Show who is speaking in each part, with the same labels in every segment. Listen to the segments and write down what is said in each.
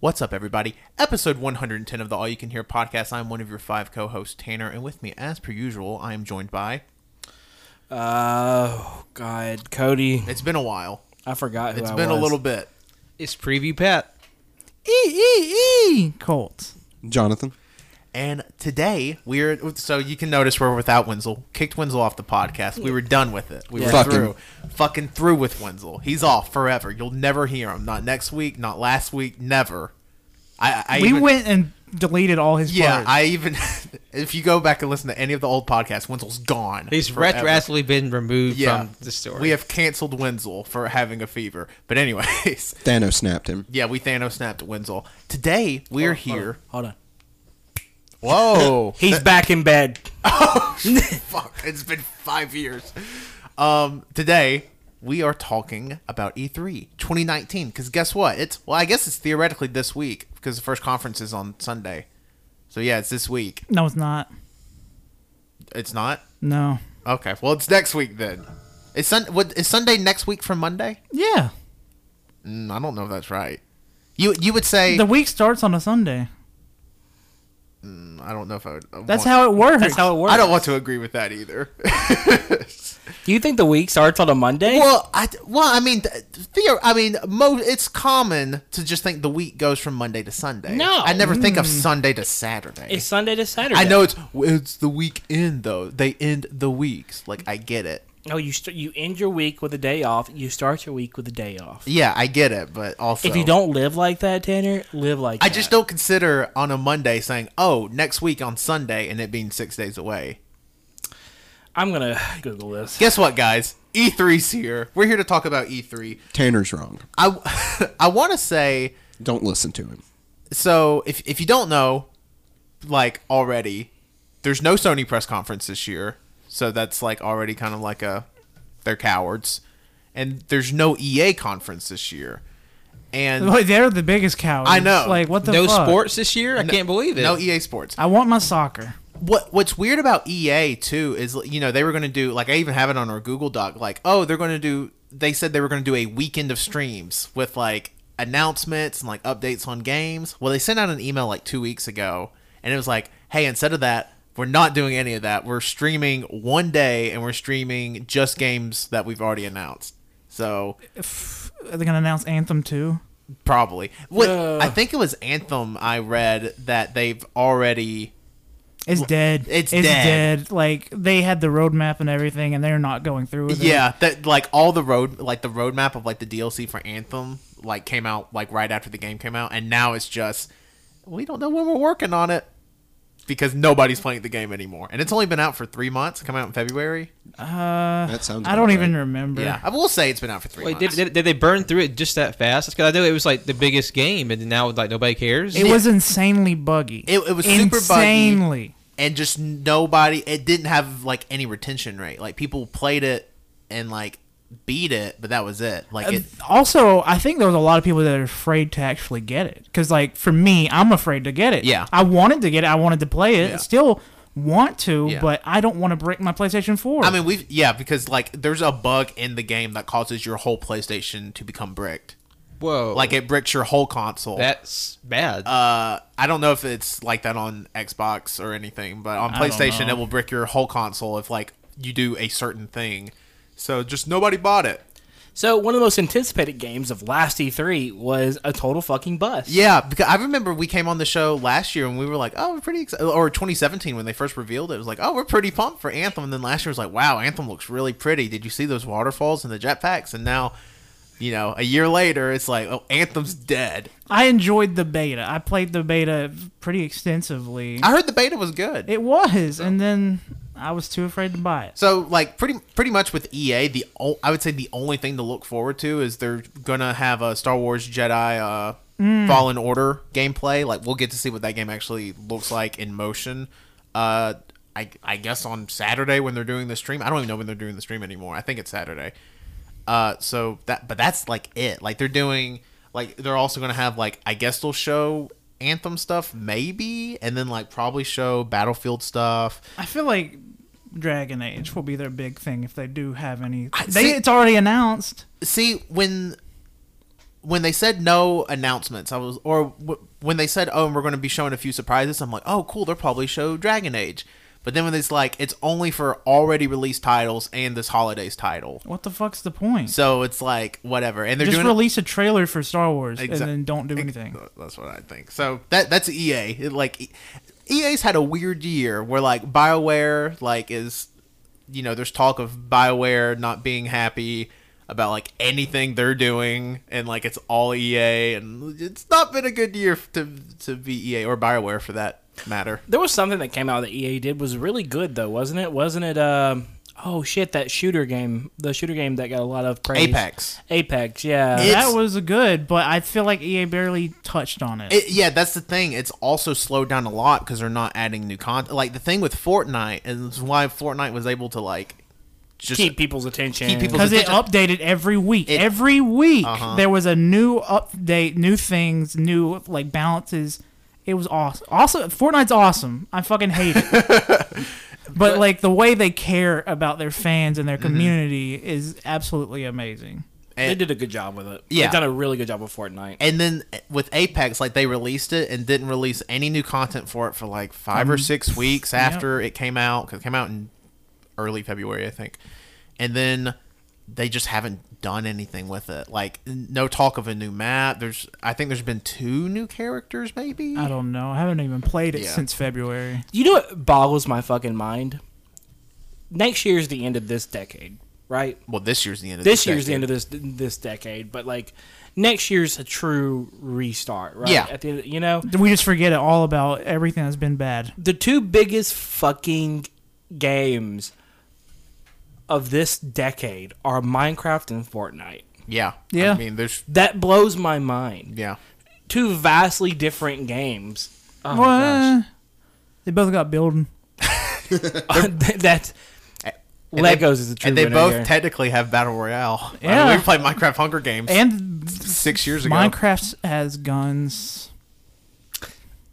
Speaker 1: What's up, everybody? Episode 110 of the All You Can Hear podcast. I'm one of your five co hosts, Tanner, and with me, as per usual, I am joined by.
Speaker 2: Oh God, Cody!
Speaker 1: It's been a while.
Speaker 2: I forgot who
Speaker 1: It's
Speaker 2: I
Speaker 1: been
Speaker 2: was.
Speaker 1: a little bit.
Speaker 3: It's preview Pat.
Speaker 4: E E E Colts.
Speaker 5: Jonathan.
Speaker 1: And today, we're. So you can notice we're without Wenzel. Kicked Wenzel off the podcast. We were done with it. We were
Speaker 5: Fuck him.
Speaker 1: through. Fucking through with Wenzel. He's off forever. You'll never hear him. Not next week, not last week, never. I, I
Speaker 4: we
Speaker 1: even-
Speaker 4: went and deleted all his
Speaker 1: Yeah,
Speaker 4: parts.
Speaker 1: I even if you go back and listen to any of the old podcasts, Wenzel's gone.
Speaker 3: He's
Speaker 1: forever.
Speaker 3: retroactively been removed
Speaker 1: Yeah,
Speaker 3: from the story.
Speaker 1: We have canceled Wenzel for having a fever. But anyways,
Speaker 5: Thanos snapped him.
Speaker 1: yeah, we Thanos snapped Wenzel. Today we're here.
Speaker 2: Hold on,
Speaker 1: Whoa,
Speaker 2: he's back in bed.
Speaker 1: fuck! It's been five years. Um, today we are talking about E E3 2019 because guess what? It's well, I guess it's theoretically this week because the first conference is on Sunday. So yeah, it's this week.
Speaker 4: no, it's not.
Speaker 1: It's not.
Speaker 4: No.
Speaker 1: Okay. Well, it's next week then. Is Sun what is Sunday next week from Monday?
Speaker 4: Yeah,
Speaker 1: Mm, I don't know if that's right. You you would say
Speaker 4: the week starts on a Sunday.
Speaker 1: I don't know if I would. I
Speaker 4: That's
Speaker 1: want-
Speaker 4: how it works.
Speaker 2: That's how it works.
Speaker 1: I don't want to agree with that either.
Speaker 2: Do you think the week starts on a Monday?
Speaker 1: well, I well I mean th- theo I mean mo it's common to just think the week goes from Monday to Sunday.
Speaker 2: No. Mm.
Speaker 1: I never think of Sunday to Saturday.
Speaker 2: It's Sunday to Saturday.
Speaker 1: I know it's it's the weekend though. They end the weeks. Like I get it.
Speaker 2: No, Oh, you st- you end your week with a day off. You start your week with a day off.
Speaker 1: Yeah, I get it. But also,
Speaker 2: If you don't live like that, Tanner, live like
Speaker 1: I
Speaker 2: that.
Speaker 1: just don't consider on a Monday saying, "Oh, next week on Sunday," and it being six days away.
Speaker 2: I'm gonna Google this.
Speaker 1: Guess what, guys? E3's here. We're here to talk about E3.
Speaker 5: Tanner's wrong.
Speaker 1: I I want to say
Speaker 5: Don't listen to him.
Speaker 1: so. If if you don't know, like already, there's no Sony press conference this year, so that's like already kind of like a they're cowards, and there's no EA conference this year, and
Speaker 4: Like they're the biggest cowards.
Speaker 1: I know.
Speaker 4: Like what the
Speaker 3: no
Speaker 4: fuck?
Speaker 3: sports this year. I can't believe it.
Speaker 1: no EA Sports.
Speaker 4: I want my soccer.
Speaker 1: what what's weird about EA too is you know they were going to do like I even have it on our Google Doc like oh they're going to do they said they were going to do a weekend of streams with like announcements and like updates on games. Well, they sent out an email like 2 weeks ago and it was like, "Hey, instead of that, we're not doing any of that. We're streaming one day and we're streaming just games that we've already announced." So,
Speaker 4: Are they gonna announce Anthem too?
Speaker 1: probably. What
Speaker 2: Ugh.
Speaker 1: I think it was Anthem I read that they've already
Speaker 4: It's dead.
Speaker 1: it's
Speaker 4: dead.
Speaker 1: dead.
Speaker 4: Like they had the roadmap and everything, and they're not going through with it.
Speaker 1: Yeah, that like all the road like the roadmap of like the DLC for Anthem like came out like right after the game came out, and now it's just we don't know when we're working on it because nobody's playing the game anymore, and it's only been out for three months. Come out in February.
Speaker 4: Uh,
Speaker 5: That sounds
Speaker 4: I don't
Speaker 5: about
Speaker 4: even
Speaker 5: right.
Speaker 4: remember.
Speaker 1: Yeah, I will say it's been out for three
Speaker 3: Wait, did,
Speaker 1: months.
Speaker 3: did, did they burn through it just that fast? Because I know it was like the biggest game, and now like nobody cares.
Speaker 4: It was insanely buggy.
Speaker 1: It- it was super buggy.
Speaker 4: insanely.
Speaker 1: and just nobody. It didn't have like any retention rate. Like people played it and like beat it, but that was it. Like it.
Speaker 4: also, I think there was a lot of people that are afraid to actually get it. Because, like, for me, I'm afraid to get it.
Speaker 1: Yeah.
Speaker 4: I wanted to get it. I wanted to play it.
Speaker 1: Yeah.
Speaker 4: Still want to,
Speaker 1: Yeah.
Speaker 4: but I don't want to break my PlayStation 4.
Speaker 1: I mean, we've yeah, because like there's a bug in the game that causes your whole PlayStation to become bricked.
Speaker 3: Whoa,
Speaker 1: Like it bricks your whole console.
Speaker 3: that's bad.
Speaker 1: Uh, I don't know if it's like that on Xbox or anything, but on
Speaker 4: I don't
Speaker 1: PlayStation,
Speaker 4: know.
Speaker 1: it will brick your whole console if like you do a certain thing. So just nobody bought it.
Speaker 2: So one of the most anticipated games of last E3 was a total fucking bust.
Speaker 1: Yeah, because I remember we came on the show last year and we were like, "Oh, we're pretty," ex-, or 2017 when they first revealed it, it was like, "Oh, we're pretty pumped for Anthem." And then last year was like, "Wow, Anthem looks really pretty. Did you see those waterfalls and the jetpacks?" And now, you know, a year later, it's like, "Oh, Anthem's dead."
Speaker 4: I enjoyed the beta. I played the beta pretty extensively.
Speaker 1: I heard the beta was good.
Speaker 4: it was, and then I was too afraid to buy it.
Speaker 1: So like pretty pretty much with EA, the o- I would say the only thing to look forward to is they're gonna have a Star Wars Jedi uh, Fallen Order gameplay. Like we'll get to see what that game actually looks like in motion. Uh, I I guess on Saturday when they're doing the stream. I don't even know when they're doing the stream anymore. I think it's Saturday. Uh, so that but that's like it. Like they're doing like they're also gonna have like I guess they'll show Anthem stuff maybe, and then like probably show Battlefield stuff.
Speaker 4: I feel like Dragon Age will be their big thing if they do have any.
Speaker 1: I-
Speaker 4: they,
Speaker 1: see-
Speaker 4: it's already announced.
Speaker 1: see when when they said no announcements, I was or w- when they said oh and we're going to be showing a few surprises, I'm like oh cool they'll probably show Dragon Age. But then when it's like it's only for already released titles and this holidays title,
Speaker 4: What the fuck's the point?
Speaker 1: so it's like whatever. And they're
Speaker 4: Just
Speaker 1: doing
Speaker 4: release a trailer for Star Wars
Speaker 1: Exa-
Speaker 4: and then don't do anything.
Speaker 1: That's what I think. So that that's EA. It, like E- EA's had a weird year where like BioWare like is you know, there's talk of BioWare not being happy about like anything they're doing and like it's all EA and it's not been a good year to to be EA or BioWare for that matter.
Speaker 2: There was something that came out that EA did was really good though, wasn't it? Wasn't it? Um, oh shit, that shooter game, the shooter game that got a lot of praise.
Speaker 1: Apex.
Speaker 2: Apex, yeah.
Speaker 1: It-
Speaker 4: That
Speaker 1: it's-
Speaker 4: was good, but I feel like EA barely touched on it.
Speaker 1: It, yeah, that's the thing. It's also slowed down a lot because they're not adding new content. Like the thing with Fortnite is why Fortnite was able to like just
Speaker 2: keep people's attention.
Speaker 1: Keep people's-
Speaker 4: because it
Speaker 1: Well,
Speaker 4: updated every week.
Speaker 1: It-
Speaker 4: every week there was a new update, new things, new like balances. It was awesome. Also, Fortnite's awesome. I fucking hate it. but, like the way they care about their fans and their community is absolutely amazing.
Speaker 2: they did a good job with it.
Speaker 1: Yeah.
Speaker 2: They've done a really good job with Fortnite.
Speaker 1: And then eh, with Apex, like they released it and didn't release any new content for it for like five
Speaker 2: Mm.
Speaker 1: or six weeks after it came out because it came out in early February, I think. And then they just haven't done anything with it. Like n- no talk of a new map. There's, I think there's been two new characters, maybe.
Speaker 2: Uh,
Speaker 4: I don't know. I haven't even played it
Speaker 1: Yeah.
Speaker 4: since February.
Speaker 2: You know what boggles my fucking mind? Next year's the end of this decade, right?
Speaker 1: Well, this year's the end of
Speaker 2: This year's the end of this this decade, but like next year's a true restart, right?
Speaker 1: Yeah.
Speaker 2: At the end, you know,
Speaker 4: We just forget it all about everything that's been bad.
Speaker 2: the two biggest fucking games of this decade are Minecraft and Fortnite.
Speaker 1: Yeah,
Speaker 4: Yeah.
Speaker 1: I mean, there's,
Speaker 2: That blows my mind.
Speaker 1: yeah,
Speaker 2: Two vastly different games. Oh
Speaker 4: Well,
Speaker 2: my
Speaker 4: eh, They both got building.
Speaker 2: gosh. that
Speaker 1: And they-
Speaker 2: Legos is a true
Speaker 1: and they
Speaker 2: winner
Speaker 1: both
Speaker 2: here.
Speaker 1: technically have battle royale. Yeah,
Speaker 4: Yeah.
Speaker 1: we played Minecraft Hunger Games
Speaker 4: And
Speaker 1: six years ago.
Speaker 4: Minecraft has guns.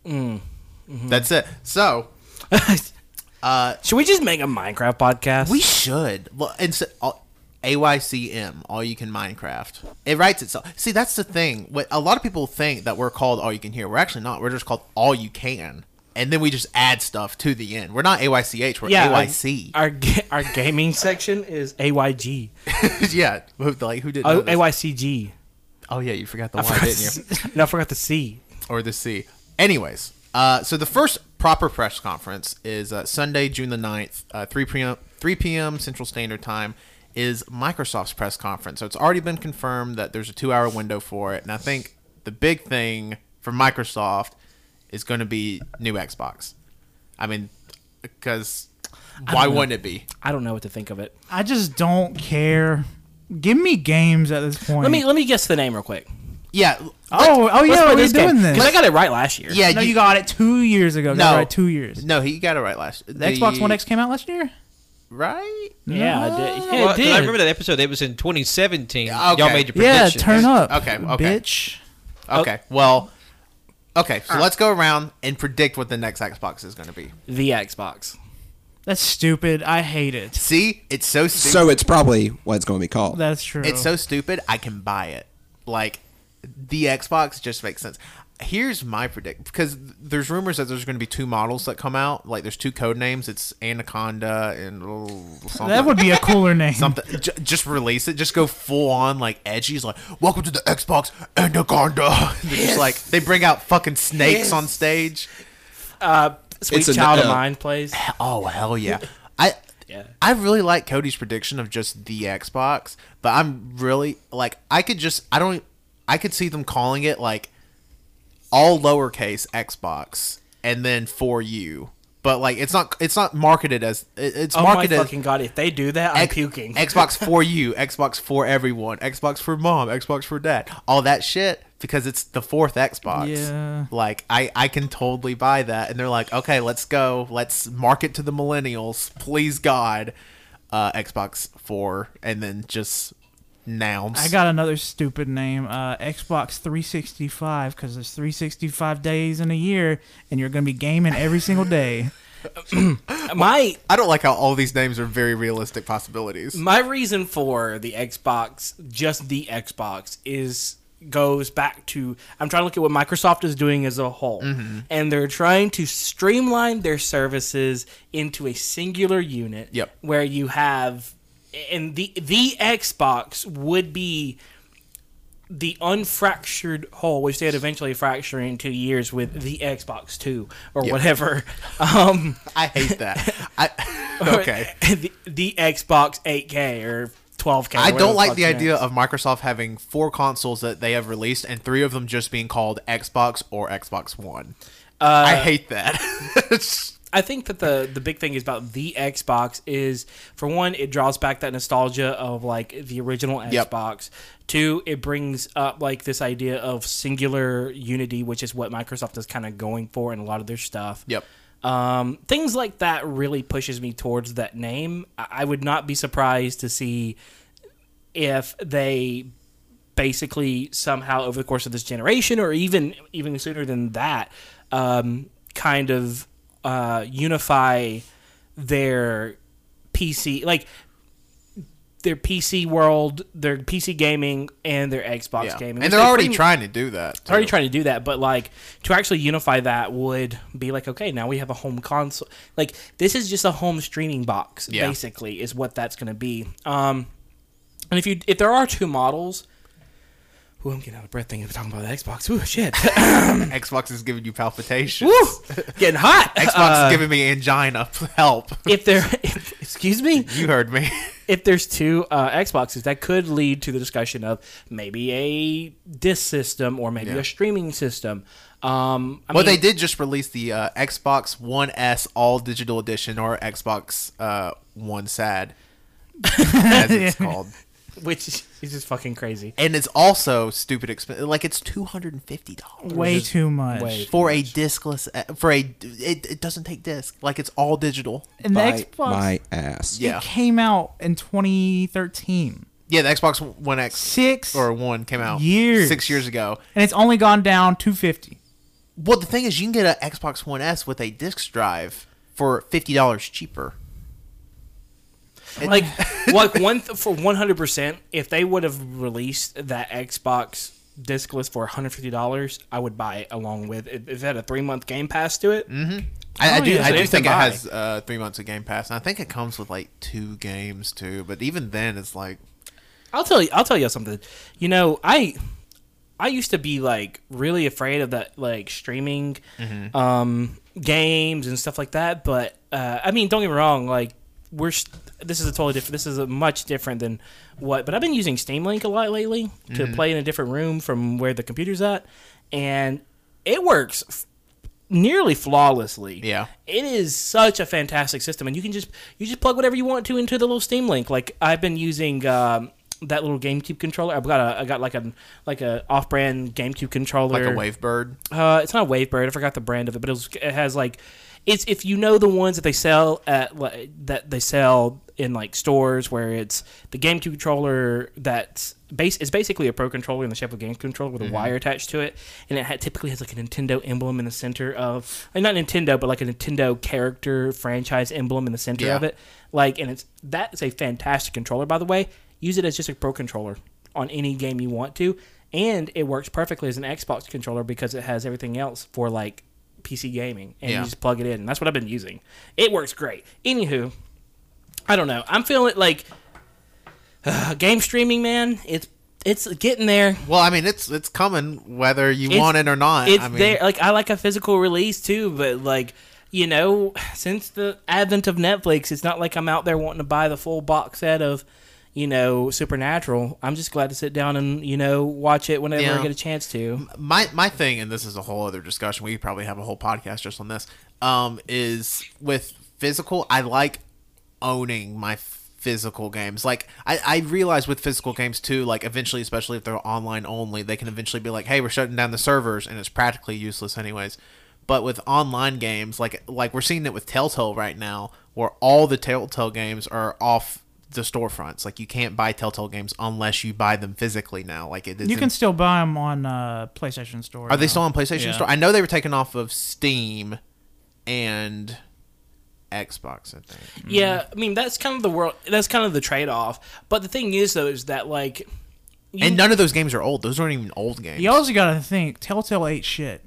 Speaker 2: Mm.
Speaker 1: That's it. So
Speaker 2: Should we just make a Minecraft podcast?
Speaker 1: Uh, We should. Well, and so, all, AYCM, all you can Minecraft. It writes itself. See, that's the thing. What a lot of people think that we're called all you can hear. We're actually not. We're just called all you can. And then we just add stuff to the end. We're not AYCH. We're
Speaker 2: yeah,
Speaker 1: AYC.
Speaker 2: Our, our ga- our gaming section is AYG.
Speaker 1: yeah. Who, like who did?
Speaker 2: Oh,
Speaker 1: Oh,
Speaker 2: AYCG.
Speaker 1: oh yeah, you forgot the
Speaker 2: I
Speaker 1: Y,
Speaker 2: forgot,
Speaker 1: didn't you?
Speaker 2: the- no, I forgot the C.
Speaker 1: Or the C. Anyways, uh, so the first proper press conference is uh, Sunday, June the 9th, uh, 3 p.m. 3 p.m. Central Standard Time is Microsoft's press conference. So it's already been confirmed that there's a two-hour window for it, and I think the big thing for Microsoft is going to be new Xbox. I mean, because why wouldn't it be?
Speaker 2: I don't know what to think of it.
Speaker 4: I just don't care. Give me games at this point.
Speaker 2: Let me let me guess the name real quick.
Speaker 1: Yeah.
Speaker 4: oh, oh
Speaker 2: Let's
Speaker 4: yeah,
Speaker 2: play game,
Speaker 4: we're doing
Speaker 2: 'cause I
Speaker 4: this.
Speaker 2: got it right last year.
Speaker 1: yeah.
Speaker 4: no, you got it two years ago. Got it
Speaker 1: no,
Speaker 4: right, two years.
Speaker 1: No, he got it right last. The,
Speaker 4: The Xbox One X came out last year.
Speaker 1: right?
Speaker 2: yeah, I did. Yeah,
Speaker 3: Well,
Speaker 2: it
Speaker 3: 'cause
Speaker 2: did.
Speaker 3: I remember that episode. It was in 2017.
Speaker 1: Okay.
Speaker 3: Y'all made your
Speaker 4: Yeah,
Speaker 3: prediction.
Speaker 4: turn up.
Speaker 1: Okay, okay.
Speaker 4: bitch.
Speaker 1: Okay. Well, okay. So let's go around and predict what the next Xbox is going to be.
Speaker 2: the Xbox.
Speaker 4: That's stupid. I hate it.
Speaker 1: See, it's so stupid.
Speaker 5: So it's probably what it's going to be called.
Speaker 4: That's true.
Speaker 1: it's so stupid. I can buy it. Like the Xbox just makes sense. Here's my predict because there's rumors that there's going to be two models that come out. Like there's two code names. It's Anaconda and oh, something.
Speaker 4: that would be a cooler name.
Speaker 1: something. J- just release it. Just go full on like edgy. It's like welcome to the Xbox Anaconda. They're just like they bring out fucking snakes on stage.
Speaker 2: Uh, Sweet
Speaker 5: It's a-
Speaker 2: Child of
Speaker 5: uh,
Speaker 2: Mine plays.
Speaker 1: Oh hell yeah! I
Speaker 2: Yeah.
Speaker 1: I really like Cody's prediction of just the Xbox, but I'm really like I could just I don't I could see them calling it like all lowercase Xbox and then for you, but like it's not it's not marketed as it- it's
Speaker 2: Oh my
Speaker 1: marketed as
Speaker 2: fucking god! If they do that, I'm
Speaker 1: X-
Speaker 2: puking.
Speaker 1: Xbox for you, Xbox for everyone, Xbox for mom, Xbox for dad, all that shit because it's the fourth Xbox.
Speaker 4: Yeah.
Speaker 1: Like I I can totally buy that and they're like, "Okay, let's go. Let's market to the millennials. Please god." Uh Xbox 4 and then just nouns.
Speaker 4: I got another stupid name. Uh, Xbox 365 because there's 365 days in a year, and you're gonna be gaming every single day.
Speaker 2: my
Speaker 1: I don't like how all these names are very realistic possibilities.
Speaker 2: My reason for the Xbox, just the Xbox, is goes back to I'm trying to look at what Microsoft is doing as a whole. And they're trying to streamline their services into a singular unit
Speaker 1: Yep.
Speaker 2: where you have and the the Xbox would be the unfractured whole, which they'd eventually fracture in two years with the Xbox Two or whatever. Um,
Speaker 1: I hate that. I okay.
Speaker 2: the, the Xbox 8K or 12K.
Speaker 1: I
Speaker 2: whatever
Speaker 1: don't like
Speaker 2: fuck's
Speaker 1: the idea
Speaker 2: next.
Speaker 1: of Microsoft having four consoles that they have released and three of them just being called Xbox or Xbox One.
Speaker 2: Uh,
Speaker 1: I hate that.
Speaker 2: I think that the the big thing is about the Xbox is for one, it draws back that nostalgia of like the original
Speaker 1: Yep.
Speaker 2: Xbox. Two, it brings up like this idea of singular unity, which is what Microsoft is kind of going for in a lot of their stuff.
Speaker 1: Yep.
Speaker 2: Um, things like that really pushes me towards that name. I, I would not be surprised to see if they basically somehow over the course of this generation or even even sooner than that um, kind of uh, unify their pc like their pc world their pc gaming and their xbox
Speaker 1: Yeah.
Speaker 2: gaming
Speaker 1: And
Speaker 2: which
Speaker 1: they're
Speaker 2: they
Speaker 1: already
Speaker 2: pretty-
Speaker 1: trying to do that.
Speaker 2: already
Speaker 1: too.
Speaker 2: trying to do that but like to actually unify that would be like okay now we have a home console like this is just a home streaming box
Speaker 1: Yeah.
Speaker 2: basically is what that's going to be um and if you if there are two models Ooh, I'm getting out of breath thinking of talking about the Xbox. Ooh, shit.
Speaker 1: Xbox is giving you palpitations.
Speaker 2: Woo! Uh, Getting hot.
Speaker 1: Xbox is giving me angina. Help.
Speaker 2: if there, if, excuse me,
Speaker 1: You heard me.
Speaker 2: if there's two uh, Xboxes, that could lead to the discussion of maybe a disc system or maybe
Speaker 1: Yeah.
Speaker 2: a streaming system. Um, I
Speaker 1: Well,
Speaker 2: mean-
Speaker 1: they did just release the uh, Xbox One S All Digital Edition or Xbox uh, One Sad, as it's called.
Speaker 2: which is is just fucking crazy.
Speaker 1: And it's also stupid expensive. Like it's two hundred and fifty dollars
Speaker 4: Way too much.
Speaker 2: way-
Speaker 1: for a discless. uh, For a it, it doesn't take disc. Like it's all digital.
Speaker 4: And the
Speaker 5: Bite
Speaker 4: Xbox
Speaker 5: my ass.
Speaker 1: Yeah.
Speaker 4: it came out in 2013,
Speaker 1: Yeah, the Xbox One X
Speaker 4: six
Speaker 1: or One came out
Speaker 4: Years.
Speaker 1: six years ago.
Speaker 4: and it's only gone down 250.
Speaker 1: Well, the thing is, you can get an Xbox One S with a disc drive for fifty dollars cheaper.
Speaker 2: Like, like one th- for one hundred percent. If they would have released that Xbox discless for one hundred fifty dollars, I would buy it along with. If if it had a three month Game Pass to it,
Speaker 1: I, I
Speaker 2: Oh,
Speaker 1: do.
Speaker 2: yeah,
Speaker 1: I
Speaker 2: so
Speaker 1: do
Speaker 2: you
Speaker 1: think it
Speaker 2: can buy.
Speaker 1: has uh, three months of Game Pass, and I think it comes with like two games too. But even then, it's like
Speaker 2: I'll tell you. I'll tell you something. You know, I I used to be like really afraid of that like streaming um, games and stuff like that. But uh, I mean, don't get me wrong. Like we're s- this is a totally different. This is a much different than what. But I've been using Steam Link a lot lately to play in a different room from where the computer's at, and it works f- nearly flawlessly
Speaker 1: Yeah.
Speaker 2: it is such a fantastic system and you can just you just plug whatever you want to into the little steam link like i've been using um, that little gamecube controller i've got a i got like a like a off-brand gamecube controller
Speaker 1: like a Wavebird.
Speaker 2: uh, it's not Wavebird. I forgot the brand of it, but it, was, it has like it's if you know the ones that they sell at like, that they sell in like stores where it's the GameCube controller that's base it's basically a pro controller in the shape of a game controller with a wire attached to it, and it ha- typically has like a Nintendo emblem in the center of like not Nintendo but like a Nintendo character franchise emblem in the center
Speaker 1: Yeah.
Speaker 2: of it. Like, and it's that is a fantastic controller by the way. Use it as just a pro controller on any game you want to. And it works perfectly as an Xbox controller because it has everything else for like PC gaming. And
Speaker 1: Yeah.
Speaker 2: you just plug it in. And that's what I've been using. It works great. Anywho, I don't know. I'm feeling like uh, game streaming, man. It's it's getting there.
Speaker 1: Well, I mean, it's it's coming whether you
Speaker 2: It's-
Speaker 1: want it or not.
Speaker 2: It's
Speaker 1: I mean,
Speaker 2: there. Like I like a physical release too, but like you know, since the advent of Netflix, it's not like I'm out there wanting to buy the full box set of you know Supernatural. I'm just glad to sit down and you know watch it whenever
Speaker 1: Yeah.
Speaker 2: I get a chance to.
Speaker 1: my my thing, and this is a whole other discussion. We could probably have a whole podcast just on this. Um, is with physical, I like owning my physical games. Like I, I realize with physical games too, like eventually, especially if they're online only, they can eventually be like, hey, we're shutting down the servers, and it's practically useless anyways. But with online games, like like we're seeing it with Telltale right now, where all the Telltale games are off the storefronts. Like you can't buy Telltale games unless you buy them physically now. Like it is
Speaker 4: You can still buy them on uh, PlayStation Store.
Speaker 1: are they
Speaker 4: now.
Speaker 1: still on PlayStation
Speaker 4: Yeah.
Speaker 1: Store? I know they were taken off of Steam and Xbox, I think.
Speaker 2: Yeah, I mean that's kind of the world. That's kind of the trade off. But the thing is, though, is that like
Speaker 1: and none of those games are old. Those aren't even old games.
Speaker 4: You also got to think Telltale ate shit.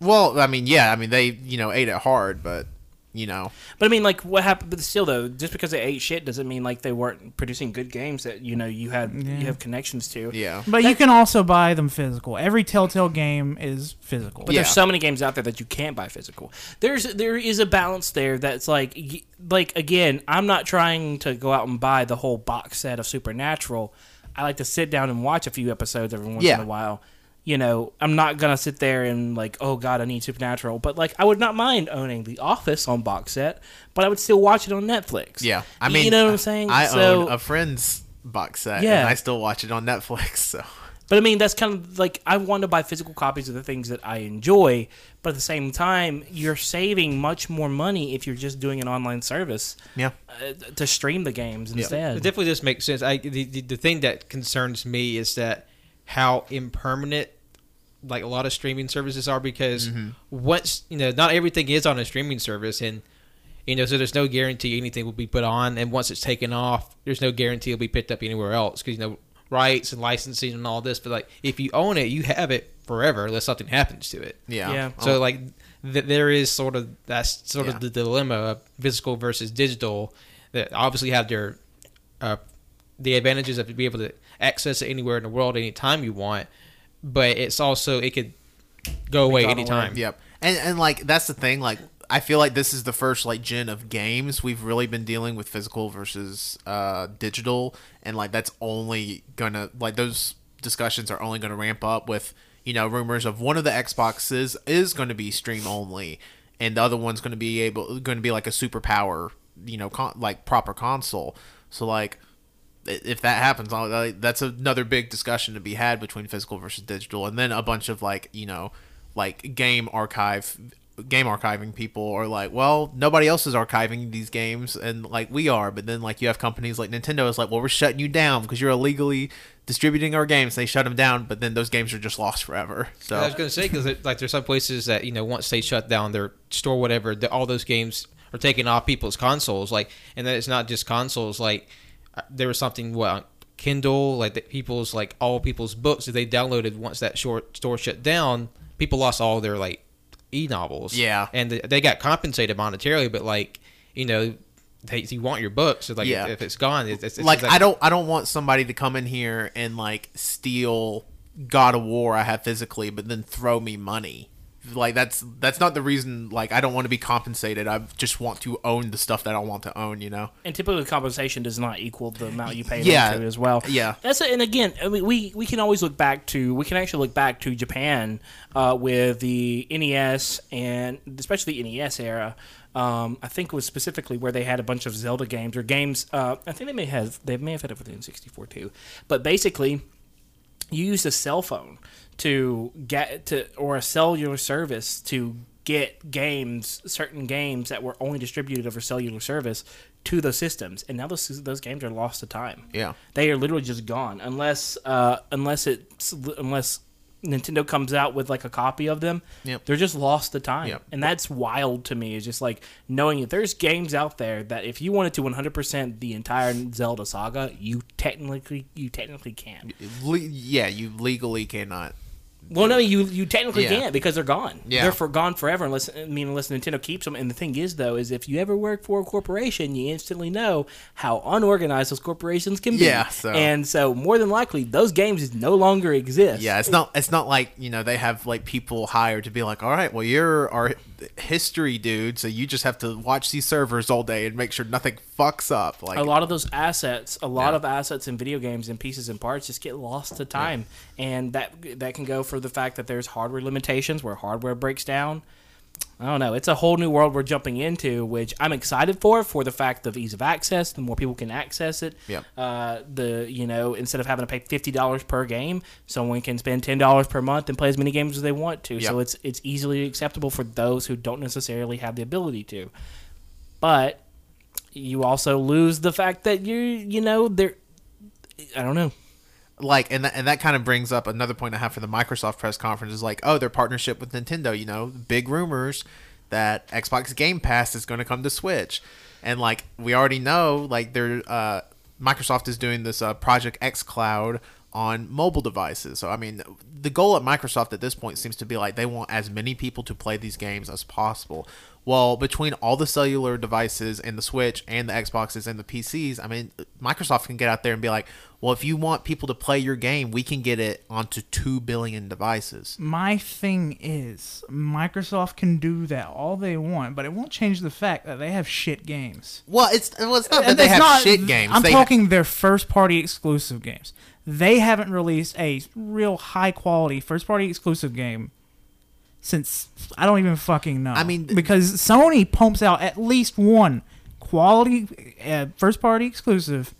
Speaker 1: Well, I mean, yeah, I mean they you know ate it hard, but you know,
Speaker 2: But I mean, like, what happened? But still, though, just because they ate shit doesn't mean like they weren't producing good games that you know you had you have connections to.
Speaker 1: yeah.
Speaker 4: But you can also buy them physical. Every Telltale game is physical.
Speaker 2: But
Speaker 1: Yeah.
Speaker 2: there's so many games out there that you can't buy physical. There's there is a balance there that's like y- like again, I'm not trying to go out and buy the whole box set of Supernatural. I like to sit down and watch a few episodes every once in
Speaker 1: Yeah.
Speaker 2: a while. You know, I'm not gonna sit there and like, oh god, I need Supernatural. But like, I would not mind owning The Office on box set, but I would still watch it on Netflix.
Speaker 1: Yeah, I mean,
Speaker 2: you know what I'm saying.
Speaker 1: I
Speaker 2: so,
Speaker 1: own a friend's box set,
Speaker 2: Yeah.
Speaker 1: and I still watch it on Netflix. So
Speaker 2: But I mean, that's kind of like I want to buy physical copies of the things that I enjoy, but at the same time, you're saving much more money if you're just doing an online service
Speaker 1: yeah,
Speaker 2: uh, to stream the games
Speaker 3: It
Speaker 2: instead.
Speaker 3: definitely does make sense. I the, the, the thing that concerns me is that how impermanent like a lot of streaming services are because once you know not everything is on a streaming service and you know so there's no guarantee anything will be put on and once it's taken off there's no guarantee it'll be picked up anywhere else because you know rights and licensing and all this but like if you own it you have it forever unless something happens to it
Speaker 1: yeah,
Speaker 2: Yeah.
Speaker 1: Oh,
Speaker 3: so like th- there is sort of that's sort
Speaker 1: Yeah.
Speaker 3: of the dilemma of physical versus digital that obviously have their uh, the advantages of being able to access it anywhere in the world anytime you want, but it's also it could go away
Speaker 2: gone away.
Speaker 3: anytime.
Speaker 1: Yep. And and like that's the thing. Like I feel like this is the first like gen of games we've really been dealing with physical versus uh, digital, and like that's only gonna like those discussions are only gonna ramp up with you know rumors of one of the Xboxes is going to be stream only, and the other one's going to be able going to be like a superpower you know con- like proper console. So like i- if that happens, I'll- I- that's another big discussion to be had between physical versus digital, and then a bunch of like you know, like game archive, game archiving people are like, well, nobody else is archiving these games, and like we are, but then like you have companies like Nintendo is like, well, we're shutting you down because you're illegally distributing our games. They shut them down, but then those games are just lost forever. So
Speaker 3: And I was gonna say because like there's some places that you know once they shut down their store whatever the, all those games are taken off people's consoles like and then it's not just consoles like uh, there was something what on Kindle like that people's like all people's books that they downloaded once that short store shut down people lost all their like e novels
Speaker 1: Yeah.
Speaker 3: and th- they got compensated monetarily but like you know they, you want your books so like
Speaker 1: Yeah.
Speaker 3: if, if it's gone it's, it's
Speaker 1: like
Speaker 3: it's
Speaker 1: I don't I don't want somebody to come in here and like steal God of War I have physically, but then throw me money. Like that's that's not the reason. Like I don't want to be compensated. I just want to own the stuff that I want to own. You know.
Speaker 2: and typically, compensation does not equal the amount you pay
Speaker 1: Yeah.
Speaker 2: into as well.
Speaker 1: Yeah.
Speaker 2: that's a, and again, I mean, we we can always look back to we can actually look back to Japan uh, with the NES and especially the NES era. Um, I think it was specifically where they had a bunch of Zelda games or games. Uh, I think they may have they may have had it for the N64 too, but basically you used a cell phone to get to or a cellular service to get games certain games that were only distributed over cellular service to those systems and now those those games are lost to time
Speaker 1: Yeah.
Speaker 2: they are literally just gone unless uh unless it's unless Nintendo comes out with like a copy of them.
Speaker 1: Yep.
Speaker 2: They're just lost to time,
Speaker 1: Yep.
Speaker 2: and that's wild to me. Is just like knowing that there's games out there that if you wanted to 100% the entire Zelda saga, you technically you technically can.
Speaker 1: Le- yeah, you legally cannot.
Speaker 2: Well, no, you you technically
Speaker 1: Yeah.
Speaker 2: can't because they're gone.
Speaker 1: Yeah.
Speaker 2: they're for gone forever unless I mean unless Nintendo keeps them. And the thing is, though, is if you ever work for a corporation, you instantly know how unorganized those corporations can be.
Speaker 1: Yeah, so-
Speaker 2: and so more than likely, those games no longer exist.
Speaker 1: Yeah, it's not. It's not like you know they have like people hired to be like, all right, well you're our history dude, so you just have to watch these servers all day and make sure nothing fucks up. Like
Speaker 2: a lot of those assets, a lot of assets in video games and pieces and parts just get lost to time, and that that can go for the fact that there's hardware limitations where hardware breaks down. I don't know. It's a whole new world we're jumping into, which I'm excited for, for the fact of ease of access. The more people can access it,
Speaker 1: Yep.
Speaker 2: uh, the you know instead of having to pay fifty dollars per game, someone can spend ten dollars per month and play as many games as they want to. So
Speaker 1: Yep.
Speaker 2: it's it's easily acceptable for those who don't necessarily have the ability to. But you also lose the fact that you you know there i don't know
Speaker 1: like and that, and that kind of brings up another point I have for the Microsoft press conference is like oh their partnership with Nintendo you know big rumors that Xbox Game Pass is going to come to Switch and like we already know like they're uh, Microsoft is doing this uh, Project X Cloud on mobile devices. So I mean, the goal at Microsoft at this point seems to be like they want as many people to play these games as possible. Well, between all the cellular devices and the Switch and the Xboxes and the PCs, I mean, Microsoft can get out there and be like, well, if you want people to play your game, we can get it onto 2 billion devices.
Speaker 4: My thing is, Microsoft can do that all they want, but it won't change the fact that they have shit games.
Speaker 1: Well, it's, well, it's not that
Speaker 4: And
Speaker 1: they
Speaker 4: it's
Speaker 1: have
Speaker 4: not-
Speaker 1: shit games.
Speaker 4: I'm
Speaker 1: They-
Speaker 4: talking their first party exclusive games. They haven't released a real high quality first party exclusive game since I don't even fucking know.
Speaker 1: I mean-
Speaker 4: because Sony pumps out at least one quality uh, first party exclusive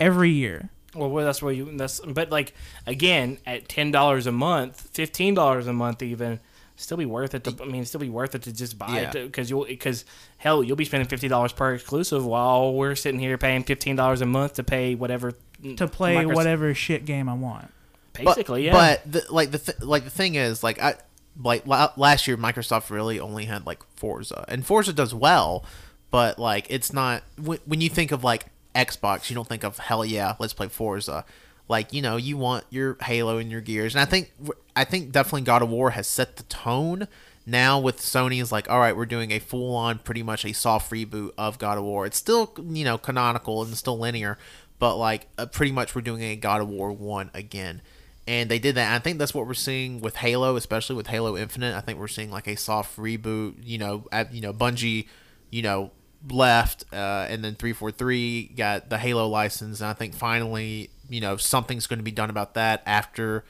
Speaker 4: every year.
Speaker 2: Well, well, that's where you. That's but like again at ten dollars a month, fifteen dollars a month, even still be worth it. To, I mean, still be worth it to just buy
Speaker 1: Yeah.
Speaker 2: it because you'll because hell, you'll be spending fifty dollars per exclusive while we're sitting here paying fifteen dollars a month to pay whatever mm,
Speaker 4: to play
Speaker 2: Microsoft-
Speaker 4: whatever shit game I want.
Speaker 2: Basically,
Speaker 1: but,
Speaker 2: yeah.
Speaker 1: But the, like the th- like the thing is like I like la- last year Microsoft really only had like Forza and Forza does well, but like it's not when, when you think of like Xbox, you don't think of hell yeah, let's play Forza. Like you know, you want your Halo and your Gears, and I think I think definitely God of War has set the tone. Now with Sony is like, all right, we're doing a full on, pretty much a soft reboot of God of War. It's still you know canonical and still linear, but like uh, pretty much we're doing a God of War one again and they did that. I think that's what we're seeing with Halo, especially with Halo Infinite. I think we're seeing like a soft reboot. You know, at, you know, Bungie, you know, left, uh, and then three four three got the Halo license, and I think finally, you know, something's going to be done about that after,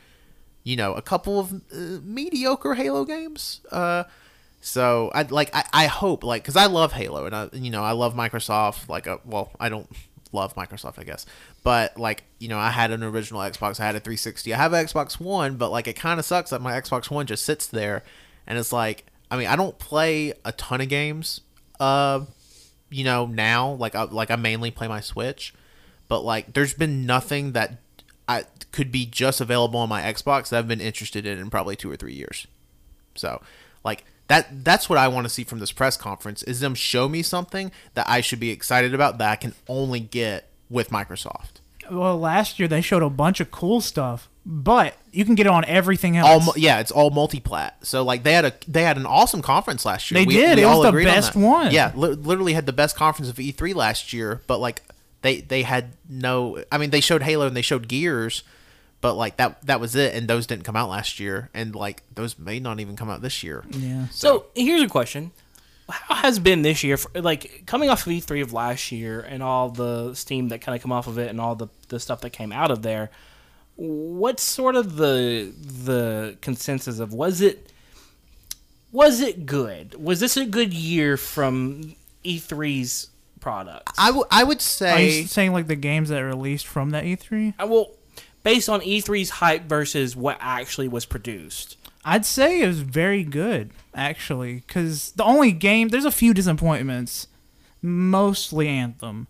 Speaker 1: you know, a couple of uh, mediocre Halo games. Uh, so I like I, I hope like because I love Halo and I you know I love Microsoft like uh well I don't love Microsoft I guess but like you know I had an original Xbox I had a 360 I have an Xbox One but like it kind of sucks that my Xbox One just sits there and it's like I mean I don't play a ton of games uh you know now like I like I mainly play my Switch but like there's been nothing that I could be just available on my Xbox that I've been interested in in probably two or three years. So, like that that's what I want to see from this press conference is them show me something that I should be excited about that I can only get with Microsoft.
Speaker 4: Well, last year they showed a bunch of cool stuff, but you can get it on everything
Speaker 1: All
Speaker 4: else.
Speaker 1: mu- yeah, it's all multiplat. So like they had a they had an awesome conference last year.
Speaker 4: They did. It was the
Speaker 1: agreed on
Speaker 4: best
Speaker 1: that.
Speaker 4: one.
Speaker 1: Yeah, li- literally had the best conference of E3 last year, but like they they had no I mean they showed Halo and they showed Gears, but like that that was it and those didn't come out last year and like those may not even come out this year.
Speaker 4: yeah.
Speaker 2: So here's a question: How has been this year? For, like coming off of E3 of last year and all the steam that kind of come off of it and all the the stuff that came out of there. What's sort of the the consensus of was it was it good? Was this a good year from E E3's products?
Speaker 1: I, w- I would
Speaker 4: Are
Speaker 1: say
Speaker 4: you saying like the games that are released from E that E3?
Speaker 2: I, well, based on E3's hype versus what actually was produced.
Speaker 4: I'd say it was very good actually, because the only game there's a few disappointments, mostly Anthem.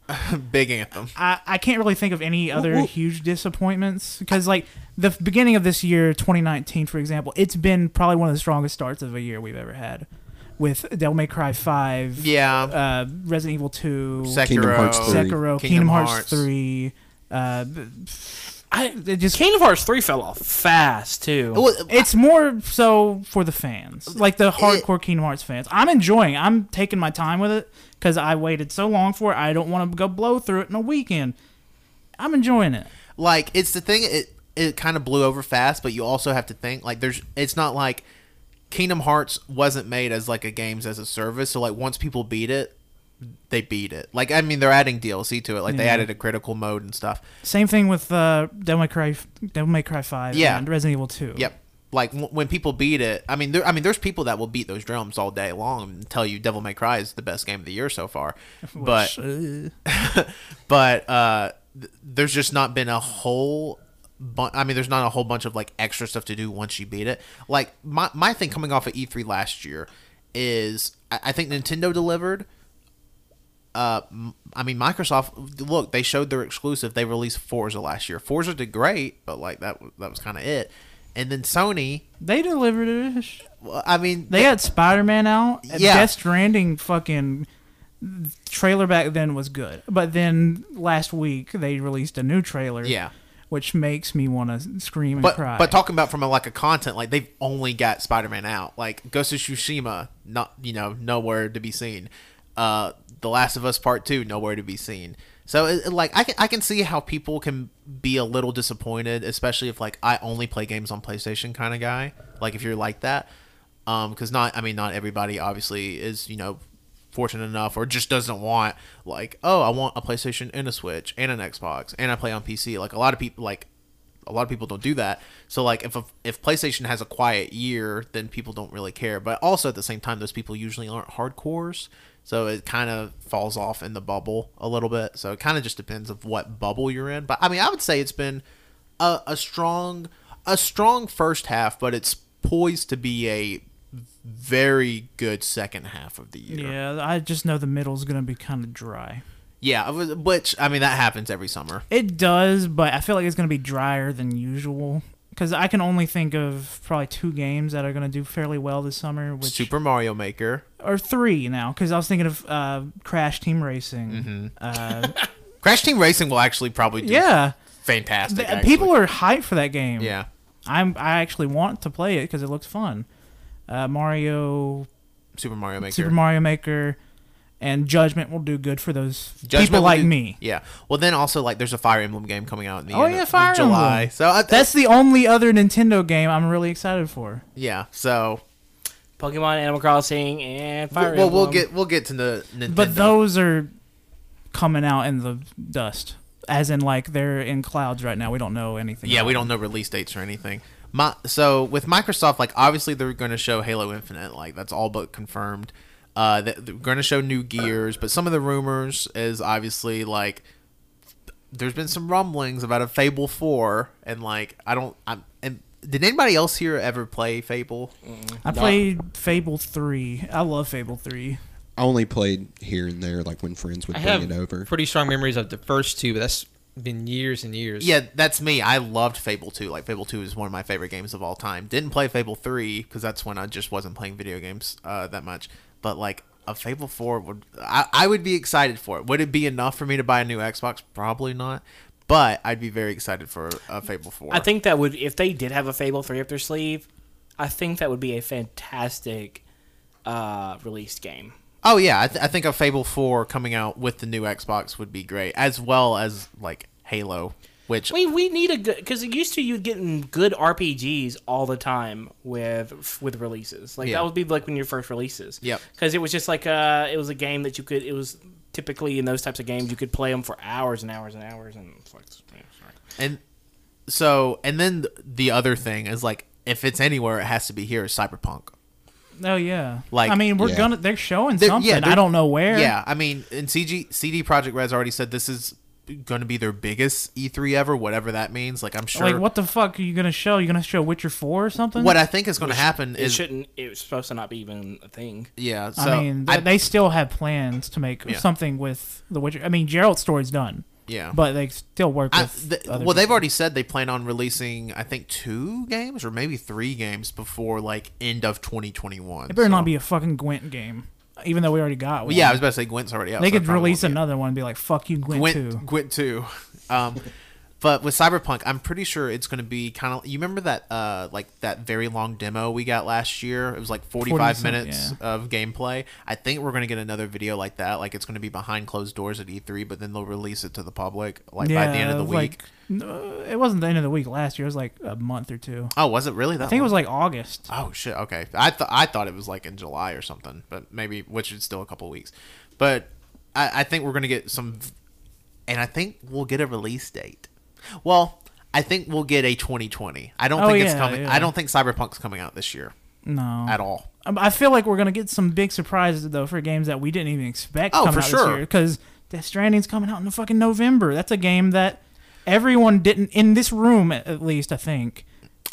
Speaker 1: big anthem.
Speaker 4: I, I can't really think of any other
Speaker 2: Well-
Speaker 4: huge disappointments because like the f- beginning of this year 2019 for example it's been probably one of the strongest starts of a year we've ever had with Devil May Cry 5
Speaker 1: Yeah.
Speaker 4: uh, Resident Evil 2
Speaker 1: Sekiro,
Speaker 5: Kingdom Hearts three.
Speaker 4: Sekiro Kingdom, Hearts, 3 uh,
Speaker 2: I,
Speaker 4: it just
Speaker 2: Kingdom Hearts 3 fell off fast too.
Speaker 1: Well,
Speaker 4: it's more so for the fans like the hardcore Kingdom Hearts fans I'm enjoying I'm taking my time with it because I waited so long for it I don't want to go blow through it in a weekend I'm enjoying it
Speaker 1: like it's the thing it it kind of blew over fast, but you also have to think like there's it's not like Kingdom Hearts wasn't made as like a games as a service, so like once people beat it, they beat it. Like I mean, they're adding DLC to it, like they
Speaker 4: Yeah.
Speaker 1: added a critical mode and stuff.
Speaker 4: Same thing with uh, Devil May Cry, Devil May Cry Five,
Speaker 1: Yeah.
Speaker 4: and Resident Evil Two.
Speaker 1: Yep. Like w- when people beat it, I mean, there, I mean, there's people that will beat those drums all day long and tell you Devil May Cry is the best game of the year so far. But
Speaker 4: Uh,
Speaker 1: but uh, th- there's just not been a whole bu- I mean, there's not a whole bunch of like extra stuff to do once you beat it. Like my my thing coming off of E3 last year is I, I think Nintendo delivered. Uh, m- I mean, Microsoft. Look, they showed their exclusive. They released Forza last year. Forza did great, but like that w- that was kind of it. And then Sony.
Speaker 4: they delivered it.
Speaker 1: well, I mean,
Speaker 4: They had Spider Man out.
Speaker 1: Yeah.
Speaker 4: Death Stranding fucking trailer back then was good, but then last week they released a new trailer.
Speaker 1: Yeah.
Speaker 4: which makes me want to scream and
Speaker 1: But
Speaker 4: cry.
Speaker 1: but talking about from a, like a content, like they've only got Spider Man out. Like Ghost of Tsushima, not you know nowhere to be seen. Uh, The Last of Us Part Two, nowhere to be seen. So it, it, like I can I can see how people can be a little disappointed, especially if like I only play games on PlayStation kind of guy. Like if you're like that, um, because not I mean not everybody obviously is you know fortunate enough or just doesn't want like oh I want a PlayStation and a Switch and an Xbox and I play on PC. Like a lot of people like a lot of people don't do that. So like if a, if PlayStation has a quiet year, then people don't really care. But also at the same time, those people usually aren't hardcores, so it kind of falls off in the bubble a little bit. So it kind of just depends of what bubble you're in. But I mean, I would say it's been a, a strong a strong first half, but it's poised to be a very good second half of the year.
Speaker 4: yeah, I just know the middle's gonna be kind of dry.
Speaker 1: Yeah, I was- which I mean that happens every summer.
Speaker 4: It does, but I feel like it's going to be drier than usual because I can only think of probably two games that are going to do fairly well this summer, which
Speaker 1: Super Mario Maker.
Speaker 4: or three now because I was thinking of uh, Crash Team Racing.
Speaker 1: Mm-hmm.
Speaker 4: Uh,
Speaker 1: Crash Team Racing will actually probably do
Speaker 4: yeah,
Speaker 1: fantastic.
Speaker 4: The-
Speaker 1: actually.
Speaker 4: people are hyped for that game.
Speaker 1: yeah.
Speaker 4: I'm. I actually want to play it because it looks fun. Uh, Mario,
Speaker 1: Super Mario Maker.
Speaker 4: Super Mario Maker, and Judgment will do good for those
Speaker 1: Judgment
Speaker 4: people
Speaker 1: would
Speaker 4: like
Speaker 1: do-
Speaker 4: me.
Speaker 1: Yeah. Well, then also like there's a Fire Emblem game coming out in the
Speaker 4: Oh,
Speaker 1: end
Speaker 4: yeah,
Speaker 1: of- of
Speaker 4: Fire
Speaker 1: July.
Speaker 4: Emblem.
Speaker 1: So I,
Speaker 4: That's the only other Nintendo game I'm really excited for.
Speaker 1: yeah. So
Speaker 2: Pokemon, Animal Crossing, and Fire
Speaker 1: well, we'll- we'll
Speaker 2: Emblem.
Speaker 1: get we'll get to the Nintendo.
Speaker 4: But those are coming out in the dust, as in like they're in clouds right now. We don't know anything.
Speaker 1: yeah,
Speaker 4: about
Speaker 1: we
Speaker 4: them.
Speaker 1: don't know release dates or anything. My, so with Microsoft, like obviously they're going to show Halo Infinite, like that's all but confirmed. Uh, they- they're going to show new gears, but some of the rumors is obviously like there's been some rumblings about a Fable Four, and like I don't, I'm, and did anybody else here ever play Fable?
Speaker 4: I played Fable three. I love Fable three.
Speaker 5: I only played here and there, like when friends would
Speaker 3: I
Speaker 5: bring
Speaker 3: have
Speaker 5: it over.
Speaker 3: pretty strong memories of the first two, but that's been years and years.
Speaker 1: Yeah, that's me. I loved Fable 2. Like Fable 2 is one of my favorite games of all time. Didn't play Fable 3 cuz that's when I just wasn't playing video games uh, that much. But like a Fable 4 would I, I would be excited for it. Would it be enough for me to buy a new Xbox? Probably not. But I'd be very excited for a Fable 4.
Speaker 2: I think that would if they did have a Fable three up their sleeve, I think that would be a fantastic uh, released game.
Speaker 1: Oh yeah, I, th- I think a Fable 4 coming out with the new Xbox would be great as well as like Halo, which
Speaker 2: We we need a good because it used to you getting good RPGs all the time with with releases. Like
Speaker 1: Yeah.
Speaker 2: that would be like when your first releases.
Speaker 1: Yep.
Speaker 2: Because it was just like uh it was a game that you could it was typically in those types of games you could play them for hours and hours and hours and it's like, yeah, sorry.
Speaker 1: and so and then th- the other thing is like if it's anywhere it has to be here is Cyberpunk.
Speaker 4: Oh yeah.
Speaker 1: Like-
Speaker 4: I mean, we're
Speaker 5: Yeah.
Speaker 4: gonna they're showing
Speaker 1: They're- yeah,
Speaker 4: something. I
Speaker 1: they're-
Speaker 4: don't know where.
Speaker 1: Yeah, I mean, and CG CD Project Red's already said this is going to be their biggest E3 ever, whatever that means. Like I'm sure
Speaker 4: Like what the fuck are you gonna show? You gonna show Witcher four or something?
Speaker 1: what I think is going to happen
Speaker 2: It
Speaker 1: is
Speaker 2: shouldn't. It was supposed to not be even a thing.
Speaker 1: yeah. So
Speaker 4: I mean,
Speaker 1: I-
Speaker 4: th- they still have plans to make
Speaker 1: Yeah.
Speaker 4: something with the Witcher. I mean, Gerald's story's done,
Speaker 1: yeah.
Speaker 4: but they still work
Speaker 1: I,
Speaker 4: with.
Speaker 1: th- well,
Speaker 4: other
Speaker 1: they've
Speaker 4: people.
Speaker 1: already said they plan on releasing, I think, two games or maybe three games before like end of 2021.
Speaker 4: It better
Speaker 1: so-
Speaker 4: not be a fucking Gwent game, even though we already got one.
Speaker 1: Well, yeah, I was about to say Gwent's already out.
Speaker 4: they
Speaker 1: so it
Speaker 4: could
Speaker 1: probably
Speaker 4: release
Speaker 1: won't be
Speaker 4: another one and be like, "Fuck you, Gwent,
Speaker 1: Gwent,
Speaker 4: too."
Speaker 1: Gwent two. Um, but with Cyberpunk, I'm pretty sure it's going to be kind of. You remember that uh, like that very long demo we got last year? It was like 45
Speaker 4: 40 something,
Speaker 1: minutes of gameplay. I think we're going to get another video like that. Like it's going to be behind closed doors at E3, but then they'll release it to the public like by the end of the
Speaker 4: it was
Speaker 1: week.
Speaker 4: like- no, it wasn't the end of the week last year. It was like a month or two.
Speaker 1: oh, was it really that?
Speaker 4: I think it was like August.
Speaker 1: Oh shit. Okay. I thought I thought it was like in July or something, but maybe which is still a couple weeks. But I, I think we're gonna get some, and I think we'll get a release date. Well, I think we'll get a 2020. I don't
Speaker 4: Oh,
Speaker 1: think it's
Speaker 4: yeah,
Speaker 1: coming.
Speaker 4: yeah.
Speaker 1: I don't think Cyberpunk's coming out this year
Speaker 4: No,
Speaker 1: at all.
Speaker 4: Um, I feel like we're gonna get some big surprises though for games that we didn't even expect.
Speaker 1: Oh,
Speaker 4: coming
Speaker 1: for
Speaker 4: out
Speaker 1: sure.
Speaker 4: This year, because Death Stranding's coming out in the fucking November. That's a game that everyone didn't in this room at, at least. I think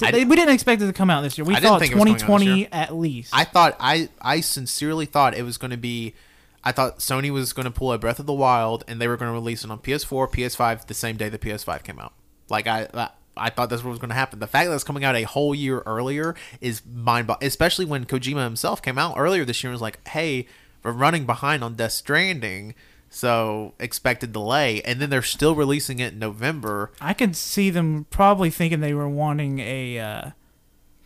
Speaker 1: I-
Speaker 4: They- we didn't expect it to come out this year. We
Speaker 1: I didn't
Speaker 4: thought
Speaker 1: think it was coming out this
Speaker 4: 2020
Speaker 1: year.
Speaker 4: at least.
Speaker 1: I thought I I sincerely thought it was going to be. I thought Sony was going to pull a Breath of the Wild and they were going to release it on PS4, PS5 the same day the PS5 came out. Like I. I I thought that's what was going to happen. The fact that it's coming out a whole year earlier is mind boggling, especially when Kojima himself came out earlier this year and was like, hey, we're running behind on Death Stranding. So expected delay, and then they're still releasing it in November.
Speaker 4: I could see them probably thinking they were wanting a uh,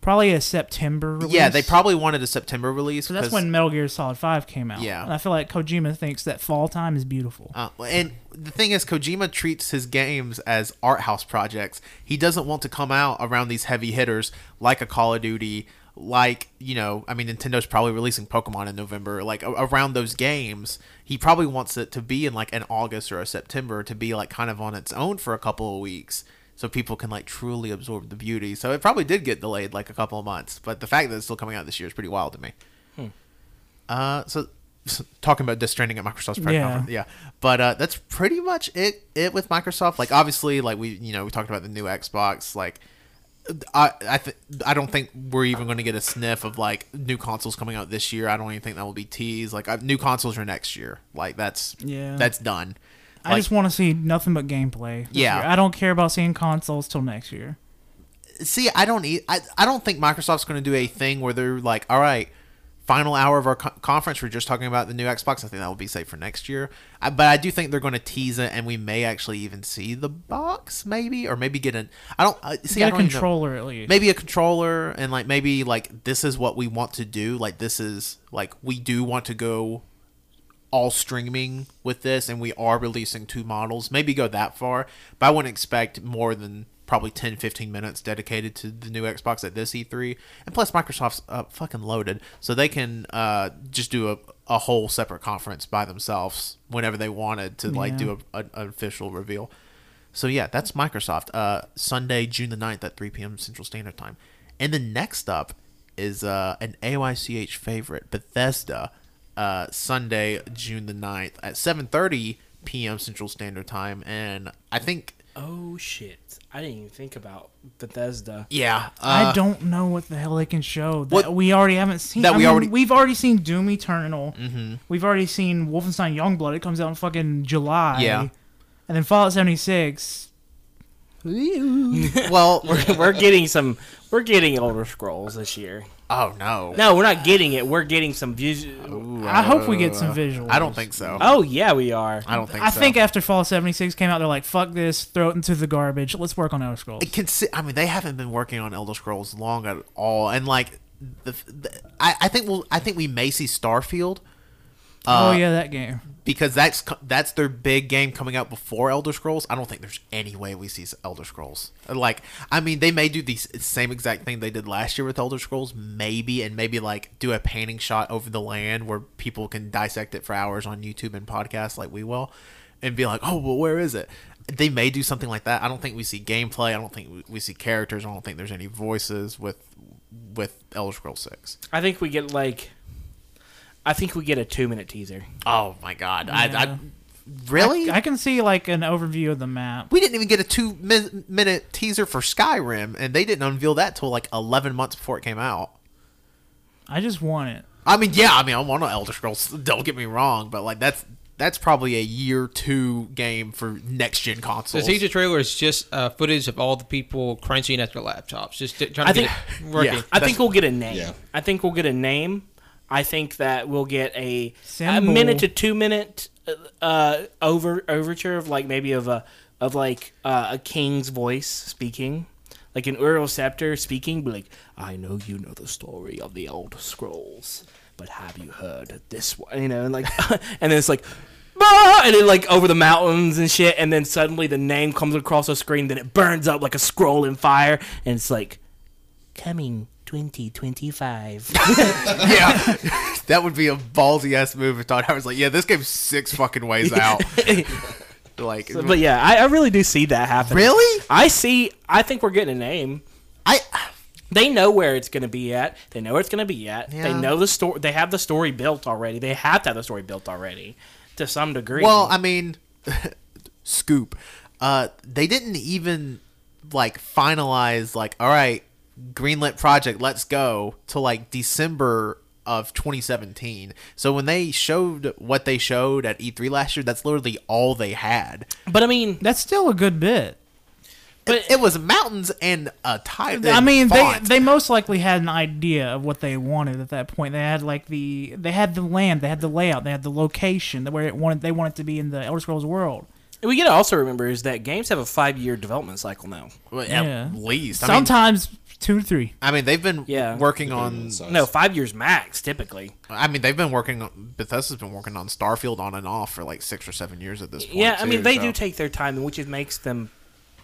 Speaker 4: probably a September release.
Speaker 1: Yeah, they probably wanted a September release.
Speaker 4: So that's
Speaker 1: 'cause-
Speaker 4: when Metal Gear Solid Five came out.
Speaker 1: Yeah.
Speaker 4: and I feel like Kojima thinks that fall time is beautiful.
Speaker 1: Uh, and the thing is, Kojima treats his games as art house projects. He doesn't want to come out around these heavy hitters like a Call of Duty, like you know, I mean, Nintendo's probably releasing Pokemon in November. Like a- around those games, he probably wants it to be in like an August or a September to be like kind of on its own for a couple of weeks, so people can like truly absorb the beauty. So it probably did get delayed like a couple of months, but the fact that it's still coming out this year is pretty wild to me. Uh, so talking about Death Stranding at Microsoft's press
Speaker 4: Yeah.
Speaker 1: conference, yeah. But uh, that's pretty much it. It with Microsoft, like obviously, like we you know we talked about the new Xbox, like. I I, th- I don't think we're even going to get a sniff of like new consoles coming out this year. I don't even think that will be teased. Like I, new consoles are next year. Like that's
Speaker 4: Yeah.
Speaker 1: that's done.
Speaker 4: I just want to see nothing but gameplay. this
Speaker 1: Yeah.
Speaker 4: year. I don't care about seeing consoles till next year.
Speaker 1: see i don't e- I, I don't think microsoft's going to do a thing where they're like all right final hour of our co- conference we're just talking about the new xbox i think that will be safe for next year I, but i do think they're going to tease it and we may actually even see the box maybe or maybe get an i don't uh, see I
Speaker 4: Get a
Speaker 1: don't even know.
Speaker 4: controller at least.
Speaker 1: maybe a controller and like maybe like this is what we want to do like this is like we do want to go all streaming with this and we are releasing two models maybe go that far but i wouldn't expect more than probably 10 15 minutes dedicated to the new xbox at this e3 and plus microsoft's uh, fucking loaded so they can uh, just do a, a whole separate conference by themselves whenever they wanted to like
Speaker 4: Yeah.
Speaker 1: do a, an official reveal so yeah, that's Microsoft. Uh, Sunday, June the 9th at 3 p.m. Central Standard Time. And then next up is uh, an AYCH favorite, Bethesda. Uh, Sunday, June the 9th at 7:30 p.m. Central Standard Time. And I think,
Speaker 2: Oh shit! I didn't even think about Bethesda.
Speaker 1: yeah, uh,
Speaker 4: I don't know what the hell they can show that
Speaker 1: What-
Speaker 4: we already haven't seen.
Speaker 1: that
Speaker 4: I
Speaker 1: we
Speaker 4: mean,
Speaker 1: already- Mm-hmm.
Speaker 4: we've already seen Doom Eternal. We've already seen Wolfenstein Youngblood. It comes out in fucking July.
Speaker 1: Yeah.
Speaker 4: and then Fallout seventy six.
Speaker 1: well, we're-
Speaker 2: We're, we're getting some. We're getting Elder Scrolls this year.
Speaker 1: oh no,
Speaker 2: No, we're not getting it. We're getting some visual.
Speaker 4: I hope we get some visuals.
Speaker 1: I don't think so.
Speaker 2: Oh yeah, we are.
Speaker 1: I don't think.
Speaker 4: I
Speaker 1: so.
Speaker 4: think after Fallout seventy six came out, they're like, "Fuck this, throw it into the garbage. Let's work on Elder Scrolls."
Speaker 1: It can si- I mean, they haven't been working on Elder Scrolls long at all, and like the, the I, I think we'll, I think we may see Starfield. Uh,
Speaker 4: oh yeah, that game.
Speaker 1: because that's co- that's their big game coming out before Elder Scrolls. I don't think there's any way we see Elder Scrolls. Like, I mean, they may do the s- same exact thing they did last year with Elder Scrolls, maybe, and maybe like do a painting shot over the land where people can dissect it for hours on YouTube and podcasts, like we will, and be like, oh, well, where is it? They may do something like that. I don't think we see gameplay. I don't think we- we see characters. I don't think there's any voices with with Elder Scrolls Six.
Speaker 2: I think we get like. I think we get a two-minute teaser.
Speaker 1: Oh my god! I,
Speaker 4: Yeah.
Speaker 1: I really
Speaker 4: I can see like an overview of the map.
Speaker 1: we didn't even get a two min- minute teaser for Skyrim, and they didn't unveil that till like eleven months before it came out.
Speaker 4: I just want it.
Speaker 1: I mean, yeah, I mean, I want to Elder Scrolls. Don't get me wrong, but like that's that's probably a year two game for next gen
Speaker 3: The
Speaker 1: consoles.
Speaker 3: teaser trailer is just uh, footage of all the people crunching at their laptops, just t- trying to
Speaker 2: I
Speaker 3: get
Speaker 2: think-
Speaker 3: it working.
Speaker 1: yeah.
Speaker 2: I
Speaker 1: That's-
Speaker 2: think we'll get a name.
Speaker 5: Yeah.
Speaker 2: I think we'll get a name. I think that we'll get a a
Speaker 4: Symbol.
Speaker 2: minute to two minute uh, over overture of like maybe of a of like uh, a king's voice speaking, like an Ural scepter speaking, but like I know you know the story of the Elder Scrolls, but have you heard this one? You know, and like and then it's like. "Bah!" And then, like over the mountains and shit, and then suddenly the name comes across the screen. Then it burns up like a scroll in fire, and it's like coming 2025.
Speaker 1: yeah, that would be a ballsy ass move. If Todd Howard's like, yeah, this game's six fucking ways out. like,
Speaker 2: but yeah, I, I really do see that happening.
Speaker 1: Really?
Speaker 2: I see. I think we're getting a name.
Speaker 1: I
Speaker 2: They know where it's going to be at. They know where it's going to be at. They
Speaker 1: Yeah.
Speaker 2: know the story. They have the story built already. They have to have the story built already to some degree.
Speaker 1: Well, I mean, scoop. Uh, they didn't even like finalize like, all right, greenlit project, let's go till like December of 2017. So when they showed what they showed E at E3 last year, that's literally all they had.
Speaker 2: but I mean,
Speaker 4: That's still a good bit.
Speaker 1: But it, was mountains and a type.
Speaker 4: I mean, they,
Speaker 1: font.
Speaker 4: they most likely had an idea of what they wanted at that point. They had like the they had the land, they had the layout, they had the location, the- where it wanted they wanted to be in the Elder Scrolls world.
Speaker 2: And we gotta also remember is that games have a five year development cycle now.
Speaker 1: Well, at
Speaker 4: yeah.
Speaker 1: least. I mean,
Speaker 4: Sometimes two to three.
Speaker 1: I mean, they've been
Speaker 2: Yeah.
Speaker 1: working on.
Speaker 2: No, five years max typically.
Speaker 1: I mean, they've been working. on Bethesda's been working on Starfield on and off for like six or seven years at this point.
Speaker 2: yeah, I mean
Speaker 1: too,
Speaker 2: they
Speaker 1: so.
Speaker 2: do take their time, which it makes them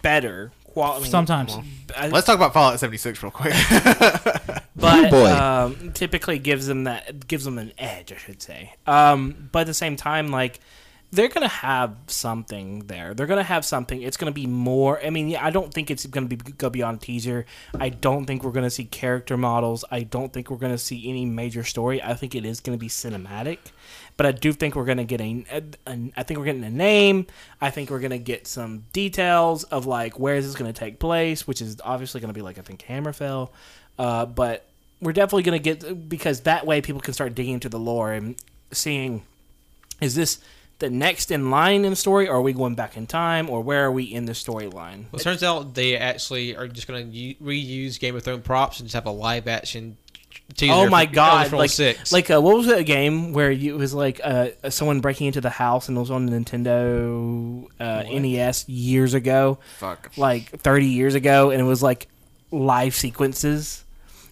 Speaker 2: better. Qual- I
Speaker 1: Mm-hmm.
Speaker 2: mean,
Speaker 4: Sometimes.
Speaker 2: I-
Speaker 1: Let's talk about Fallout 76 real quick.
Speaker 2: but
Speaker 5: boy.
Speaker 2: um, typically gives them that gives them an edge, I should say. Um, but at the same time, like they're gonna have something there. They're gonna have something. It's gonna be more. I mean, yeah, I don't think it's gonna be go beyond teaser. I don't think we're gonna see character models. I don't think we're gonna see any major story. I think it is gonna be cinematic. But I do think we're gonna get a, a- an- I think we're getting a name. I think we're gonna get some details of like where is this gonna take place, which is obviously gonna be like I think Hammerfell. Uh, but we're definitely going to get because that way people can start digging into the lore and seeing is this the next in line in the story or are we going back in time or where are we in the storyline
Speaker 3: Well, it turns out they actually are just going to reuse Game of Thrones props and just have a live action teaser.
Speaker 2: oh my
Speaker 3: for Elder
Speaker 2: god
Speaker 3: Scrolls
Speaker 2: like,
Speaker 3: six.
Speaker 2: like uh, what was that game where you, it was like uh, someone breaking into the house and it was on the nintendo uh, nes years ago
Speaker 1: Fuck.
Speaker 2: like 30 years ago and it was like live sequences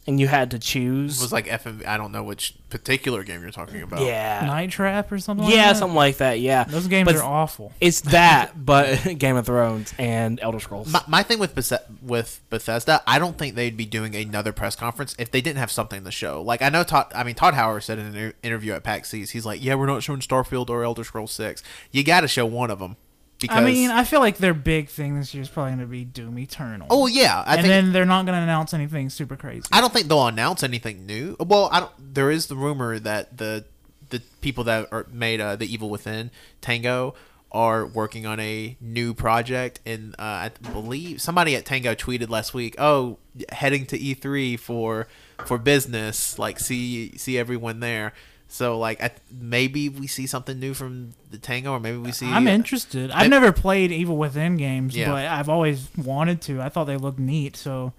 Speaker 2: and you had to choose
Speaker 1: It was like FMV. I don't know which particular game you're talking about.
Speaker 2: yeah
Speaker 4: Night Trap or something like
Speaker 2: yeah
Speaker 4: that?
Speaker 2: something like that yeah
Speaker 4: Those games
Speaker 2: But
Speaker 4: are awful.
Speaker 2: It's that, but Game of Thrones and Elder Scrolls.
Speaker 1: My, my thing with Bethes- with Bethesda, I don't think they'd be doing another press conference if they didn't have something to show. Like I know Todd, I mean Todd Howard said in an inter- interview at PAX East, he's like, "Yeah, we're not showing Starfield or Elder Scrolls 6. You got to show one of them." Because
Speaker 4: I mean, I feel like their big thing this year is probably going to be Doom Eternal.
Speaker 1: oh yeah, I
Speaker 4: and
Speaker 1: think
Speaker 4: then they're not going to announce anything super crazy.
Speaker 1: I don't think they'll announce anything new. Well, I don't. There is the rumor that the the people that are made uh, the Evil Within Tango are working on a new project, and uh, I believe somebody at Tango tweeted last week, "Oh, heading to E3 for for business. Like, see see everyone there." So, like, I, maybe we see something new from the Tango, or maybe we see. uh,
Speaker 4: I'm interested. I've
Speaker 1: I-
Speaker 4: never played Evil Within games,
Speaker 1: Yeah.
Speaker 4: but I've always wanted to. I thought they looked neat, so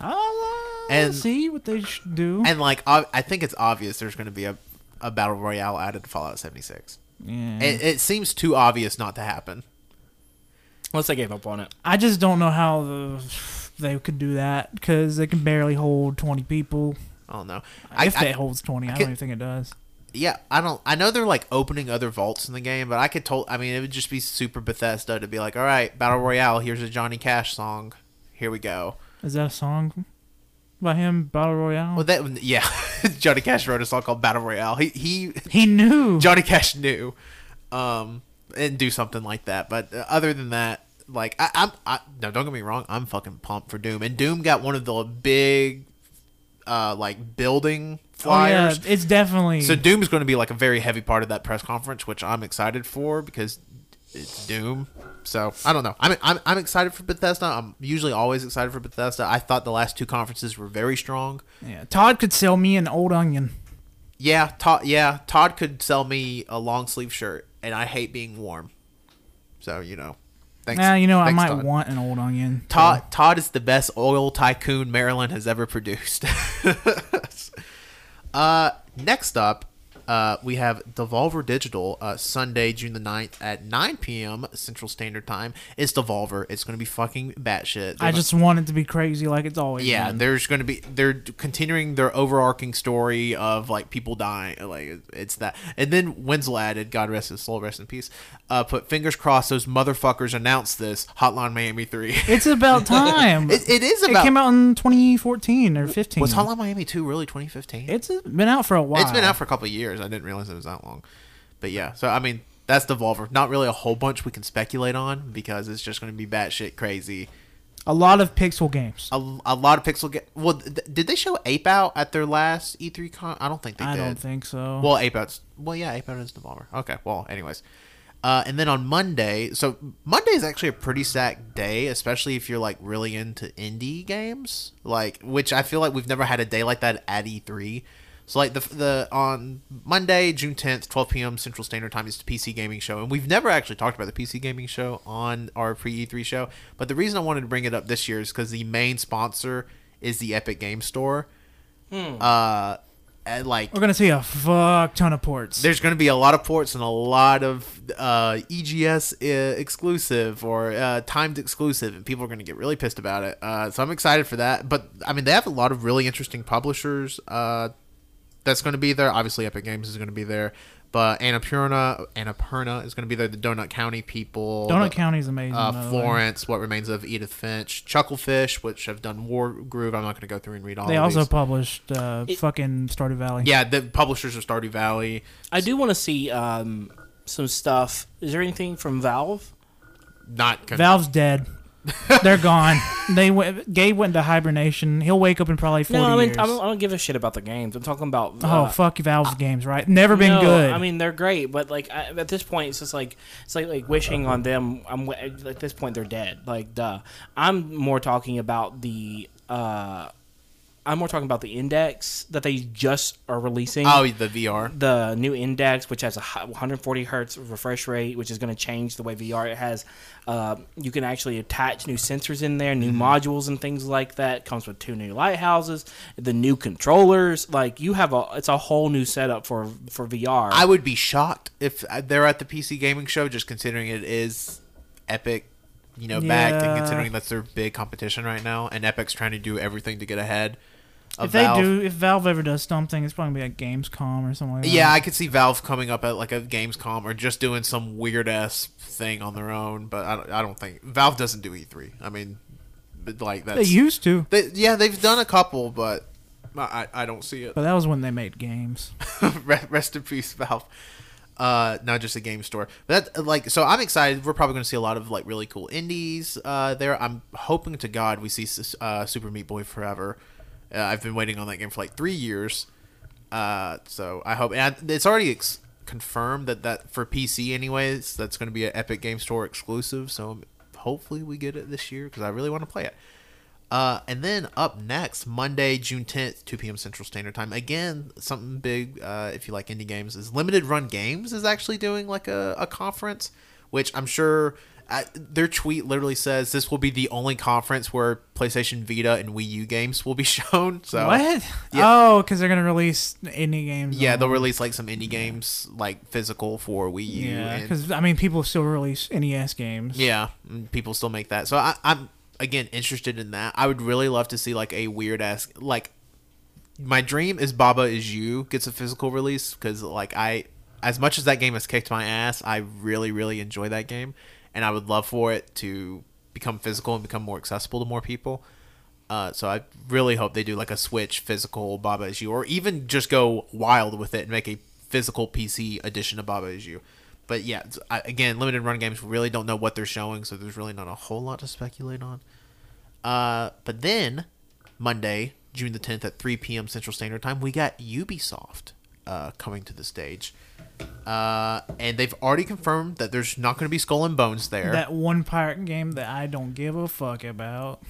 Speaker 4: I'll uh,
Speaker 1: And-
Speaker 4: see what they sh- do.
Speaker 1: And like, ob- I think it's obvious there's going to be a a battle royale added to Fallout 76.
Speaker 4: yeah.
Speaker 1: It, it seems too obvious not to happen.
Speaker 2: Unless I gave up on it.
Speaker 4: I just don't know how the, they could do that because they can barely hold 20 people.
Speaker 1: I don't know. I,
Speaker 4: If
Speaker 1: I-
Speaker 4: that holds 20, I,
Speaker 1: could-
Speaker 4: don't even think it does.
Speaker 1: yeah, I don't. I know they're like opening other vaults in the game, but I could told. I mean, it would just be super Bethesda to be like, all right, battle royale. Here's a Johnny Cash song. Here we go.
Speaker 4: Is that a song by him, Battle Royale?
Speaker 1: Well, that yeah, Johnny Cash wrote a song called Battle Royale. He he,
Speaker 4: he knew.
Speaker 1: Johnny Cash knew, um, and do something like that. But uh, other than that, like I, I'm, I no, don't get me wrong, I'm fucking pumped for Doom, and Doom got one of the big, uh, like building
Speaker 4: Oh, yeah,
Speaker 1: flyers.
Speaker 4: it's definitely.
Speaker 1: So Doom is going to be like a very heavy part of that press conference, which I'm excited for because it's Doom. So I don't know. I'm I'm, I'm excited for Bethesda. I'm usually always excited for Bethesda. I thought the last two conferences were very strong.
Speaker 4: yeah, Todd could sell me an old onion.
Speaker 1: Yeah, Todd. Yeah, Todd could sell me a long sleeve shirt, and I hate being warm. So you know, thanks.
Speaker 4: Nah, you know, I
Speaker 1: thanks,
Speaker 4: might
Speaker 1: Todd.
Speaker 4: want an old onion.
Speaker 1: Todd Todd is the best oil tycoon Maryland has ever produced. uh, next up, uh, we have Devolver Digital uh, Sunday, June the 9th at 9 p.m. Central Standard Time. It's Devolver. It's going to be fucking batshit. They're
Speaker 4: I
Speaker 1: gonna-
Speaker 4: just want it to be crazy like it's always
Speaker 1: yeah,
Speaker 4: been.
Speaker 1: there's going to be they're continuing their overarching story of like people dying, like it's that. And then Winslow added, "God rest his soul, rest in peace." Uh, put fingers crossed those motherfuckers announce this Hotline Miami three.
Speaker 4: It's about time.
Speaker 1: It- it is
Speaker 4: It
Speaker 1: about-
Speaker 4: came out in 2014 or 15.
Speaker 1: Was Hotline Miami 2 really 2015?
Speaker 4: Mm. It's been out for a while.
Speaker 1: it's been out for a couple of years. I didn't realize it was that long. But yeah, so I mean, that's Devolver. Not really a whole bunch we can speculate on because it's just going to be batshit crazy.
Speaker 4: a lot of pixel games.
Speaker 1: A, a lot of pixel. Ga- well, th- did they show Ape Out at their last E3 con? I don't think they
Speaker 4: I
Speaker 1: did.
Speaker 4: don't think so.
Speaker 1: Well, Ape Out's. Well, yeah, Ape Out is Devolver. Okay. Well, anyways. Uh, and then on Monday, so Monday is actually a pretty stacked day, especially if you're like really into indie games, like which I feel like we've never had a day like that at E3. So like the the on Monday, June tenth, twelve p.m. Central Standard Time is the PC gaming show, and we've never actually talked about the PC gaming show on our pre E three show. But the reason I wanted to bring it up this year is because the main sponsor is the Epic Game Store. Uh, and like
Speaker 4: We're gonna see a fuck ton of ports.
Speaker 1: there's going to be a lot of ports and a lot of uh, EGS uh, exclusive or uh, timed exclusive, and people are going to get really pissed about it. Uh, so I'm excited for that. But I mean, they have a lot of really interesting publishers uh, that's going to be there. Obviously, Epic Games is going to be there, but Annapurna, Annapurna is going to be there. The Donut County people,
Speaker 4: Donut
Speaker 1: the-
Speaker 4: County's amazing. by
Speaker 1: uh,
Speaker 4: the way.
Speaker 1: Florence, What Remains of Edith Finch, Chucklefish, which have done War Groove. I'm not going to go through and read all.
Speaker 4: They
Speaker 1: of
Speaker 4: also
Speaker 1: these.
Speaker 4: published uh, fucking Stardew Valley.
Speaker 1: yeah, the publishers are Stardew Valley.
Speaker 2: I do want to see um, some stuff. Is there anything from Valve?
Speaker 1: Not gonna-
Speaker 4: Valve's dead. They're gone. They went. Gabe went into hibernation. He'll wake up in probably forty
Speaker 2: No, I mean
Speaker 4: years.
Speaker 2: I don't, I don't give a shit about the games. I'm talking about
Speaker 4: oh
Speaker 2: uh,
Speaker 4: fuck Valve's games, right? Never been
Speaker 2: no,
Speaker 4: good.
Speaker 2: I mean they're great, but like I, at this point, it's just like it's like like wishing on them. I'm at this point they're dead. Like duh. I'm more talking about the. Uh, I'm more talking about the index that they just are releasing.
Speaker 1: Oh, the VR.
Speaker 2: the new index, which has a hi- 140 hertz refresh rate, which is going to change the way VR it has. Uh, you can actually attach new sensors in there, new
Speaker 1: Mm-hmm.
Speaker 2: modules and things like that. Comes with two new lighthouses, the new controllers. Like you have a, it's a whole new setup for for VR.
Speaker 1: I would be shocked if uh, they're at the PC gaming show, just considering it is Epic, you know, backed, and
Speaker 4: Yeah.
Speaker 1: considering that's their big competition right now, and Epic's trying to do everything to get ahead. Of
Speaker 4: if they
Speaker 1: Valve.
Speaker 4: do, if Valve ever does something, it's probably gonna be like Gamescom or something. Like that.
Speaker 1: yeah, I could see Valve coming up at like a Gamescom or just doing some weird ass thing on their own, but I don't, I don't think Valve doesn't do E3. I mean, but like
Speaker 4: they
Speaker 1: that's
Speaker 4: used to,
Speaker 1: they, yeah, they've done a couple, but I, I I don't see it.
Speaker 4: but that was when they made games.
Speaker 1: Re- rest in peace, Valve. Uh, not just a game store, but that, like, so I'm excited. We're probably going to see a lot of like really cool indies uh, there. I'm hoping to God we see s- uh, Super Meat Boy Forever. Uh, I've been waiting on that game for like three years, uh, so I hope. And it's already ex- confirmed that that for PC anyways, that's going to be an Epic Game Store exclusive. So hopefully we get it this year because I really want to play it. Uh, and then up next, Monday, June 10th, 2 p.m. Central Standard Time. Again, something big uh, if you like indie games is Limited Run Games is actually doing like a, a conference, which I'm sure I, their tweet literally says this will be the only conference where PlayStation Vita and Wii U games will be shown. So
Speaker 4: What?
Speaker 1: Yeah.
Speaker 4: Oh, because they're gonna release indie games.
Speaker 1: Yeah,
Speaker 4: on-
Speaker 1: they'll release like some indie games like physical for Wii U.
Speaker 4: yeah.
Speaker 1: and-
Speaker 4: Because I mean, people still release NES games.
Speaker 1: Yeah, and people still make that. So I, I'm again interested in that. I would really love to see like a weird ass like. My dream is Baba is You gets a physical release because like I, as much as that game has kicked my ass, I really really enjoy that game, and I would love for it to become physical and become more accessible to more people. Uh, so I really hope they do like a Switch physical Baba is You, or even just go wild with it and make a physical PC edition of Baba is You. But yeah, it's- I, again, limited run games we really don't know what they're showing, so there's really not a whole lot to speculate on. Uh, but then Monday, June the 10th at 3 p.m. Central Standard Time, we got Ubisoft uh, coming to the stage. Uh, and they've already confirmed that there's not going to be Skull and Bones there.
Speaker 4: That one pirate game that I don't give a fuck about.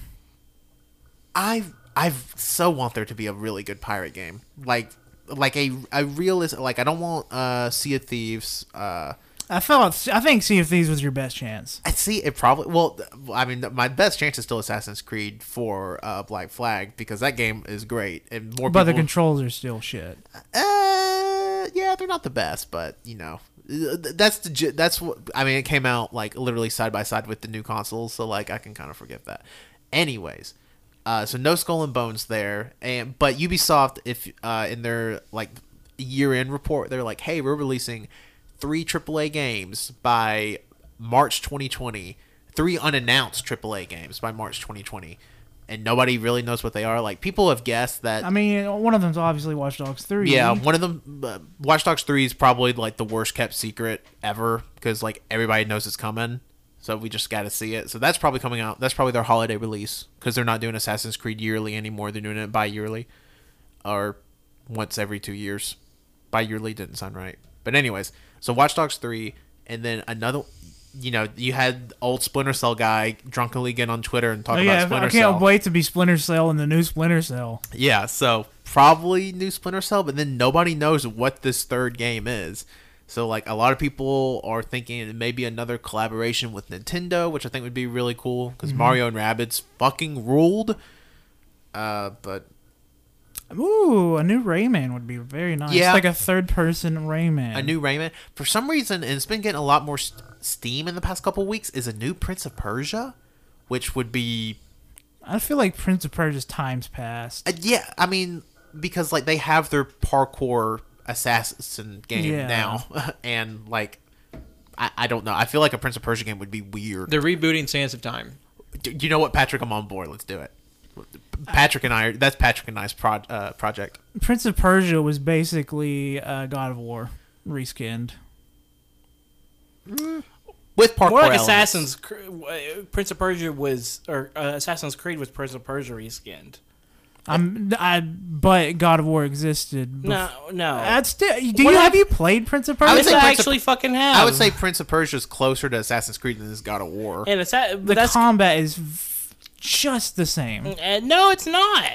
Speaker 1: I I so want there to be a really good pirate game, like like a a realist. Like I don't want uh Sea of Thieves. Uh,
Speaker 4: I felt. I think Sea of Thieves was your best chance.
Speaker 1: I see it probably. Well, th- I mean, my best chance is still Assassin's Creed for uh, Black Flag because that game is great and more.
Speaker 4: But the
Speaker 1: people,
Speaker 4: controls are still shit.
Speaker 1: Uh, yeah, they're not the best, but you know, uh, th- that's the gi- that's what I mean. It came out like literally side by side with the new consoles, so like I can kind of forgive that. Anyways, uh, so no skull and bones there, and but Ubisoft, if uh, in their like year end report, they're like, hey, we're releasing three AAA games by March 2020, three unannounced AAA games by March 2020. And nobody really knows what they are. Like people have guessed that
Speaker 4: I mean, one of them's obviously Watch Dogs Three.
Speaker 1: yeah, one of them. Uh, Watch Dogs Three is probably like the worst kept secret ever because like everybody knows it's coming, so we just got to see it. So that's probably coming out. That's probably their holiday release because they're not doing Assassin's Creed yearly anymore. They're doing it bi-yearly, or once every two years. Bi-yearly didn't sound right, but anyways. So Watch Dogs Three, and then another. you know, you had old Splinter Cell guy drunkenly get on Twitter and talk
Speaker 4: Oh,
Speaker 1: about
Speaker 4: yeah, I
Speaker 1: Splinter
Speaker 4: can't
Speaker 1: Cell.
Speaker 4: wait to be Splinter Cell in the new Splinter Cell.
Speaker 1: Yeah, so probably new Splinter Cell, but then nobody knows what this third game is. So like a lot of people are thinking it may be another collaboration with Nintendo, which I think would be really cool because Mario and Rabbids fucking ruled. Uh, but
Speaker 4: Ooh, a new Rayman would be very nice.
Speaker 1: Yeah.
Speaker 4: like a third-person Rayman.
Speaker 1: a new Rayman, for some reason, and it's been getting a lot more st- steam in the past couple weeks, is a new Prince of Persia, which would be
Speaker 4: I feel like Prince of Persia's times past.
Speaker 1: Uh, yeah, I mean, because like they have their parkour assassin game
Speaker 4: Yeah.
Speaker 1: now, and like, I, I don't know. I feel like a Prince of Persia game would be weird.
Speaker 3: They're rebooting Sands of Time.
Speaker 1: D- you know what, Patrick? I'm on board. Let's do it. Patrick and I. are- That's Patrick and I's proj- uh, project.
Speaker 4: Prince of Persia was basically uh, God of War reskinned.
Speaker 1: With parkour,
Speaker 2: More like
Speaker 1: elements.
Speaker 2: Assassin's Cre- uh, Prince of Persia was, or uh, Assassin's Creed was Prince of Persia reskinned.
Speaker 4: I'm, I, but God of War existed. Before.
Speaker 2: No, no.
Speaker 4: That's still. Do
Speaker 2: What
Speaker 4: you
Speaker 2: I-
Speaker 4: have you played Prince of
Speaker 1: I
Speaker 4: Persia?
Speaker 1: would
Speaker 2: Yes,
Speaker 1: say
Speaker 2: I
Speaker 1: Prince of-
Speaker 2: actually fucking have.
Speaker 1: I would say Prince of Persia is closer to Assassin's Creed than this God of War.
Speaker 2: and it's that,
Speaker 4: the
Speaker 2: that's
Speaker 4: combat is v- just the same.
Speaker 2: uh, no, it's not.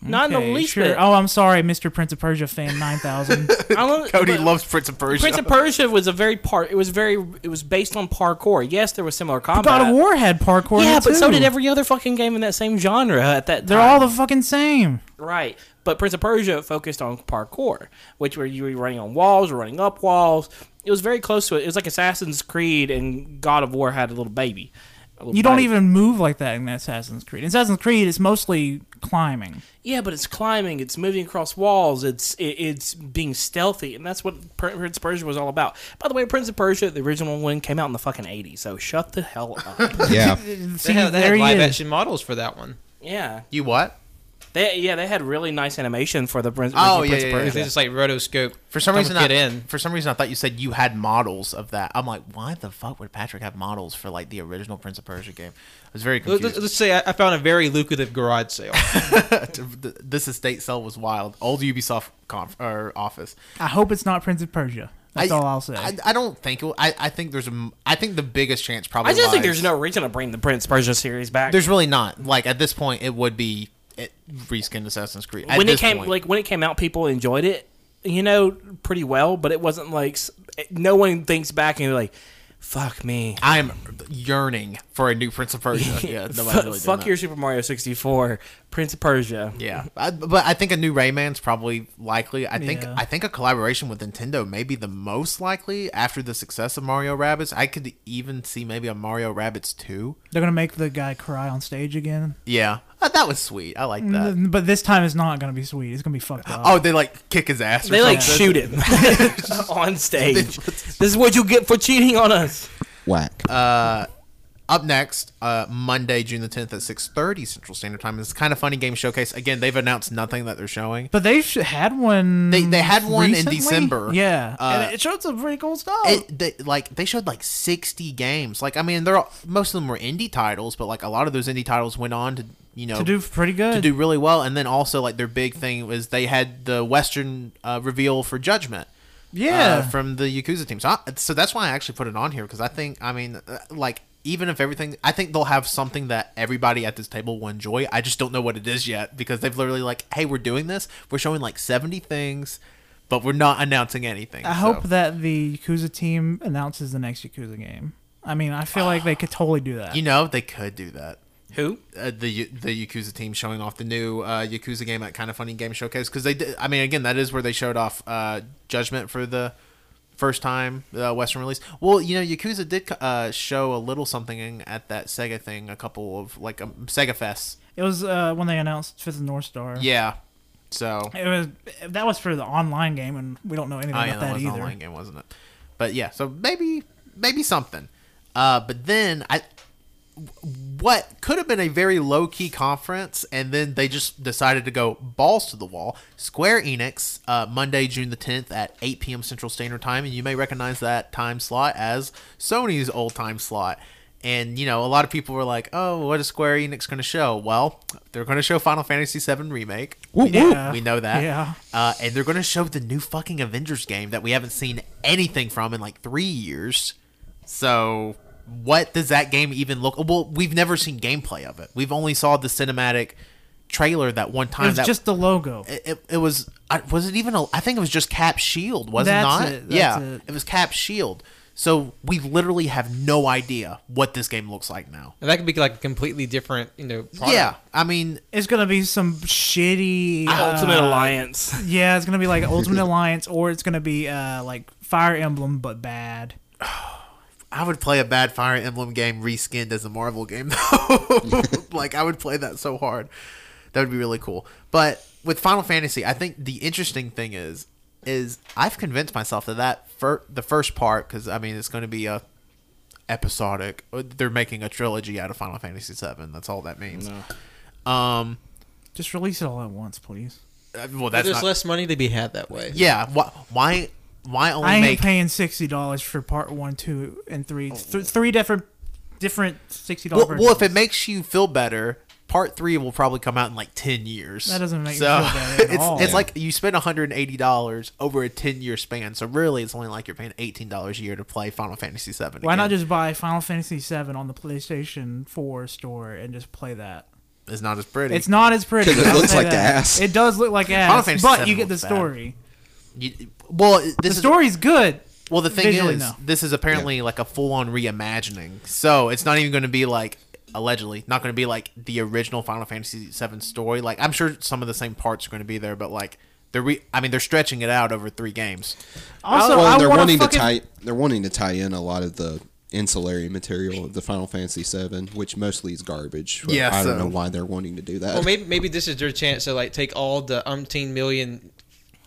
Speaker 2: Not in
Speaker 4: Okay,
Speaker 2: the least
Speaker 4: sure.
Speaker 2: bit.
Speaker 4: Oh, I'm sorry, Mr. Prince of Persia fan nine thousand.
Speaker 2: I don't-
Speaker 1: Cody
Speaker 2: but
Speaker 1: loves Prince of Persia.
Speaker 2: Prince of Persia was a very part. It was very. It was based on parkour. Yes, there was similar combat.
Speaker 4: God of War had parkour. in
Speaker 2: Yeah,
Speaker 4: it,
Speaker 2: but so
Speaker 4: too.
Speaker 2: did every other fucking game in that same genre at that.
Speaker 4: They're all the fucking same.
Speaker 2: Right. But Prince of Persia focused on parkour, which where you were running on walls or running up walls. It was very close to it. It was like Assassin's Creed and God of War had a little baby. A little
Speaker 4: You don't
Speaker 2: baby.
Speaker 4: even move like that in Assassin's Creed. In Assassin's Creed, it's mostly climbing.
Speaker 2: Yeah, but it's climbing. It's moving across walls. It's it, it's being stealthy, and that's what Per- Prince of Persia was all about. By the way, Prince of Persia, the original one, came out in the fucking '80s. So shut the hell up.
Speaker 5: Yeah.
Speaker 4: See,
Speaker 3: They had, they
Speaker 4: there
Speaker 3: had
Speaker 4: he
Speaker 3: live
Speaker 4: is.
Speaker 3: action models for that one.
Speaker 2: yeah,
Speaker 1: you what?
Speaker 2: they yeah they had really nice animation for the Prince.
Speaker 1: Oh,
Speaker 2: original
Speaker 1: yeah,
Speaker 2: Prince
Speaker 1: yeah,
Speaker 2: of
Speaker 1: yeah.
Speaker 2: Persia.
Speaker 3: It's just like rotoscope.
Speaker 1: For some
Speaker 3: Don't
Speaker 1: reason,
Speaker 3: get
Speaker 1: I,
Speaker 3: in.
Speaker 1: For some reason, I thought you said you had models of that. I'm like, why the fuck would Patrick have models for like the original Prince of Persia game? I was very
Speaker 3: Let- Let's,
Speaker 1: confused.
Speaker 3: let's say I, I found a very lucrative garage sale.
Speaker 1: this estate sale was wild. Old Ubisoft conf- or office.
Speaker 4: I hope it's not Prince of Persia. That's
Speaker 1: I,
Speaker 4: all I'll say.
Speaker 1: I, I don't think. It, will- I I think there's. a m- I think the biggest chance probably.
Speaker 2: I just think
Speaker 1: lies-
Speaker 2: there's no reason to bring the Prince of Persia series back.
Speaker 1: There's really not. Like at this point, it would be it, reskinned Assassin's Creed. At
Speaker 2: when it
Speaker 1: this
Speaker 2: came
Speaker 1: point.
Speaker 2: like when it came out, people enjoyed it, you know, pretty well. But it wasn't like s- no one thinks back and they're like, "Fuck me."
Speaker 1: I'm yearning for a new Prince of Persia. Yeah,
Speaker 2: Fu-
Speaker 1: nobody really did
Speaker 2: fuck
Speaker 1: that.
Speaker 2: your Super Mario 64, Prince of Persia.
Speaker 1: Yeah, I, but I think a new Rayman's probably likely. I think
Speaker 4: Yeah.
Speaker 1: I think a collaboration with Nintendo may be the most likely after the success of Mario Rabbits. I could even see maybe a Mario Rabbits two.
Speaker 4: They're gonna make the guy cry on stage again.
Speaker 1: Yeah, Uh, that was sweet. I like that.
Speaker 4: N- But this time it's not gonna be sweet. It's gonna be fucked up.
Speaker 1: Oh, they like kick his ass. Or
Speaker 2: They like
Speaker 1: something.
Speaker 2: shoot him on stage. this is what you get for cheating on us.
Speaker 5: Whack.
Speaker 1: Up next, uh, Monday, June the tenth at six thirty Central Standard Time. It's kind of funny game showcase. Again, they've announced nothing that they're showing.
Speaker 4: But they sh- had one.
Speaker 1: They- they had one in
Speaker 4: recently?
Speaker 1: December.
Speaker 4: Yeah,
Speaker 1: Uh,
Speaker 4: and it showed some pretty cool stuff.
Speaker 1: It, they, like they showed like 60 games. Like I mean, they're all, most of them were indie titles, but like a lot of those indie titles went on to you know
Speaker 4: to do pretty good.
Speaker 1: to do uh, really well. And then also like their big thing was they had the Western uh, reveal for Judgment.
Speaker 4: Yeah.
Speaker 1: uh, from the Yakuza team. So, I, so that's why I actually put it on here because I think I mean uh, like even if everything, I think they'll have something that everybody at this table will enjoy. I just don't know what it is yet because they've literally like, hey, we're doing this. We're showing like seventy things, but we're not announcing anything.
Speaker 4: I hope that the Yakuza team announces the next Yakuza game. I mean, I feel like they could totally do that.
Speaker 1: you know they could do that.
Speaker 2: Who?
Speaker 1: uh, the the Yakuza team showing off the new uh, Yakuza game at Kind of Funny Game Showcase because they did. I mean, again, that is where they showed off uh, Judgment for the first time uh, Western release. Well, you know, Yakuza did uh, show a little something at that Sega thing, a couple of like um, Sega Fests.
Speaker 4: It was uh, when they announced Fifth of the North Star.
Speaker 1: Yeah, so
Speaker 4: It was that was for the online game, and we don't know anything
Speaker 1: Oh,
Speaker 4: about
Speaker 1: yeah, that,
Speaker 4: that,
Speaker 1: was an
Speaker 4: either.
Speaker 1: online game, wasn't it? But yeah, so maybe maybe something. Uh, but then I, what could have been a very low key conference, and then they just decided to go balls to the wall. Square Enix, uh, Monday, June the tenth at eight p.m. Central Standard Time, and you may recognize that time slot as Sony's old time slot. And you know, a lot of people were like, "Oh, what is Square Enix going to show?" Well, they're going to show Final Fantasy VII remake.
Speaker 5: Whoop, whoop.
Speaker 4: Yeah.
Speaker 1: We know that.
Speaker 4: Yeah.
Speaker 1: Uh, and they're going to show the new fucking Avengers game that we haven't seen anything from in like three years. So what does that game even look? Well, we've never seen gameplay of it. We've only saw the cinematic trailer that one
Speaker 4: It
Speaker 1: time.
Speaker 4: was
Speaker 1: Uh, that
Speaker 4: just the logo.
Speaker 1: it, it, it was I- was it even a, I think it was just Cap Shield, was
Speaker 4: That's
Speaker 1: it not?
Speaker 4: it, that's
Speaker 1: yeah,
Speaker 4: it.
Speaker 1: was Cap Shield. So we literally have no idea what this game looks like now.
Speaker 3: And that could be like a completely different, you know. Product.
Speaker 1: Yeah, I mean,
Speaker 4: It's gonna be some shitty.
Speaker 2: Ultimate
Speaker 4: uh,
Speaker 2: Alliance.
Speaker 4: Yeah, it's gonna be like Ultimate Alliance, or it's gonna be uh, like Fire Emblem but bad.
Speaker 1: I would play a bad Fire Emblem game reskinned as a Marvel game though. like I would play that so hard. That would be really cool. But with Final Fantasy, I think the interesting thing is is I've convinced myself that that fir- the first part cuz I mean it's going to be a episodic uh, they're making a trilogy out of Final Fantasy 7. That's all that means. Um
Speaker 4: Just release it all at once, please.
Speaker 1: uh, well that's
Speaker 3: There's
Speaker 1: not,
Speaker 3: less money to be had that way.
Speaker 1: Yeah, why why why only
Speaker 4: I ain't
Speaker 1: make
Speaker 4: paying sixty dollars for part one, two, and three. Th- three different, different sixty
Speaker 1: Oh. well,
Speaker 4: dollars.
Speaker 1: well, if it makes you feel better, part three will probably come out in like ten years.
Speaker 4: That doesn't make me feel better at
Speaker 1: it's,
Speaker 4: all.
Speaker 1: It's
Speaker 4: Yeah.
Speaker 1: like you spend one hundred and eighty dollars over a ten year span. So really, it's only like you're paying eighteen dollars a year to play Final Fantasy Seven.
Speaker 4: why not
Speaker 1: again.
Speaker 4: just buy Final Fantasy VII on the PlayStation Four store and just play that?
Speaker 1: It's not as pretty.
Speaker 4: It's not as pretty.
Speaker 5: 'Cause it
Speaker 4: I'll
Speaker 5: looks
Speaker 4: say
Speaker 5: like
Speaker 4: that.
Speaker 5: ass.
Speaker 4: It does look like ass,
Speaker 1: Fantasy
Speaker 4: but
Speaker 1: VII
Speaker 4: you get the
Speaker 1: looks bad.
Speaker 4: story.
Speaker 1: You- well, this
Speaker 4: The
Speaker 1: is
Speaker 4: story's good.
Speaker 1: well. The thing
Speaker 4: visually,
Speaker 1: is,
Speaker 4: no.
Speaker 1: this is apparently like a full on reimagining. So it's not even going to be like allegedly not going to be like the original Final Fantasy Seven story. Like I'm sure some of the same parts are going to be there, but like. They're re- I mean, they're stretching it out over three games.
Speaker 4: Also,
Speaker 5: well, and
Speaker 4: I
Speaker 5: they're
Speaker 4: want
Speaker 5: wanting
Speaker 4: to fucking.
Speaker 5: to tie they're wanting to tie in a lot of the ancillary material of the Final Fantasy VII, which mostly is garbage. Well,
Speaker 1: Yeah,
Speaker 5: I
Speaker 1: so-
Speaker 5: don't know why they're wanting to do that.
Speaker 3: Well, maybe maybe this is their chance to like take all the umpteen million,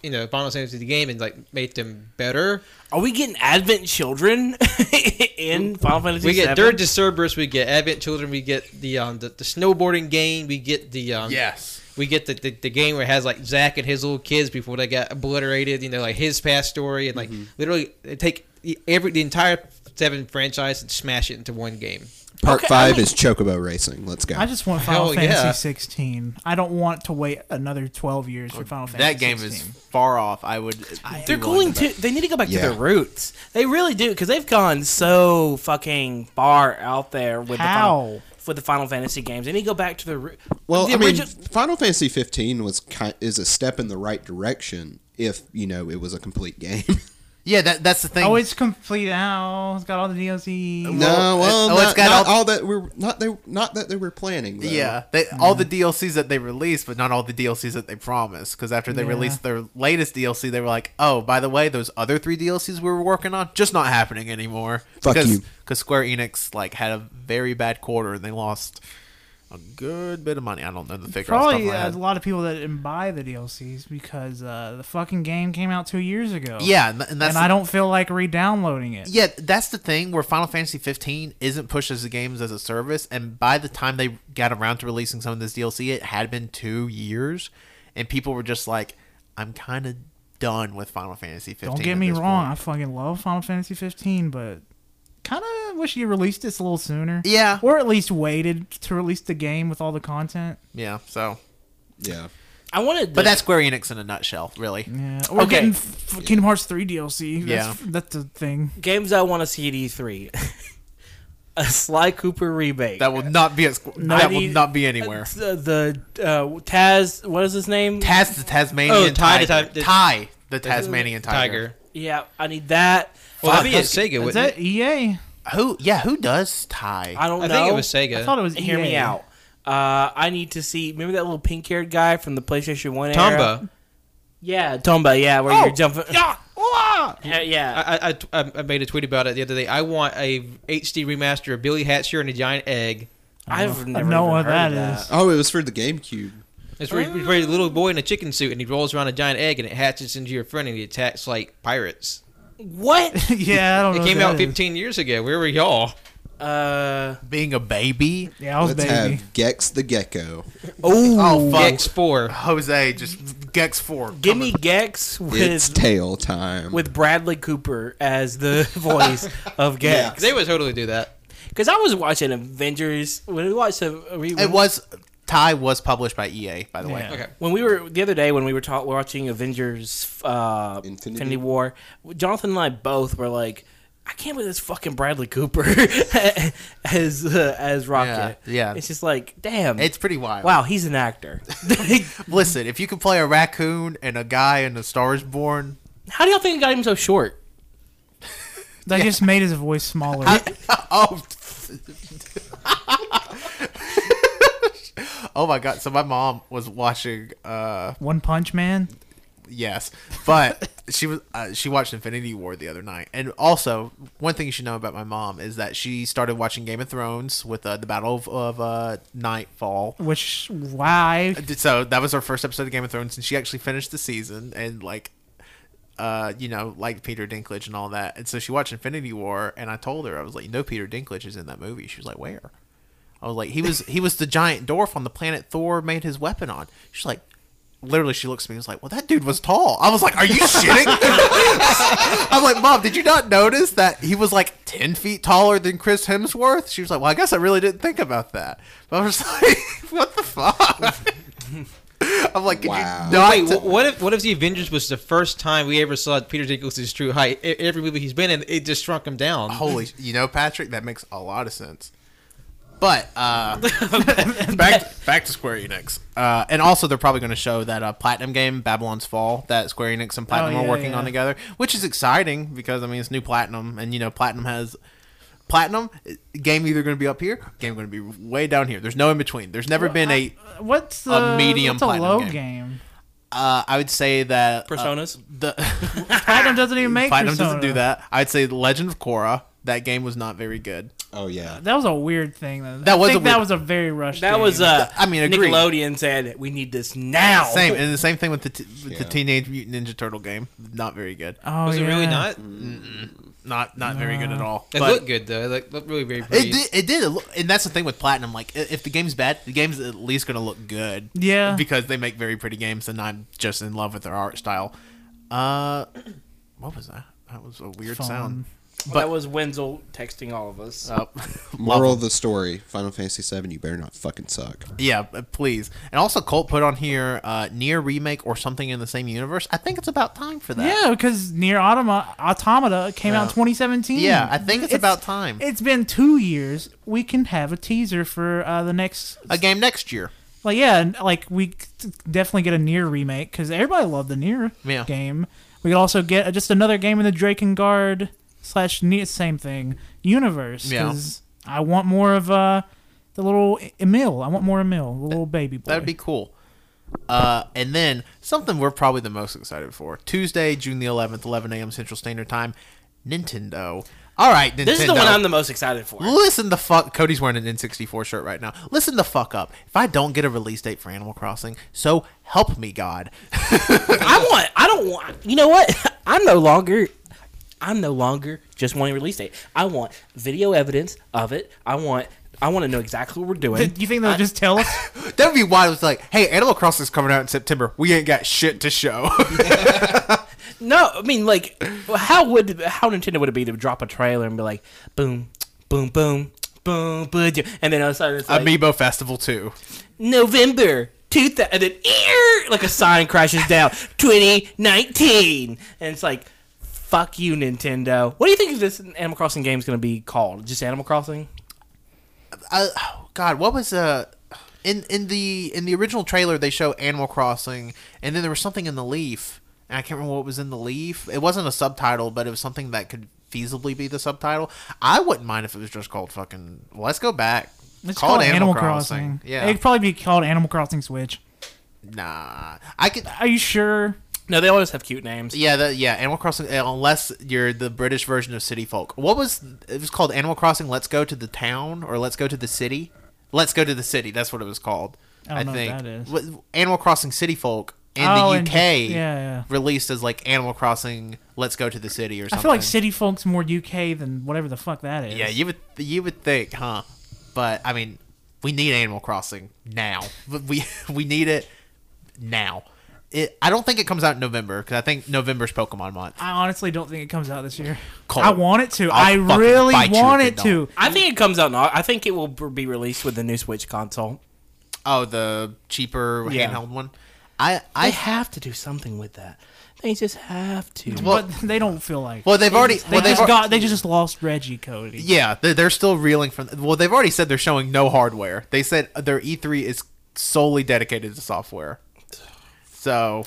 Speaker 3: you know, Final Fantasy the game and like make them better.
Speaker 2: Are we getting Advent children in Final Fantasy?
Speaker 3: We
Speaker 2: VII?
Speaker 3: get Dirge of Cerberus, we get Advent Children, we get the um the, the snowboarding game, we get the um
Speaker 1: Yes.
Speaker 3: we get the, the the game where it has like Zach and his little kids before they got obliterated, you know, like his past story and like
Speaker 2: Mm-hmm.
Speaker 3: literally they take the- every the entire seven franchise and smash it into one game.
Speaker 5: Part
Speaker 2: Okay, I
Speaker 5: five
Speaker 2: mean-
Speaker 5: is Chocobo Racing. Let's go.
Speaker 4: I just want Final
Speaker 3: Hell
Speaker 4: Fantasy
Speaker 3: yeah.
Speaker 4: 16. I don't want to wait another 12 years for Final Fantasy.
Speaker 1: that game
Speaker 4: 16.
Speaker 1: is far off. I would.
Speaker 2: They're going to. They need to go back to
Speaker 5: Yeah.
Speaker 2: their roots. They really do because they've gone so fucking far out there with the
Speaker 4: How?
Speaker 2: final, with the Final Fantasy games. They need to go back to the root.
Speaker 5: well,
Speaker 2: the
Speaker 5: I mean,
Speaker 2: origi-
Speaker 5: Final Fantasy 15 was ki is a step in the right direction if you know it was a complete game.
Speaker 1: Yeah, that, that's the thing.
Speaker 4: Oh, it's complete now. It's got all the DLC.
Speaker 1: Well,
Speaker 5: no, well,
Speaker 1: it- oh, it's
Speaker 5: not,
Speaker 1: got
Speaker 5: not
Speaker 1: all-
Speaker 5: all, that we are not they not that they were planning. Though.
Speaker 1: yeah, they, all the DLCs that they released, but not all the DLCs that they promised. Because after they
Speaker 4: Yeah.
Speaker 1: released their latest DLC, they were like, "Oh, by the way, those other three DLCs we were working on just not happening anymore."
Speaker 5: Fuck
Speaker 1: because,
Speaker 5: you.
Speaker 1: Because Square Enix like had a very bad quarter and they lost a good bit of money. I don't know the figure.
Speaker 4: Probably
Speaker 1: off the top
Speaker 4: a
Speaker 1: of my head.
Speaker 4: lot of people that didn't buy the DLCs because uh, the fucking game came out two years ago.
Speaker 1: Yeah, and, and that's
Speaker 4: and
Speaker 1: the
Speaker 4: I don't feel like re-downloading it.
Speaker 1: Yeah, that's the thing where Final Fantasy 15 isn't pushed as a games as a service, and by the time they got around to releasing some of this DLC, it had been two years, and people were just like, "I'm kind of done with Final Fantasy 15."
Speaker 4: Don't get
Speaker 1: at
Speaker 4: me
Speaker 1: this
Speaker 4: wrong. I
Speaker 1: point."
Speaker 4: fucking love Final Fantasy 15, but kind of wish you released this a little sooner.
Speaker 1: Yeah.
Speaker 4: Or at least waited to release the game with all the content.
Speaker 1: Yeah, so
Speaker 5: yeah.
Speaker 2: I wanted,
Speaker 1: but that's Square Enix in a nutshell, really.
Speaker 4: Yeah. Or
Speaker 2: Okay.
Speaker 4: getting f- f- Kingdom Hearts 3 DLC. That's,
Speaker 1: Yeah.
Speaker 4: That's the thing.
Speaker 2: games I want to see at E3. a Sly Cooper remake.
Speaker 1: That will not be at Squ-
Speaker 2: No,
Speaker 1: that
Speaker 2: I
Speaker 4: e-
Speaker 1: will
Speaker 2: need-
Speaker 1: not be anywhere.
Speaker 2: the the, uh, Taz. What is his name?
Speaker 1: Taz the Tasmanian
Speaker 3: Oh, Ty the
Speaker 1: Tiger. Ty,
Speaker 3: Ti- the-
Speaker 1: the Tasmanian Tiger.
Speaker 3: Tiger.
Speaker 2: Yeah, I need that.
Speaker 3: Well,
Speaker 2: Fuck,
Speaker 3: that'd be a
Speaker 2: that's-
Speaker 3: Sega,
Speaker 4: Is
Speaker 3: wouldn't
Speaker 4: that E
Speaker 3: it?
Speaker 4: EA?
Speaker 1: Who? Yeah, who does Ty?
Speaker 2: I don't
Speaker 3: I
Speaker 2: know.
Speaker 3: think it was Sega.
Speaker 4: I thought it was E
Speaker 2: Hear me
Speaker 4: EA.
Speaker 2: out. Uh, I need to see. Remember that little pink-haired guy from the PlayStation One era?
Speaker 3: Tomba.
Speaker 2: Yeah, Tomba. Yeah, where
Speaker 4: Oh,
Speaker 2: you're jumping.
Speaker 4: Yeah. Wah!
Speaker 2: Yeah, yeah.
Speaker 3: I, I- I, I, I made a tweet about it the other day. I want a HD remaster of Billy Hatcher and a giant egg.
Speaker 2: I've never
Speaker 4: know
Speaker 2: even
Speaker 4: what
Speaker 2: heard of
Speaker 4: that
Speaker 2: that
Speaker 4: is.
Speaker 5: Oh, it was for the GameCube.
Speaker 3: It's where, where a little boy in a chicken suit and he rolls around a giant egg and it hatches into your friend and he attacks like pirates.
Speaker 2: What?
Speaker 4: yeah, I don't
Speaker 3: It
Speaker 4: know.
Speaker 3: came
Speaker 4: what
Speaker 3: out
Speaker 4: Oh, that is.
Speaker 3: 15 years ago. Where were y'all?
Speaker 2: Uh
Speaker 1: Being a baby,
Speaker 4: Yeah, I was
Speaker 5: Let's
Speaker 4: Oh, baby.
Speaker 5: have Gex the Gecko.
Speaker 1: Oh, fuck.
Speaker 3: Gex 4.
Speaker 1: Jose just Gex Four.
Speaker 2: give me Gex
Speaker 5: It's
Speaker 2: with
Speaker 5: tail time.
Speaker 2: with Bradley Cooper as the voice of Gex.
Speaker 3: They would totally do that.
Speaker 2: Because I was watching Avengers when we watched a, we,
Speaker 1: It was Ty was published by EA, by the way.
Speaker 4: Yeah.
Speaker 3: Okay.
Speaker 2: when we were the other day when we were ta- watching Avengers uh,
Speaker 5: Infinity?
Speaker 2: Infinity War. Jonathan and I both were like, I can't believe this fucking Bradley Cooper as uh, as Rocket.
Speaker 1: Yeah, yeah.
Speaker 2: It's just like, damn.
Speaker 1: It's pretty wild.
Speaker 2: wow, he's an actor.
Speaker 1: Listen, if you can play a raccoon and a guy in A Star Is Born,
Speaker 2: How do y'all think it got him so short?
Speaker 4: That just made his voice smaller.
Speaker 1: oh, oh my god! So my mom was watching. uh
Speaker 4: One Punch Man.
Speaker 1: Yes, but she was uh, she watched Infinity War the other night, and also one thing you should know about my mom is that she started watching Game of Thrones with uh, the Battle of, of uh, Nightfall.
Speaker 4: Which why?
Speaker 1: So that was our first episode of Game of Thrones, and she actually finished the season and like, uh, you know, like Peter Dinklage and all that. And so she watched Infinity War, and I told her I was like, you know, Peter Dinklage is in that movie. She was like, where? I was like, he was he was the giant dwarf on the planet Thor made his weapon on. She's like. Literally, she looks at me and was like, Well, that dude was tall. I was like, Are you shitting? I'm like, Mom, did you not notice that he was like 10 feet taller than Chris Hemsworth? She was like, Well, I guess I really didn't think about that. But I was just like, What the fuck? I'm like, could
Speaker 5: Wow.
Speaker 1: you not?
Speaker 3: Wait,
Speaker 1: t-
Speaker 3: wh- what if what if the Avengers was the first time we ever saw Peter Dinklage's true height? E- Every movie he's been in, it just shrunk him down.
Speaker 1: Holy, sh- you know, Patrick, that makes a lot of sense. But uh, back back to Square Enix, uh, and also they're probably going to show that uh, Platinum game, Babylon's Fall, that Square Enix and Platinum
Speaker 4: Oh, yeah,
Speaker 1: are working on
Speaker 4: yeah.
Speaker 1: together, which is exciting because I mean it's new Platinum, and you know Platinum has Platinum eh, game either going to be up here, game going to be way down here. There's no in between. There's never been a.
Speaker 4: What's the
Speaker 1: A medium
Speaker 4: what's a
Speaker 1: platinum
Speaker 4: low
Speaker 1: game.
Speaker 4: game?
Speaker 1: Uh, I would say that uh,
Speaker 2: Personas?
Speaker 1: the
Speaker 4: Platinum doesn't even make.
Speaker 1: Platinum
Speaker 4: Persona.
Speaker 1: doesn't do that. I'd say Legend of Korra. That game was not very good.
Speaker 5: Oh yeah.
Speaker 4: That was a weird thing. Though.
Speaker 1: That
Speaker 4: I
Speaker 1: was a
Speaker 4: think that
Speaker 1: weird-
Speaker 4: was a very rushed.
Speaker 2: That
Speaker 4: game.
Speaker 2: was uh,
Speaker 1: I mean, agreed.
Speaker 2: Nickelodeon said we need this now.
Speaker 1: Same and the same thing with the t- with the
Speaker 5: Yeah.
Speaker 1: Teenage Mutant Ninja Turtle game. Not very good.
Speaker 4: Oh,
Speaker 3: was it really
Speaker 4: yeah.
Speaker 3: not?
Speaker 1: Not not very good
Speaker 4: Uh-huh.
Speaker 1: at all.
Speaker 3: It
Speaker 1: But
Speaker 3: looked good though. It looked, looked really very pretty.
Speaker 1: it did, it did, it loo- and that's the thing with Platinum. Like, i- if the game's bad, the game's at least gonna look good.
Speaker 4: Yeah.
Speaker 1: because they make very pretty games, and I'm just in love with their art style. Uh, what was that? That was a weird
Speaker 4: Phone.
Speaker 1: sound.
Speaker 2: That was Wenzel texting all of us.
Speaker 1: Oh,
Speaker 5: Moral of the story: Final Fantasy VII. You better not fucking suck.
Speaker 1: yeah, uh, please. And also, Colt put on here uh, near remake or something in the same universe. I think it's about time for that.
Speaker 4: Yeah, because Near Automa- Automata came out in
Speaker 1: Yeah.
Speaker 4: 2017.
Speaker 1: Yeah, I think it's about time.
Speaker 4: It's been two years. We can have a teaser for uh, the next.
Speaker 1: a game next year.
Speaker 4: Like yeah, and, like we c- definitely get a Near remake because everybody loved the Near
Speaker 1: Yeah.
Speaker 4: game. We could also get uh, just another game in the Drakengard slash Nier, same thing universe.
Speaker 1: Yeah.
Speaker 4: 'cause I want more of uh, the little E, Emil. I want more Emil, the little baby boy.
Speaker 1: That'd be cool. Uh, and then something we're probably the most excited for Tuesday, June the 11th, 11 a.m. Central Standard Time. Nintendo. All right, Nintendo.
Speaker 2: This is the one I'm the most excited for.
Speaker 1: Listen the fuck. Cody's wearing an N64 shirt right now. Listen the fuck up. If I don't get a release date for Animal Crossing, so help me God.
Speaker 2: I want. I don't want. You know what? I'm no longer. I'm no longer just wanting a release date. I want video evidence of it. I want. I want to know exactly what we're doing.
Speaker 4: Do you think they'll just tell us?
Speaker 1: That'd be wild. It's like, hey, Animal Crossing's coming out in September. We ain't got shit to show.
Speaker 2: No, I mean, like, how would how Nintendo would it be to drop a trailer and be like, boom, boom, boom, boom, boom, and then all of a sudden it's like
Speaker 1: Amiibo Festival 2.
Speaker 2: November. 2000, and then ear like a sign crashes down 2019 and it's like fuck you nintendo what do you think this animal crossing game is going to be called just animal crossing
Speaker 1: uh, oh, God, what was uh in in the in the original trailer they show Animal Crossing, and then there was something in the leaf, and I can't remember what was in the leaf. It wasn't a subtitle, but it was something that could feasibly be the subtitle. I wouldn't mind if it was just called fucking. Let's go back.
Speaker 4: Let's
Speaker 1: Call it Animal Crossing. Yeah.
Speaker 4: it'd probably be called Animal Crossing Switch.
Speaker 1: Nah, I could.
Speaker 4: Are you sure?
Speaker 2: no they always have cute names
Speaker 1: Yeah, the, yeah. Animal Crossing, uh, unless you're the British version of City Folk. What was it was called? Animal Crossing. Let's go to the town, or let's go to the city. Let's go to the city. That's what it was called.
Speaker 4: I don't know what
Speaker 1: think
Speaker 4: that is.
Speaker 1: What- Animal Crossing City Folk in
Speaker 4: Oh,
Speaker 1: the
Speaker 4: and-
Speaker 1: UK
Speaker 4: yeah, yeah.
Speaker 1: released as like Animal Crossing. Let's go to the city or something.
Speaker 4: I feel like City Folk's more UK than whatever the fuck that is.
Speaker 1: Yeah, you would you would think, huh? But I mean, we need Animal Crossing now. But We we need it now. It, I don't think it comes out in November because I think November's Pokemon month.
Speaker 4: I honestly don't think it comes out this year.
Speaker 1: Cole,
Speaker 4: I want it to. i
Speaker 1: I'll fucking
Speaker 4: really
Speaker 1: bite you if
Speaker 4: want
Speaker 1: it
Speaker 4: it to.
Speaker 2: I think it comes out. In, Au- I think it will b- be released with the new Switch console.
Speaker 1: Oh, the cheaper
Speaker 2: Yeah.
Speaker 1: handheld one. I
Speaker 2: I
Speaker 1: I
Speaker 2: have to do something with that. They just have to.
Speaker 1: Well-
Speaker 4: but they don't feel like.
Speaker 1: well they've already
Speaker 4: they
Speaker 1: well they've
Speaker 4: just
Speaker 1: al-
Speaker 4: got. They just lost Reggie Cody.
Speaker 1: yeah they're, they're still reeling from well they've already said they're showing no hardware. They said their E3 is solely dedicated to software. So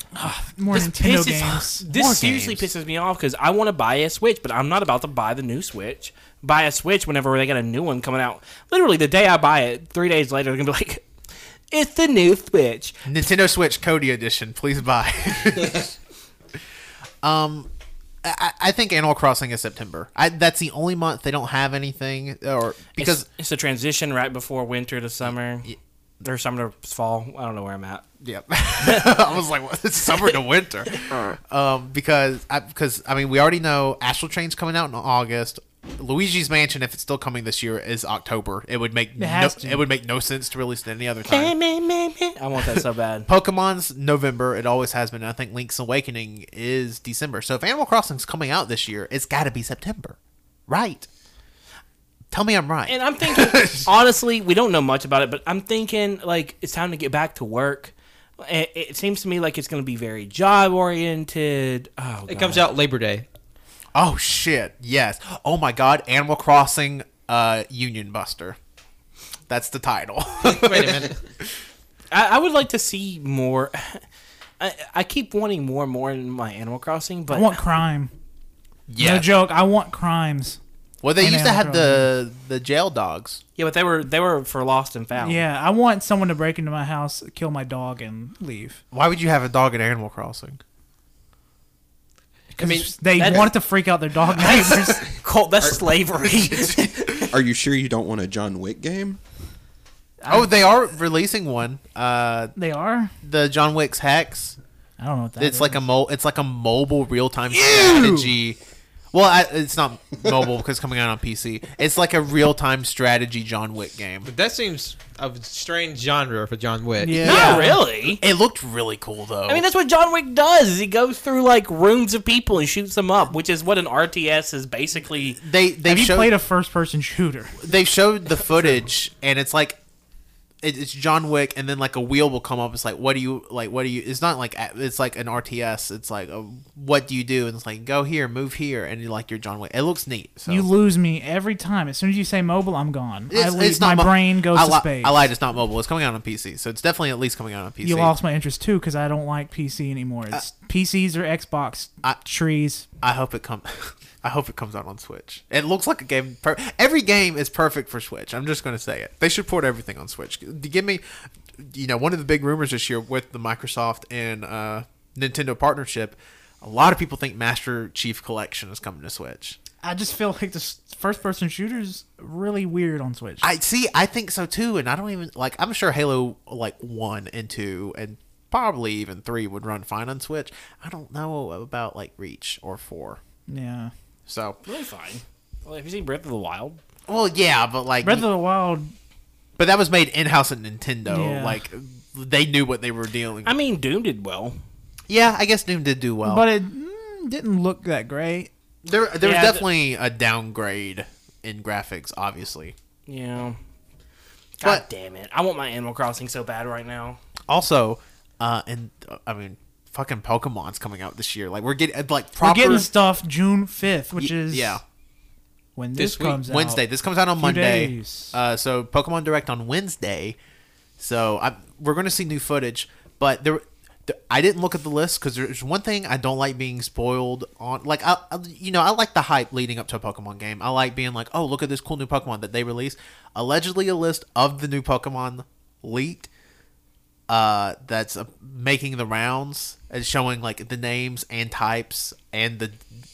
Speaker 4: More
Speaker 2: this
Speaker 4: Nintendo
Speaker 2: pisses,
Speaker 4: games.
Speaker 2: this
Speaker 1: More
Speaker 2: seriously
Speaker 1: games.
Speaker 2: pisses me off because I want to buy a Switch, but I'm not about to buy the new Switch. Buy a Switch whenever they got a new one coming out. Literally, the day I buy it, three days later, they're gonna be like, "It's the new Switch."
Speaker 1: Nintendo Switch Cody edition, please buy. um, I, I think Animal Crossing is September. I, that's the only month they don't have anything, or because
Speaker 2: it's, it's a transition right before winter to summer, or summer to fall. I don't know where I'm at.
Speaker 1: yeah, I was like, what? it's summer to winter. um, because I, because I mean, we already know Astral Chain's coming out in August. Luigi's Mansion, if it's still coming this year, is October. It would make no,
Speaker 4: has to.
Speaker 1: it would make no sense to release it any other time.
Speaker 2: I want that so bad.
Speaker 1: Pokemon's November. It always has been. and I think Link's Awakening is December. So if Animal Crossing's coming out this year, it's got to be September, right? Tell me I'm right.
Speaker 2: And I'm thinking, honestly, we don't know much about it, but I'm thinking like it's time to get back to work. It, it seems to me like it's going to be very job oriented. Oh,
Speaker 3: It comes out Labor Day.
Speaker 1: oh shit! Yes. Oh my God! Animal Crossing, uh, Union Buster. That's the title.
Speaker 3: Wait a minute.
Speaker 2: I, I would like to see more. I, I keep wanting more and more in my Animal Crossing, but
Speaker 4: I want crime. No
Speaker 1: yeah.
Speaker 4: joke. I want crimes.
Speaker 1: well, they
Speaker 4: And
Speaker 1: used to
Speaker 4: Animal
Speaker 1: have the the jail dogs.
Speaker 2: yeah, but they were they were for Lost and Found.
Speaker 4: Yeah, I want someone to break into my house, kill my dog, and leave.
Speaker 1: Why would you have a dog in Animal Crossing?
Speaker 4: Because
Speaker 3: mean,
Speaker 4: they
Speaker 2: that-
Speaker 4: wanted to freak out their dog neighbors.
Speaker 2: Colt, that's slavery.
Speaker 5: Are you sure you don't want a John Wick game?
Speaker 1: Oh, they are releasing one. Uh,
Speaker 4: they are.
Speaker 1: the John Wick's Hex.
Speaker 4: I don't know what that
Speaker 1: it's like a mo- it's like a mobile real time strategy. Well, I, it's not mobile because it's coming out on PC. It's like a real time strategy John Wick game.
Speaker 3: But that seems a strange genre for John Wick.
Speaker 4: Yeah.
Speaker 2: Not really.
Speaker 1: It looked really cool though.
Speaker 2: I mean, that's what John Wick does. Is he goes through like rooms of people and shoots them up, which is what an RTS is basically.
Speaker 1: they they
Speaker 4: Have you
Speaker 1: showed
Speaker 4: played a first-person shooter?
Speaker 1: they showed the footage and it's like it, it's John Wick and then like a wheel will come up. It's like what do you like? What do you? It's not like a- it's like an RTS. It's like a, what do you do? And it's like go here, move here, and you like your John Wick. It looks neat. So.
Speaker 4: You lose me every time. As soon as you say mobile, I'm gone. I leave. my
Speaker 1: mo-
Speaker 4: brain goes
Speaker 1: I
Speaker 4: to
Speaker 1: li-
Speaker 4: space.
Speaker 1: I lied. It's not mobile. It's coming out on PC, so it's definitely at least coming out on PC.
Speaker 4: You lost my interest too because I don't like PC anymore. It's PCs or Xbox
Speaker 1: Uh, I-
Speaker 4: trees.
Speaker 1: I hope it come. I hope it comes out on Switch. It looks like a game. Per- Every game is perfect for Switch. I'm just going to say it. They should port everything on Switch. D- Give me, you know, one of the big rumors this year with the Microsoft and uh, Nintendo partnership. A lot of people think Master Chief Collection is coming to Switch.
Speaker 4: I just feel like this first-person shooter's really weird on Switch.
Speaker 1: I see. I think so too, and I don't even like. I'm sure Halo like one and two and probably even three would run fine on Switch. I don't know about like Reach or four.
Speaker 4: yeah,
Speaker 1: So
Speaker 2: Really fine. Well, have you seen Breath of the Wild?
Speaker 1: well, yeah, but like,
Speaker 4: Breath of the Wild.
Speaker 1: but that was made in house at Nintendo.
Speaker 4: Yeah.
Speaker 1: Like they knew what they were dealing.
Speaker 2: I mean, Doom did well.
Speaker 1: yeah, I guess Doom did do well,
Speaker 4: But it mm, didn't look that great.
Speaker 1: there there
Speaker 2: Yeah,
Speaker 1: was
Speaker 2: the-
Speaker 1: definitely a downgrade in graphics, obviously.
Speaker 2: Yeah. God
Speaker 1: But-
Speaker 2: damn it! I want my Animal Crossing so bad right now.
Speaker 1: Also, uh, and uh, I mean, fucking Pokemon's coming out this year. Like we're getting like
Speaker 4: We're
Speaker 1: proper.
Speaker 4: getting stuff June 5th, which
Speaker 1: Y-
Speaker 4: is
Speaker 1: yeah.
Speaker 4: when
Speaker 3: This
Speaker 4: this,
Speaker 3: week,
Speaker 4: comes out.
Speaker 1: Wednesday. This comes out on Monday.
Speaker 4: days.
Speaker 1: Uh, so Pokemon Direct on Wednesday. So I, we're going to see new footage, but there. there- I didn't look at the list because there's one thing I don't like being spoiled on. Like, I, I, you know, I like the hype leading up to a Pokemon game. I like being like, oh, look at this cool new Pokemon that they released. Allegedly, a list of the new Pokemon leaked uh, that's uh, making the rounds and showing like the names and types and the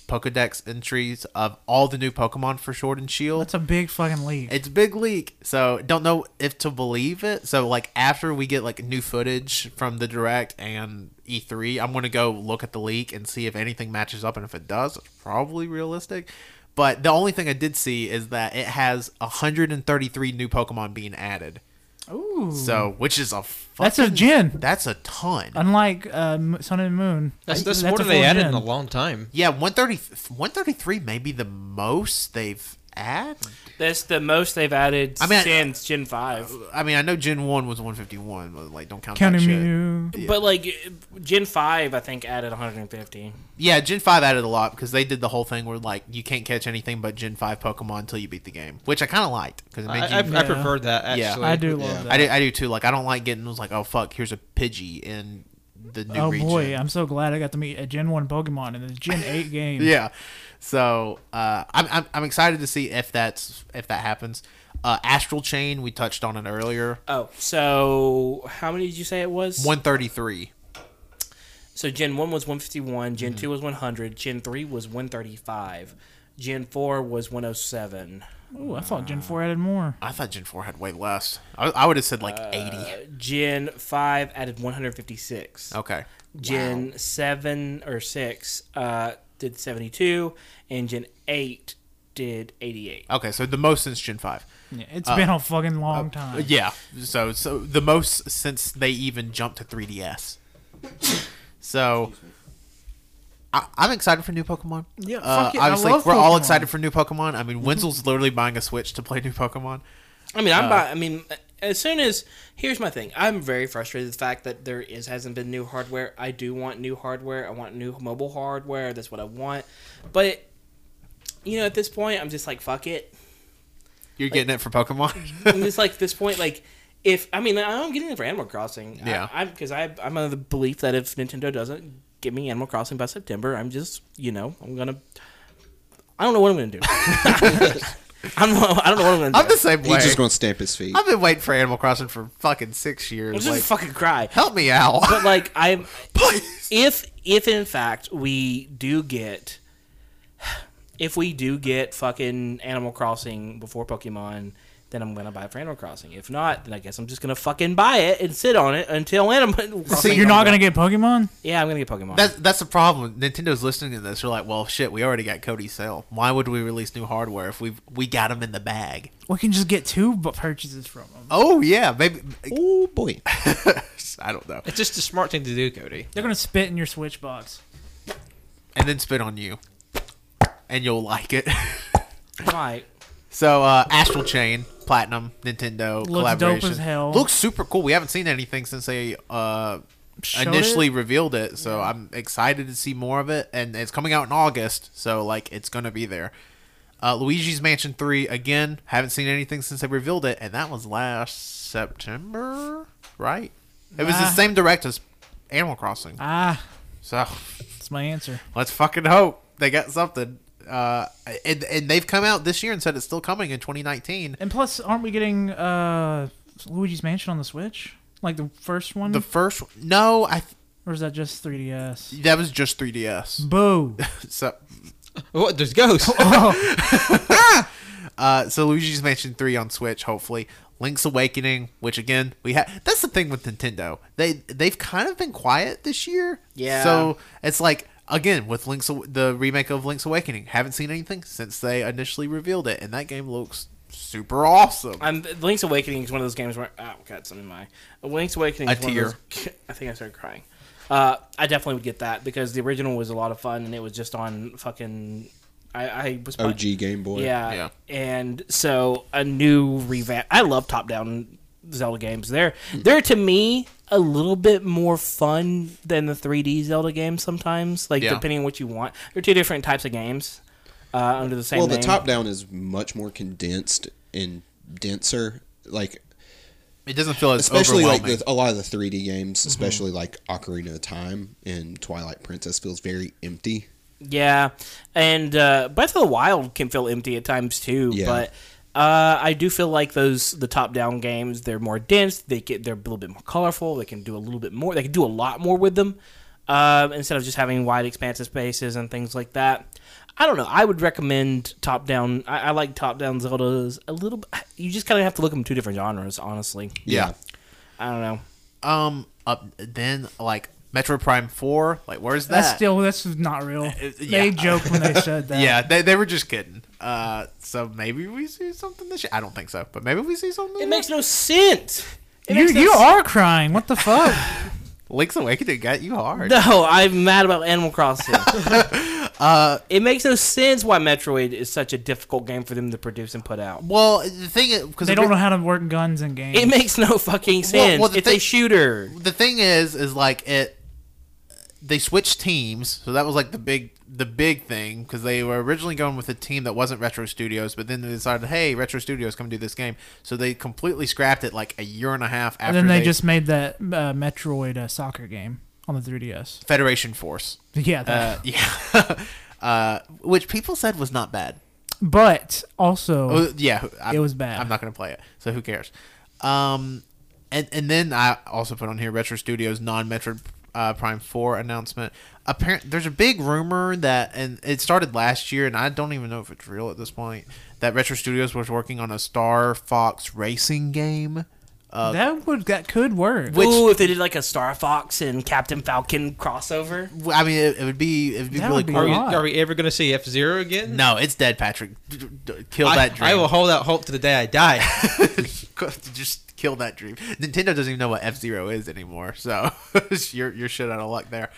Speaker 1: Pokedex entries of all the new Pokemon for Sword and Shield.
Speaker 4: That's a big fucking leak.
Speaker 1: It's a big leak, so don't know if to believe it. So like after we get like new footage from the direct and E3, I'm gonna go look at the leak and see if anything matches up, and if it does, it's probably realistic. But the only thing I did see is that it has 133 new Pokemon being added.
Speaker 4: Ooh.
Speaker 1: So which is a
Speaker 4: That's a
Speaker 1: fucking-
Speaker 4: gin.
Speaker 1: That's a ton.
Speaker 4: Unlike uh, M- Sun and Moon,
Speaker 3: That's, that's,
Speaker 4: a
Speaker 3: more than they
Speaker 4: full
Speaker 3: added
Speaker 4: gen.
Speaker 3: in a long time.
Speaker 1: Yeah, 130, 133 may be the most they've add?
Speaker 2: That's the most they've added
Speaker 1: I mean, I-
Speaker 2: since Gen Five.
Speaker 1: I mean, I know Gen One was 151, but like, don't count that
Speaker 4: Counting
Speaker 1: shit.
Speaker 4: me.
Speaker 2: But like Gen Five, I think added 150.
Speaker 1: Yeah, Gen Five added a lot because they did the whole thing where like you can't catch anything but Gen Five Pokemon until you beat the game, which I kind of liked because it made
Speaker 3: I, I,
Speaker 1: you.
Speaker 3: I
Speaker 4: Yeah.
Speaker 3: prefer that actually.
Speaker 1: Yeah.
Speaker 4: I do love
Speaker 5: Yeah.
Speaker 4: that.
Speaker 1: I do, I do too. Like I don't like getting was like, oh fuck, here's a Pidgey in the new
Speaker 4: oh
Speaker 1: region.
Speaker 4: boy, I'm so glad I got to meet a Gen One Pokemon in this Gen Eight game.
Speaker 1: yeah. So uh, I'm, I'm I'm excited to see if that's if that happens. Uh, Astral Chain, we touched on it earlier.
Speaker 2: Oh, so how many did you say it was?
Speaker 1: 133.
Speaker 2: So Gen One was 151. Gen Two was 100. Gen Three was 135. Gen Four was 107.
Speaker 4: Ooh, I thought Gen Four added more.
Speaker 1: I thought Gen Four had way less. I, I would have said like 80.
Speaker 2: Gen Five added 156.
Speaker 1: Okay.
Speaker 2: Gen seven or six uh, did seventy two, and Gen eight did eighty eight.
Speaker 1: Okay, so the most since Gen Five.
Speaker 4: Yeah, It's been a fucking long time.
Speaker 1: Uh, Yeah. So so the most since they even jumped to 3DS. So I, I'm excited for new Pokemon.
Speaker 4: Yeah,
Speaker 1: Uh,
Speaker 4: fuck it, I
Speaker 1: obviously,
Speaker 4: love
Speaker 1: we're all
Speaker 4: Pokemon.
Speaker 1: excited for new Pokemon. I mean, Wenzel's literally buying a Switch to play new Pokemon.
Speaker 2: I
Speaker 1: Uh,
Speaker 2: mean, I'm. by, I mean, as soon as here's my thing, I'm very frustrated with the fact that there is hasn't been new hardware. I do want new hardware. I want new mobile hardware. That's what I want. But you know, at this point, I'm just like, fuck it.
Speaker 1: You're getting it for Pokemon.
Speaker 2: I'm just like, at this point, like. If I mean I'm getting it for Animal Crossing,
Speaker 1: Yeah.
Speaker 2: I, I'm because I I'm under the belief that if Nintendo doesn't give me Animal Crossing by September, I'm just you know I'm gonna I don't know what I'm gonna do. I'm I don't know what I'm gonna do.
Speaker 1: I'm the same way.
Speaker 5: He's just gonna stamp his feet.
Speaker 1: I've been waiting for Animal Crossing for fucking six
Speaker 2: I'm
Speaker 1: years.
Speaker 2: just
Speaker 1: Like,
Speaker 2: fucking cry.
Speaker 1: help me out.
Speaker 2: But like I'm
Speaker 1: Please.
Speaker 2: if if in fact we do get if we do get fucking Animal Crossing before Pokemon, then I'm gonna buy it for Animal Crossing. If not, then I guess I'm just gonna fucking buy it and sit on it until Animal Crossing.
Speaker 4: So you're
Speaker 2: comes
Speaker 4: not
Speaker 2: out.
Speaker 4: gonna get Pokemon?
Speaker 2: Yeah, I'm gonna get Pokemon.
Speaker 1: That's, that's the problem. Nintendo's listening to this. They're like, well, shit, we already got Cody's sale. Why would we release new hardware if we we got him in the bag?
Speaker 4: We can just get two bu- purchases from them.
Speaker 1: Oh, yeah. Maybe.
Speaker 5: oh boy.
Speaker 1: I don't know.
Speaker 3: It's just a smart thing to do, Cody.
Speaker 4: They're gonna spit in your Switch box.
Speaker 1: And then spit on you. And you'll like it.
Speaker 2: right.
Speaker 1: so, uh, Astral Chain, Platinum, Nintendo
Speaker 4: dope
Speaker 1: collaboration.
Speaker 4: as hell.
Speaker 1: Looks super cool. We haven't seen anything since they uh,
Speaker 4: Showed
Speaker 1: initially
Speaker 4: it?
Speaker 1: revealed it. So, I'm excited to see more of it. And it's coming out in August. So, like, it's going to be there. Uh, Luigi's Mansion 3, again, haven't seen anything since they revealed it. And that was last September, right? It was the
Speaker 4: Ah.
Speaker 1: same direct as Animal Crossing.
Speaker 4: ah,
Speaker 1: So.
Speaker 4: that's my answer.
Speaker 1: let's fucking hope they got something. Uh, and, and they've come out this year and said it's still coming in 2019.
Speaker 4: And plus, aren't we getting uh Luigi's Mansion on the Switch? Like the first one,
Speaker 1: The first no, I th-
Speaker 4: or is that just 3DS?
Speaker 1: that was just 3ds.
Speaker 4: Boo!
Speaker 1: So
Speaker 3: What? There's ghosts.
Speaker 1: uh, so Luigi's Mansion 3 on Switch, hopefully. Link's Awakening, which again we have. That's the thing with Nintendo. They they've kind of been quiet this year.
Speaker 2: Yeah.
Speaker 1: So it's like again with Link's Aw- the remake of Link's Awakening. Haven't seen anything since they initially revealed it, and that game looks super awesome.
Speaker 2: I'm Link's Awakening is one of those games where oh god, something my Link's Awakening.
Speaker 1: A
Speaker 2: is one Of those, I think I started crying. Uh, I definitely would get that because the original was a lot of fun and it was just on fucking. I, I was
Speaker 5: OG Game Boy.
Speaker 2: Yeah,
Speaker 1: Yeah.
Speaker 2: And so a new revamp. I love top-down Zelda games. They're they're to me a little bit more fun than the 3D Zelda games sometimes. Like
Speaker 1: Yeah.
Speaker 2: depending on what you want, they're two different types of games uh, under the same.
Speaker 5: Well,
Speaker 2: name.
Speaker 5: the top down is much more condensed and denser. Like
Speaker 1: It doesn't feel as
Speaker 5: especially like
Speaker 1: overwhelming. Mm-hmm.
Speaker 5: the, a lot of the 3D games, especially like Ocarina of Time and Twilight Princess, feels very empty.
Speaker 2: Yeah, and uh, Breath of the Wild can feel empty at times too.
Speaker 5: Yeah.
Speaker 2: But uh, I do feel like those the top down games they're more dense. They get they're a little bit more colorful. They can do a little bit more. They can do a lot more with them um, instead of just having wide expansive spaces and things like that. I don't know. I would recommend top down. I, I like top down Zeldas a little. bit. You just kind of have to look at them two different genres. Honestly,
Speaker 1: yeah.
Speaker 2: I don't know.
Speaker 1: um up then like Metro Prime Four. Like where's that?
Speaker 4: That's still that's not real.
Speaker 1: yeah.
Speaker 4: They joked when they said that.
Speaker 1: yeah, they, they were just kidding. Uh, so maybe we see something this year. I don't think so, but maybe we see something.
Speaker 2: It makes no sense. It
Speaker 4: You,
Speaker 2: makes no
Speaker 4: you
Speaker 2: sense.
Speaker 4: are crying. What the fuck?
Speaker 1: Link's Awakening got you hard.
Speaker 2: No, I'm mad about Animal Crossing. Uh, It makes no sense why Metroid is such a difficult game for them to produce and put out.
Speaker 1: Well, the thing because
Speaker 4: They don't know how to work guns in games.
Speaker 2: It makes no fucking sense.
Speaker 1: well, the
Speaker 2: it's
Speaker 1: thing-
Speaker 2: a shooter.
Speaker 1: the thing is is like it they switched teams so that was like the big the big thing because they were originally going with a team that wasn't retro studios but then they decided hey retro studios come do this game so they completely scrapped it like a year and a half after
Speaker 4: and then they, just made that uh, Metroid uh, soccer game on the 3DS.
Speaker 1: federation force
Speaker 4: Yeah, that.
Speaker 1: uh, yeah uh, which people said was not bad
Speaker 4: but also
Speaker 1: Oh, yeah, I,
Speaker 4: It was bad.
Speaker 1: I'm not gonna play it, so who cares? Um, and and then I also put on here Retro Studios non Metroid uh, Prime Four announcement. Apparent, there's a big rumor that, and it started last year, and I don't even know if it's real at this point. That Retro Studios was working on a Star Fox racing game. Uh,
Speaker 4: that would that could work.
Speaker 1: Which-
Speaker 2: Ooh, if they did like a Star Fox and Captain Falcon crossover.
Speaker 1: w- I mean, it, it would be it would be
Speaker 4: That
Speaker 1: really
Speaker 4: would be
Speaker 1: cool.
Speaker 3: Are we,
Speaker 4: Why?
Speaker 3: are we ever going to see F Zero again?
Speaker 1: No, it's dead, Patrick. D- d- d- Kill
Speaker 3: I,
Speaker 1: that dream.
Speaker 3: I will hold out hope to the day I die.
Speaker 1: just kill that dream. Nintendo doesn't even know what F Zero is anymore, so you're you're shit out of luck there.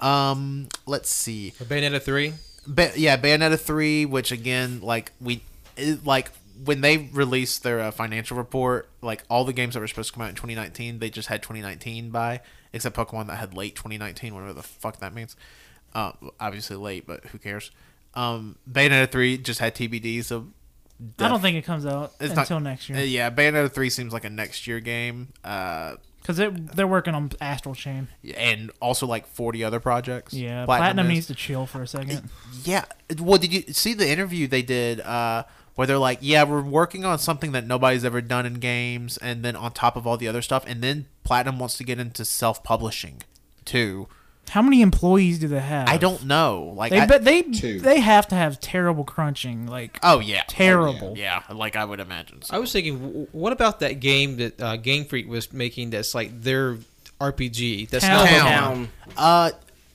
Speaker 1: Um, let's see.
Speaker 3: Bayonetta three.
Speaker 1: Ba- yeah, Bayonetta three, which again, like we, it, like when they released their uh, financial report, like all the games that were supposed to come out in 2019, they just had 2019 by, except Pokemon that had late 2019, whatever the fuck that means. Uh, obviously late, but who cares? Um, Bayonetta three just had TBD, so
Speaker 4: I don't think it comes out
Speaker 1: It's not-
Speaker 4: until next
Speaker 1: uh,
Speaker 4: year
Speaker 1: yeah, Bayonetta three seems like a next year game, uh,
Speaker 4: because they're working on Astral Chain.
Speaker 1: and also like forty other projects.
Speaker 4: Yeah, Platinum,
Speaker 1: is-
Speaker 4: needs to chill for a second.
Speaker 1: Yeah. Well, did you see the interview they did uh, where they're like, "Yeah, we're working on something that nobody's ever done in games," and then on top of all the other stuff, and then Platinum wants to get into self publishing too.
Speaker 4: How many employees do they have?
Speaker 1: I don't know. Like,
Speaker 4: They
Speaker 1: I-
Speaker 4: but they
Speaker 5: Two.
Speaker 4: they have to have terrible crunching, like
Speaker 1: oh yeah,
Speaker 4: terrible.
Speaker 1: yeah. Like I would imagine. So.
Speaker 3: I was thinking, w- what about that game that uh, Game Freak was making? That's like their RPG. That's
Speaker 4: Town.
Speaker 3: not
Speaker 1: Town.
Speaker 2: Down.
Speaker 1: Uh,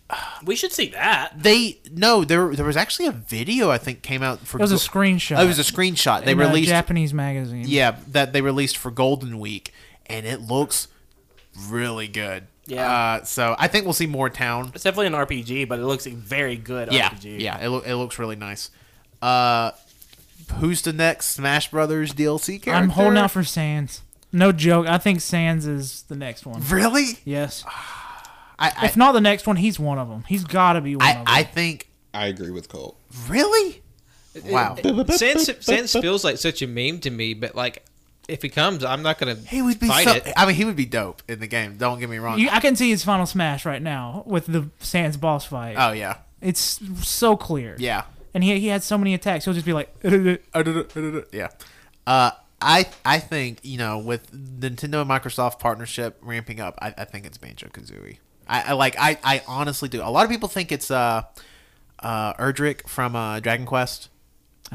Speaker 2: Oh, We should see that.
Speaker 1: they no, there there was actually a video I think came out for.
Speaker 4: It was a
Speaker 1: Go-
Speaker 4: screenshot.
Speaker 1: It was a screenshot. They
Speaker 4: in a
Speaker 1: released
Speaker 4: Japanese magazine.
Speaker 1: yeah that they released for golden week and it looks really good
Speaker 2: Yeah.
Speaker 1: uh, so i think we'll see more town
Speaker 2: It's definitely an RPG, but it looks very good
Speaker 1: yeah
Speaker 2: RPG.
Speaker 1: yeah it, loo- it looks really nice uh who's the next smash brothers dlc character
Speaker 4: I'm holding out for Sans. No joke. I think Sans is the next one.
Speaker 1: really
Speaker 4: Yes.
Speaker 1: i i,
Speaker 4: if not the next one, he's one of them. He's got to be one
Speaker 1: I,
Speaker 4: of them.
Speaker 1: I think
Speaker 5: I agree with Colt.
Speaker 1: really wow
Speaker 3: Sans, Sans feels like such a meme to me, but like if he comes, I'm not gonna
Speaker 1: he would be
Speaker 3: fight
Speaker 1: so,
Speaker 3: it.
Speaker 1: i mean he would be dope in the game don't get me wrong
Speaker 4: You- I can see his final smash right now with the Sans boss fight.
Speaker 1: oh yeah
Speaker 4: it's so clear.
Speaker 1: yeah
Speaker 4: And he, he had so many attacks. He'll just be like, I
Speaker 1: yeah. Uh, I I think you know with Nintendo and Microsoft partnership ramping up, I, I think it's Banjo Kazooie. I, I like I, I honestly do. A lot of people think it's uh uh Erdrick from uh, Dragon Quest,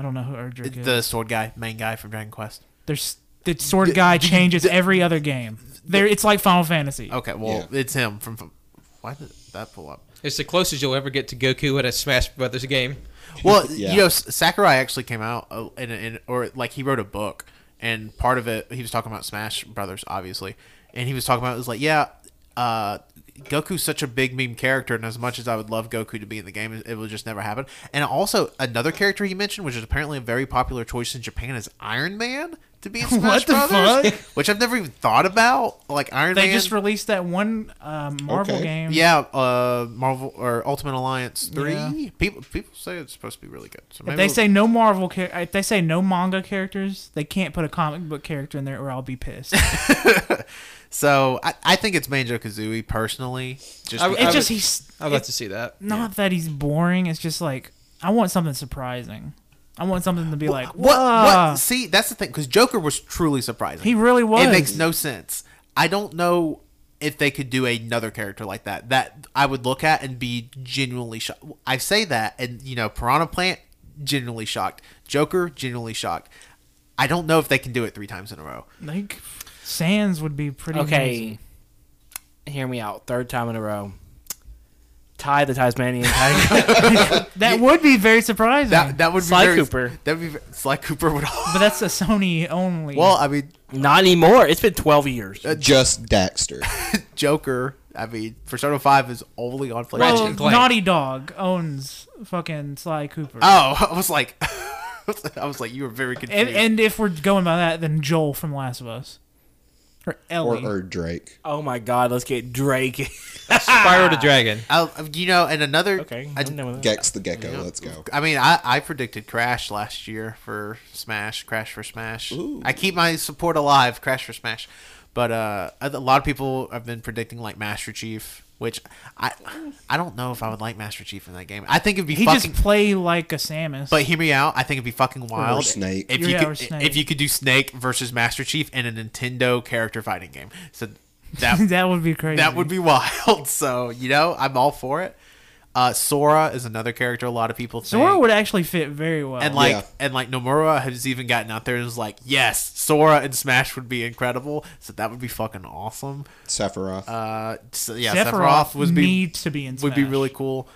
Speaker 4: don't know who Erdrick is.
Speaker 1: the sword guy, main guy from Dragon Quest.
Speaker 4: There's the sword guy changes every other game. There, it's like Final Fantasy.
Speaker 1: Okay, well
Speaker 5: Yeah.
Speaker 1: it's him from. from why did that pull up?
Speaker 3: It's the closest you'll ever get to Goku at a Smash Brothers game.
Speaker 1: Well,
Speaker 5: Yeah.
Speaker 1: you know, S- Sakurai actually came out uh, in, a- in or like he wrote a book, and part of it he was talking about Smash Brothers, obviously, and he was talking about it was like, yeah, uh, Goku's such a big meme character, and as much as I would love Goku to be in the game, it, it will just never happen. And also another character he mentioned, which is apparently a very popular choice in Japan, is Iron Man to be in Smash
Speaker 4: What the
Speaker 1: Brothers,
Speaker 4: fuck?
Speaker 1: which I've never even thought about. Like Iron
Speaker 4: They
Speaker 1: Man,
Speaker 4: just released that one um, Marvel
Speaker 5: Okay.
Speaker 4: game.
Speaker 1: yeah, uh, Marvel or Ultimate Alliance three.
Speaker 4: Yeah.
Speaker 1: People people say it's supposed to be really good. So
Speaker 4: If
Speaker 1: maybe
Speaker 4: they
Speaker 1: we'll-
Speaker 4: say no Marvel, char- if they say no manga characters, they can't put a comic book character in there, or I'll be pissed.
Speaker 1: So I, I think it's Banjo Kazooie personally. Just because-
Speaker 3: I- I-
Speaker 4: It's just
Speaker 3: would-
Speaker 4: he's
Speaker 3: I'd like to see that.
Speaker 4: not that he's boring. It's just like I want something surprising. I want something to be like,
Speaker 1: what,
Speaker 4: "Whoa."
Speaker 1: what? See, that's the thing because Joker was truly surprising.
Speaker 4: He really was.
Speaker 1: It makes no sense. I don't know if they could do another character like that that I would look at and be genuinely shocked. I say that, and you know, Piranha Plant genuinely shocked, Joker genuinely shocked. I don't know if they can do it three times in a row.
Speaker 4: Like Sans would be pretty.
Speaker 2: Okay.
Speaker 4: amazing.
Speaker 2: Hear me out. Third time in a row. Ty the Tasmanian Tiger.
Speaker 4: that would be very surprising.
Speaker 1: That that would
Speaker 2: Sly
Speaker 1: be very,
Speaker 2: Cooper.
Speaker 1: That would be ve- Sly Cooper would.
Speaker 4: but that's a Sony only.
Speaker 1: well, I mean,
Speaker 2: Not anymore. It's been 12 years.
Speaker 5: Just Daxter.
Speaker 1: Joker. I mean, Persona Five is only on PlayStation.
Speaker 4: Well,
Speaker 3: Ratchet and Clank.
Speaker 4: Naughty Oh, Dog owns fucking Sly Cooper.
Speaker 1: Oh, I was like, I was like, you were very confused.
Speaker 4: and, and if we're going by that, then Joel from Last of Us, or
Speaker 5: or,
Speaker 4: Ellie.
Speaker 5: or Drake.
Speaker 2: Oh my god, let's get Drake.
Speaker 3: Spyro the Dragon.
Speaker 1: I, you know, and another.
Speaker 2: okay,
Speaker 1: I,
Speaker 2: I'm done with that.
Speaker 5: Gex the Gecko. Let's go.
Speaker 1: I mean, I, I predicted Crash last year for Smash, Crash for Smash. I keep my support alive, Crash for Smash. But uh, a lot of people have been predicting like Master Chief, which I I don't know if I would like Master Chief in that game. I think it'd be
Speaker 4: he
Speaker 1: fucking.
Speaker 4: just play like a Samus.
Speaker 1: but hear me out. I think it'd be fucking wild.
Speaker 5: Snake.
Speaker 1: If you
Speaker 4: Yeah, or
Speaker 1: could,
Speaker 4: Snake.
Speaker 1: if you could do Snake versus Master Chief in a Nintendo character fighting game, so that
Speaker 4: that would be crazy.
Speaker 1: that would be wild. So you know, I'm all for it. Uh, Sora is another character a lot of people think.
Speaker 4: Sora would actually fit very well.
Speaker 1: and like
Speaker 5: Yeah.
Speaker 1: and like Nomura has even gotten out there and is like, yes, Sora and Smash would be incredible. So that would be fucking awesome.
Speaker 5: Sephiroth.
Speaker 1: Uh, so yeah,
Speaker 4: Sephiroth,
Speaker 1: Sephiroth, would be
Speaker 4: needs to be in. Smash.
Speaker 1: would be really cool.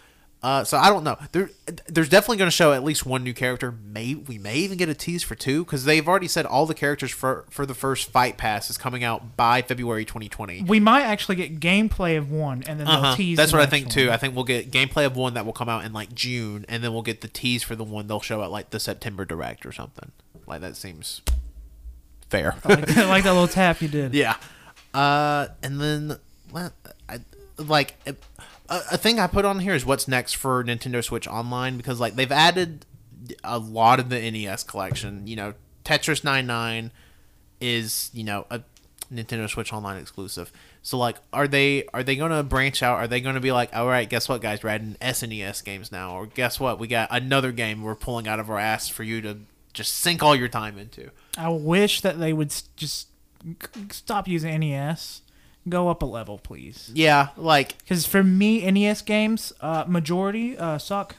Speaker 1: Uh, so I don't know. There, there's definitely going to show at least one new character. May we may even get a tease for two because they've already said all the characters for for the first fight pass is coming out by February 2020.
Speaker 4: We might actually get gameplay of one, and then
Speaker 1: Uh-huh.
Speaker 4: they'll tease.
Speaker 1: That's
Speaker 4: the
Speaker 1: what I
Speaker 4: next
Speaker 1: think
Speaker 4: one.
Speaker 1: too. I think we'll get gameplay of one that will come out in like June, and then we'll get the tease for the one they'll show at like the September direct or something. Like that seems fair.
Speaker 4: like, that- like that little tap you did.
Speaker 1: yeah. Uh, and then well, I, like a, a thing I put on here is what's next for Nintendo Switch Online because like they've added a lot of the NES collection. You know, Tetris 99 is you know a Nintendo Switch Online exclusive. So like, are they are they gonna branch out? Are they gonna be like, all right, guess what, guys, we're adding SNES games now, or guess what, we got another game we're pulling out of our ass for you to just sink all your time into.
Speaker 4: I wish that they would s- just g- stop using NES. Go up a level, please.
Speaker 1: Yeah, like
Speaker 4: Because for me, NES games, uh, majority uh, suck.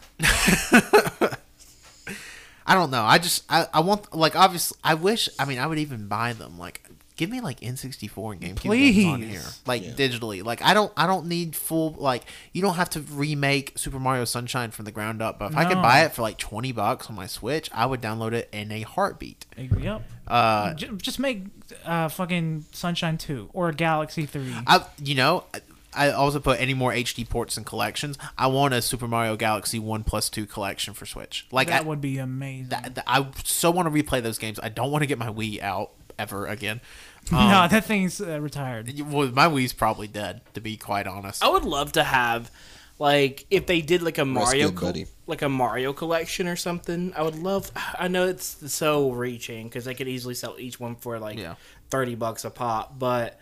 Speaker 1: I don't know. I just I, I want like obviously I wish I mean I would even buy them like give me like N64 and GameCube games on
Speaker 4: Please.
Speaker 1: here like digitally. Like I don't I don't need full like you don't have to remake Super Mario Sunshine from the ground up. But if I could
Speaker 4: No.
Speaker 1: buy it for like 20 bucks on my Switch, I would download it in a heartbeat.
Speaker 4: Yep.
Speaker 1: Uh
Speaker 4: J- just make uh, fucking Sunshine 2 or Galaxy 3.
Speaker 1: I you know I I also put any more HD ports and collections. I want a Super Mario Galaxy 1 plus 2 collection for Switch. Like
Speaker 4: that
Speaker 1: I,
Speaker 4: would be amazing.
Speaker 1: th- th- I so want to replay those games. I don't want to get my Wii out ever again. um,
Speaker 4: no, that thing's uh, retired.
Speaker 1: Well, my Wii's probably dead, to be quite honest.
Speaker 4: Oh.
Speaker 2: I would love to have, like, if they did like a Mario,
Speaker 5: good,
Speaker 2: col-
Speaker 5: buddy.
Speaker 2: like a Mario collection or something. I would love. I know it's so reaching because they could easily sell each one for like
Speaker 1: Yeah.
Speaker 2: thirty bucks a pop, but.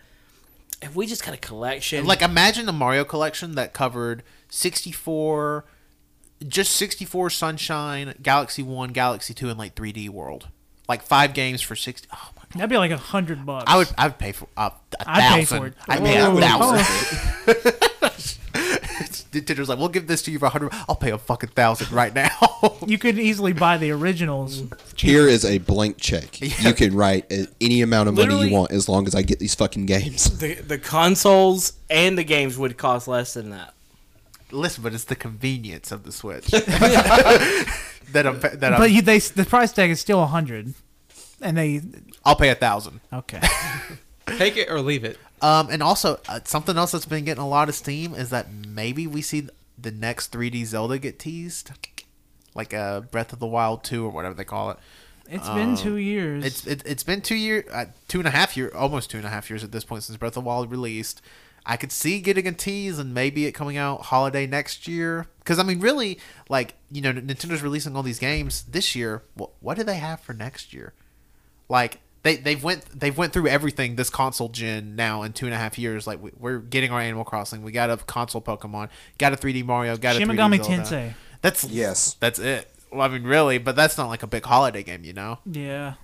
Speaker 2: If we just got a collection,
Speaker 1: Like, imagine a Mario collection that covered 64, just 64 Sunshine, Galaxy 1, Galaxy 2, and like 3D World. Like five games for 60. Oh my God.
Speaker 4: That'd be like a hundred bucks.
Speaker 1: I would, I would pay for uh, a
Speaker 4: I'd pay
Speaker 1: thousand.
Speaker 4: for it. Oh.
Speaker 1: I'd pay
Speaker 5: That
Speaker 1: a
Speaker 5: would be
Speaker 1: thousand.
Speaker 5: worth it.
Speaker 1: Nintendo's like, we'll give this to you for a hundred. I'll pay a fucking thousand right now.
Speaker 4: You could easily buy the originals. cheap.
Speaker 5: Here is a blank check. You can write a- any amount of money
Speaker 2: Literally-
Speaker 5: you want as long as I get these fucking games.
Speaker 2: the the consoles and the games would cost less than that.
Speaker 1: Listen, but it's the convenience of the Switch that I'm, that I'm,
Speaker 4: But you, they, the price tag is still a hundred, and they
Speaker 1: I'll pay a thousand.
Speaker 4: okay.
Speaker 3: Take it or leave it.
Speaker 1: Um, and also uh, something else that's been getting a lot of steam is that maybe we see the next 3D Zelda get teased, like uh, Breath of the Wild two or whatever they call it.
Speaker 4: It's been two years.
Speaker 1: Um, It's it, it's been two year, uh, two and a half year, almost two and a half years at this point since Breath of the Wild released. I could see getting a tease and maybe it coming out holiday next year. Because I mean, really, like you know, Nintendo's releasing all these games this year. What what do they have for next year? Like they they've went they've went through everything this console gen now in two and a half years. Like we, we're getting our Animal Crossing, we got a console Pokemon, got a 3D Mario, got
Speaker 4: Shin
Speaker 1: a 3D
Speaker 4: Megami
Speaker 1: Zelda.
Speaker 4: Tensei.
Speaker 1: That's
Speaker 5: Yes.
Speaker 1: that's it. Well, I mean, really, but that's not like a big holiday game, you know.
Speaker 4: yeah,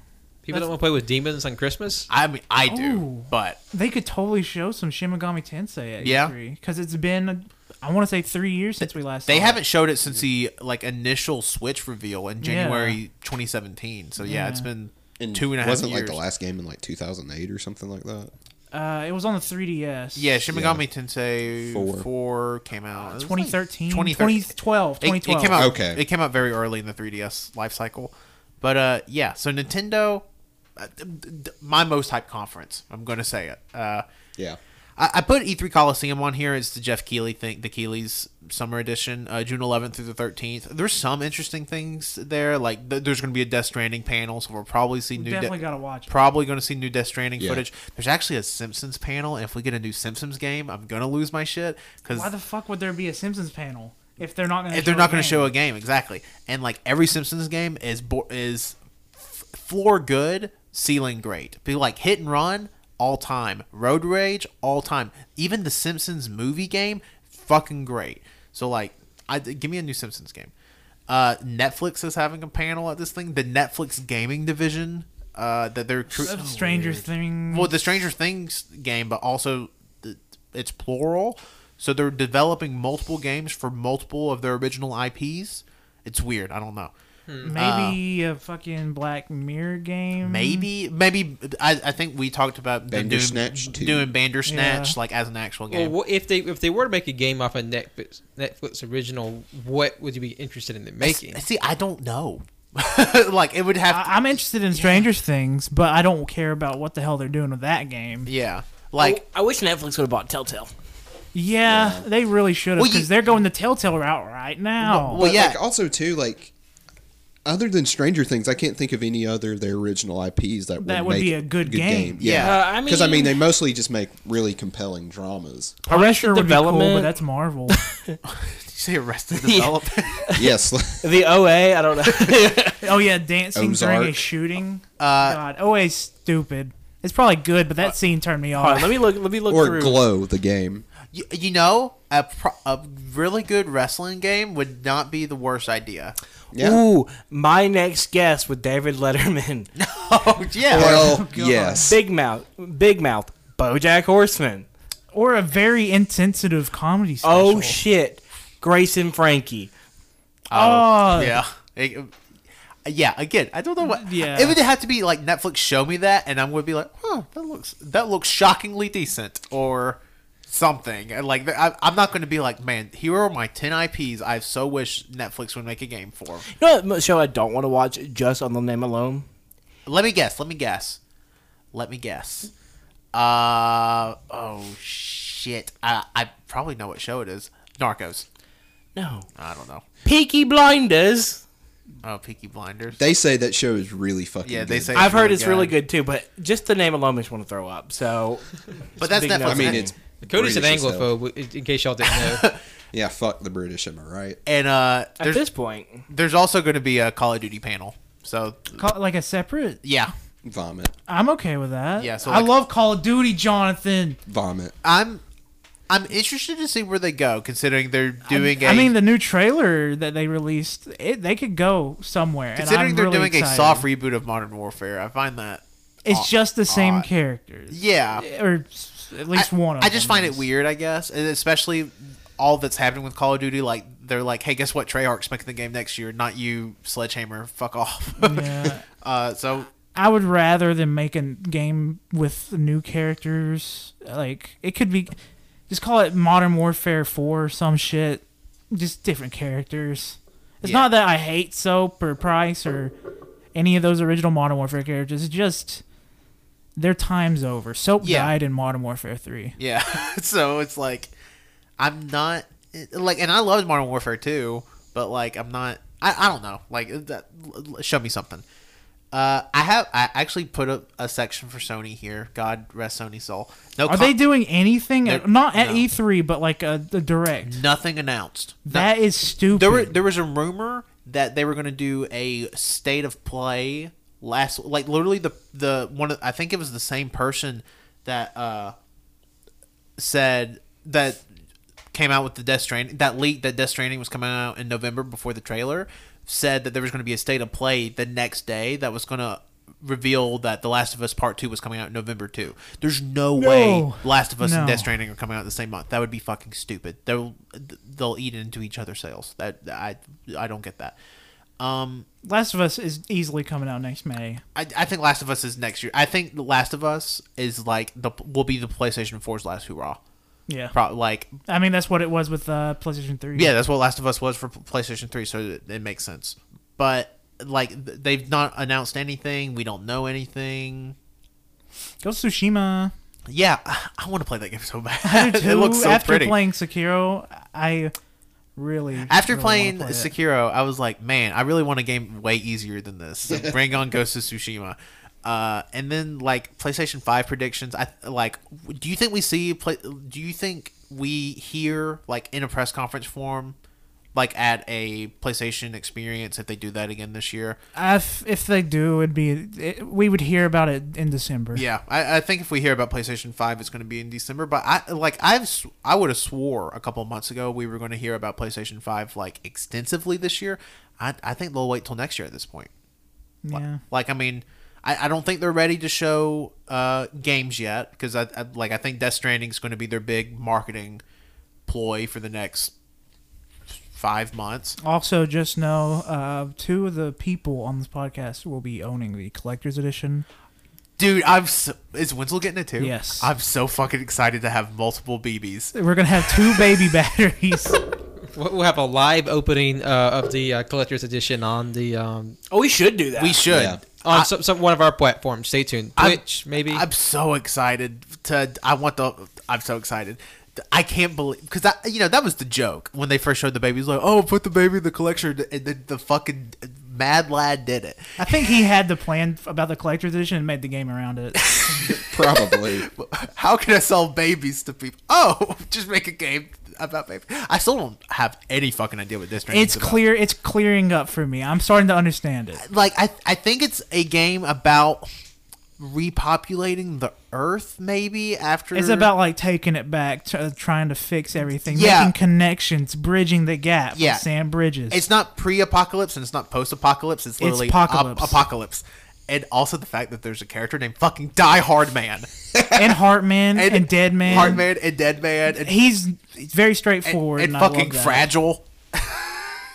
Speaker 3: People don't want to play with demons on Christmas.
Speaker 1: I mean, I do,
Speaker 4: Ooh.
Speaker 1: but
Speaker 4: they could totally show some Shin Megami Tensei at
Speaker 1: Yeah.
Speaker 4: E3 because it's been I want to say three years since we last.
Speaker 1: they
Speaker 4: saw it.
Speaker 1: haven't showed it since the like initial Switch reveal in January 2017. So yeah, it's been two and a half
Speaker 5: wasn't
Speaker 1: years.
Speaker 5: like the last game in like 2008 or something like that.
Speaker 4: Uh, it was on the 3DS.
Speaker 1: yeah, Shin Megami Tensei
Speaker 5: Four.
Speaker 1: 4, came out.
Speaker 4: 2013,
Speaker 1: 2013.
Speaker 4: 2012,
Speaker 1: It, it
Speaker 4: 2012.
Speaker 1: came out.
Speaker 5: Okay.
Speaker 1: It came out very early in the 3DS life cycle, but uh, yeah. So Nintendo, uh, d- d- my most hyped conference. I'm gonna say it. Uh,
Speaker 5: Yeah.
Speaker 1: I- I, I put E3 Coliseum on here. It's the Jeff Keeley thing, the Keeley's Summer Edition, uh, June 11th through the 13th. There's some interesting things there. Like th- there's going to be a Death Stranding panel, so we'll probably see new.
Speaker 4: definitely
Speaker 1: De-
Speaker 4: gotta watch it.
Speaker 1: Probably going to see new Death Stranding
Speaker 5: Yeah.
Speaker 1: footage. There's actually a Simpsons panel, and if we get a new Simpsons game, I'm gonna lose my shit because
Speaker 4: Why the fuck would there be a Simpsons panel if they're not going to?
Speaker 1: if they're not going to show
Speaker 4: a
Speaker 1: a game exactly and like every simpsons game is bo- is f- floor good ceiling great be like hit and run all time road rage all time even the simpsons movie game fucking great so like i give me a new simpsons game uh netflix is having a panel at this thing the netflix gaming division uh that they're cr-
Speaker 4: game. Stranger Things.
Speaker 1: well the stranger things game but also th- it's plural so they're developing multiple games for multiple of their original ips it's weird i don't know
Speaker 4: Hmm. maybe a fucking Black Mirror game.
Speaker 1: uh, maybe maybe i, I think we talked about them doing,
Speaker 5: Bandersnatch 2.
Speaker 1: doing bandersnatch
Speaker 4: Yeah.
Speaker 1: like as an actual
Speaker 3: Well,
Speaker 1: game
Speaker 3: what, if they if they were to make a game off a Netflix Netflix original, what would you be interested in them making?
Speaker 1: see i don't know like it would have to,
Speaker 4: I- I'm interested in Stranger Things, but I don't care about what the hell they're doing with that game.
Speaker 1: yeah like
Speaker 2: I wish Netflix would have bought Telltale.
Speaker 4: Yeah, they really should have
Speaker 1: Well, you-
Speaker 4: because they're going the Telltale route right now.
Speaker 1: well yeah
Speaker 5: Like, also too, like other than Stranger Things, I can't think of any other of their original IPs that
Speaker 4: That
Speaker 5: would
Speaker 4: would be
Speaker 5: make
Speaker 4: a good game.
Speaker 1: Yeah.
Speaker 2: Uh, I mean,
Speaker 5: Because I mean, they mostly just make really compelling dramas.
Speaker 4: Pressure would be cool, but
Speaker 2: development-
Speaker 4: that's Marvel.
Speaker 1: you say arrested development
Speaker 5: yes,
Speaker 2: the OA. I don't know.
Speaker 4: oh yeah, dancing during a
Speaker 5: Ozark.
Speaker 4: shooting.
Speaker 1: Uh,
Speaker 4: God, always stupid. It's probably good, but that scene turned
Speaker 1: uh,
Speaker 4: me
Speaker 2: All
Speaker 4: off.
Speaker 2: right, let me look. Let me look
Speaker 5: or
Speaker 2: through.
Speaker 5: Glow, the game.
Speaker 1: you, you know a, pro- a really good wrestling game would not be the worst idea
Speaker 5: Yeah.
Speaker 2: Ooh, my next guest with David Letterman,
Speaker 1: oh yeah
Speaker 5: Well, yes.
Speaker 2: Big Mouth, Big Mouth, BoJack Horseman.
Speaker 4: or a very insensitive comedy special.
Speaker 2: Oh shit, Grace and Frankie.
Speaker 4: Oh.
Speaker 2: Uh,
Speaker 1: yeah, It- yeah. Again, I don't know what.
Speaker 4: Yeah.
Speaker 1: it would have to be like Netflix show me that, and I'm gonna be like, huh, that looks that looks shockingly decent, or something. And like, I, I'm not gonna be like, man, here are my ten IPs. I so wish Netflix would make a game for.
Speaker 2: You know what show I don't want to watch just on the name alone?
Speaker 1: Let me guess. Let me guess. Let me guess. Uh oh, shit. I I probably know what show it is. Narcos.
Speaker 2: No,
Speaker 1: I don't know.
Speaker 2: Peaky Blinders.
Speaker 1: Oh, Peaky Blinders.
Speaker 5: They say that show is really fucking.
Speaker 1: yeah, they
Speaker 5: good.
Speaker 1: say
Speaker 2: I've heard it's really good too, but just the name alone makes me want to throw up. So,
Speaker 1: but that's
Speaker 2: Big
Speaker 1: Netflix.
Speaker 2: no.
Speaker 5: I mean, it's
Speaker 3: Cody's an
Speaker 5: British as hell.
Speaker 3: Anglophobe, in- in case y'all didn't know.
Speaker 5: Yeah, fuck the British. Am I right?
Speaker 1: and uh,
Speaker 2: at
Speaker 1: there's
Speaker 2: this point,
Speaker 1: There's also going to be a Call of Duty panel. So
Speaker 4: Call, like a separate.
Speaker 1: yeah,
Speaker 5: Vomit,
Speaker 4: I'm okay with that.
Speaker 1: Yeah, so
Speaker 4: I
Speaker 1: like-
Speaker 4: love Call of Duty, Jonathan.
Speaker 5: vomit.
Speaker 1: I'm I'm interested to see where they go, considering they're doing. a
Speaker 4: I mean, the new trailer that they released, it, they could go somewhere. and
Speaker 1: considering
Speaker 4: I'm
Speaker 1: they're
Speaker 4: really
Speaker 1: doing
Speaker 4: excited.
Speaker 1: a soft reboot of Modern Warfare. I find that
Speaker 4: It's just the same
Speaker 1: odd.
Speaker 4: characters,
Speaker 1: yeah,
Speaker 4: or s- at least
Speaker 1: I,
Speaker 4: one. of
Speaker 1: I just
Speaker 4: them
Speaker 1: find it
Speaker 4: is.
Speaker 1: weird, I guess, and especially all that's happening with Call of Duty. Like they're like, hey, guess what? Treyarch's making the game next year, not you, Sledgehammer. Fuck off.
Speaker 4: Yeah.
Speaker 1: uh, so
Speaker 4: I would rather than make a game with new characters. Like it could be, just call it Modern Warfare Four or some shit. Just different characters. It's
Speaker 1: Yeah.
Speaker 4: not that I hate Soap or Price or any of those original Modern Warfare characters. It's just their time's over. Soap
Speaker 1: Yeah.
Speaker 4: died in Modern Warfare Three.
Speaker 1: Yeah. so it's like I'm not like and I loved Modern Warfare 2, but like I'm not I, I don't know. Like that, l- l- show me something. Uh, I have I actually put a, a section for Sony here. God rest Sony's soul. No
Speaker 4: Are
Speaker 1: con-
Speaker 4: they doing anything?
Speaker 1: They're-
Speaker 4: not at
Speaker 1: no.
Speaker 4: E3, but like a, a direct.
Speaker 1: nothing announced. No-
Speaker 4: That is stupid.
Speaker 1: there were there was a rumor that they were going to do a state of play last like literally the the one of, I think it was the same person that uh said that came out with the Death Stranding that leak that Death Stranding was coming out in November before the trailer said that there was going to be a state of play the next day that was going to reveal that The Last of Us Part 2 was coming out in November too. There's no, way Last of Us and
Speaker 4: No.
Speaker 1: Death Stranding are coming out the same month. That would be fucking stupid. They'll they'll eat into each other's sales. That I I don't get that. Um
Speaker 4: Last of Us is easily coming out next May.
Speaker 1: I, I think Last of Us is next year. I think The Last of Us is like the will be the PlayStation 4's last hurrah.
Speaker 4: Yeah.
Speaker 1: Pro- like
Speaker 4: I mean, that's what it was with uh, PlayStation 3.
Speaker 1: Yeah, that's what Last of Us was for P- PlayStation 3, so it, it makes sense. But like th- they've not announced anything, we don't know anything.
Speaker 4: Go Tsushima.
Speaker 1: Yeah, I want to play that game so bad.
Speaker 4: I do
Speaker 1: it
Speaker 4: too.
Speaker 1: looks so
Speaker 4: After
Speaker 1: pretty.
Speaker 4: playing Sekiro, I really
Speaker 1: After
Speaker 4: really
Speaker 1: playing
Speaker 4: wanna play it.
Speaker 1: Sekiro, I was like, man, I really want a game way easier than this. So bring on Ghost of Tsushima. Uh, and then like PlayStation Five predictions. I like. Do you think we see? Play, do you think we hear like in a press conference form, like at a PlayStation Experience if they do that again this year?
Speaker 4: if if they do, it'd be it, we would hear about it in December.
Speaker 1: Yeah, I, I think if we hear about PlayStation Five, it's going to be in December. But I like I've s- I would have swore a couple of months ago we were going to hear about PlayStation Five like extensively this year. I I think they'll wait till next year at this point. Li-
Speaker 4: Yeah.
Speaker 1: Like I mean, I, I don't think they're ready to show uh, games yet because I, I like I think Death Stranding is going to be their big marketing ploy for the next five months.
Speaker 4: Also, just know uh, two of the people on this podcast will be owning the collector's edition.
Speaker 1: Dude, I'm so, is Winslow getting it too?
Speaker 4: Yes.
Speaker 1: I'm so fucking excited to have multiple BBs.
Speaker 4: We're gonna have two baby batteries.
Speaker 3: We'll we'll have a live opening uh, of the uh, collector's edition on the um,
Speaker 2: Oh, we should do that.
Speaker 1: We should.
Speaker 5: Yeah.
Speaker 3: on some, some one of our platforms. Stay tuned.
Speaker 1: I'm-
Speaker 3: Twitch, maybe.
Speaker 1: I'm so excited to. I want the. I'm so excited. I can't believe because I, you know, that was the joke when they first showed the baby. It was like, oh, put the baby in the collection, and then the fucking mad lad did it.
Speaker 4: I think he had the plan about the collector's edition and made the game around it.
Speaker 5: Probably.
Speaker 1: How can I sell babies to people? Oh, just make a game about baby. I still don't have any fucking idea what this.
Speaker 4: It's
Speaker 1: about.
Speaker 4: clear. It's clearing up for me. I'm starting to understand it.
Speaker 1: like I I think it's a game about repopulating the earth maybe after
Speaker 4: It's about like taking it back, tr- trying to fix everything,
Speaker 1: Yeah.
Speaker 4: making connections, bridging the gap.
Speaker 1: Yeah.
Speaker 4: like Sam Bridges.
Speaker 1: It's not pre-apocalypse and it's not post-apocalypse. It's literally ap-
Speaker 4: apocalypse.
Speaker 1: apocalypse. And also the fact that there's a character named fucking Die Hard Man
Speaker 4: and Hartman and, Dead Man.
Speaker 1: Hard Man and Dead Man and,
Speaker 4: He's very straightforward
Speaker 1: and
Speaker 4: and, I love
Speaker 1: fucking
Speaker 4: that.
Speaker 1: Fragile.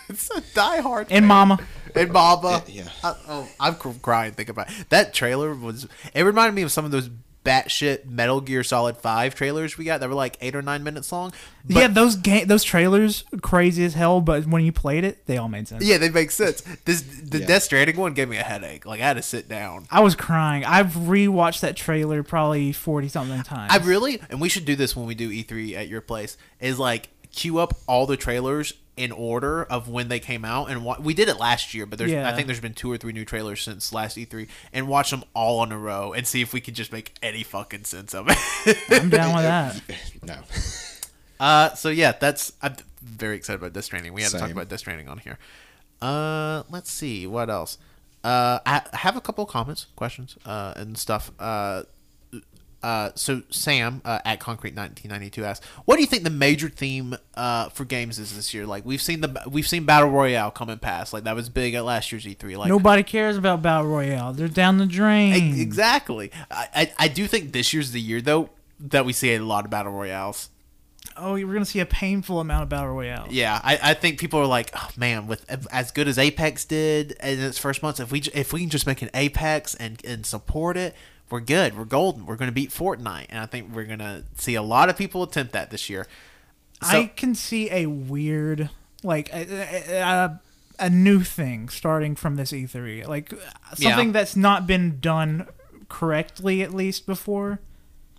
Speaker 1: it's a Die Hard
Speaker 4: And
Speaker 1: Man.
Speaker 4: Mama.
Speaker 1: and Baba.
Speaker 5: Yeah, yeah.
Speaker 1: I, oh, I'm cr- crying thinking about it. that trailer. Was it reminded me of some of those batshit Metal Gear Solid Five trailers we got that were like eight or nine minutes long. But
Speaker 4: yeah, those ga- those trailers crazy as hell, but when you played it, they all made sense.
Speaker 1: yeah, they make sense. This the
Speaker 5: Yeah.
Speaker 1: Death Stranding one gave me a headache. Like I had to sit down.
Speaker 4: I was crying. I've rewatched that trailer probably forty something times.
Speaker 1: I really, and we should do this when we do E3 at your place. Is like queue up all the trailers in order of when they came out, and wa- we did it last year. But there's,
Speaker 4: Yeah.
Speaker 1: I think there's been two or three new trailers since last E3, and watch them all in a row and see if we could just make any fucking sense of it.
Speaker 4: I'm down with that.
Speaker 5: no.
Speaker 1: uh, so yeah, that's I'm very excited about Death Stranding. We had to talk
Speaker 5: Same.
Speaker 1: about Death Stranding on here. Uh, let's see what else. Uh, I I have a couple of comments, questions, uh, and stuff. Uh, uh, so Sam uh, at Concrete 1992 asks, "What do you think the major theme uh, for games is this year? Like we've seen the we've seen battle royale come and pass. Like that was big at last year's E3. Like
Speaker 4: Nobody cares about battle royale. They're down the drain.
Speaker 1: e- exactly. I, I I do think this year's the year though that we see a lot of battle royales.
Speaker 4: Oh, we're gonna see a painful amount of battle royale.
Speaker 1: Yeah, I, I think people are like, oh, man, with as good as Apex did in its first months, if we j- if we can just make an Apex and and support it, we're good. We're golden. We're going to beat Fortnite, and I think we're going to see a lot of people attempt that this year. So,
Speaker 4: I can see a weird, like a, a, a, a new thing starting from this E3, like something
Speaker 1: Yeah.
Speaker 4: that's not been done correctly at least before.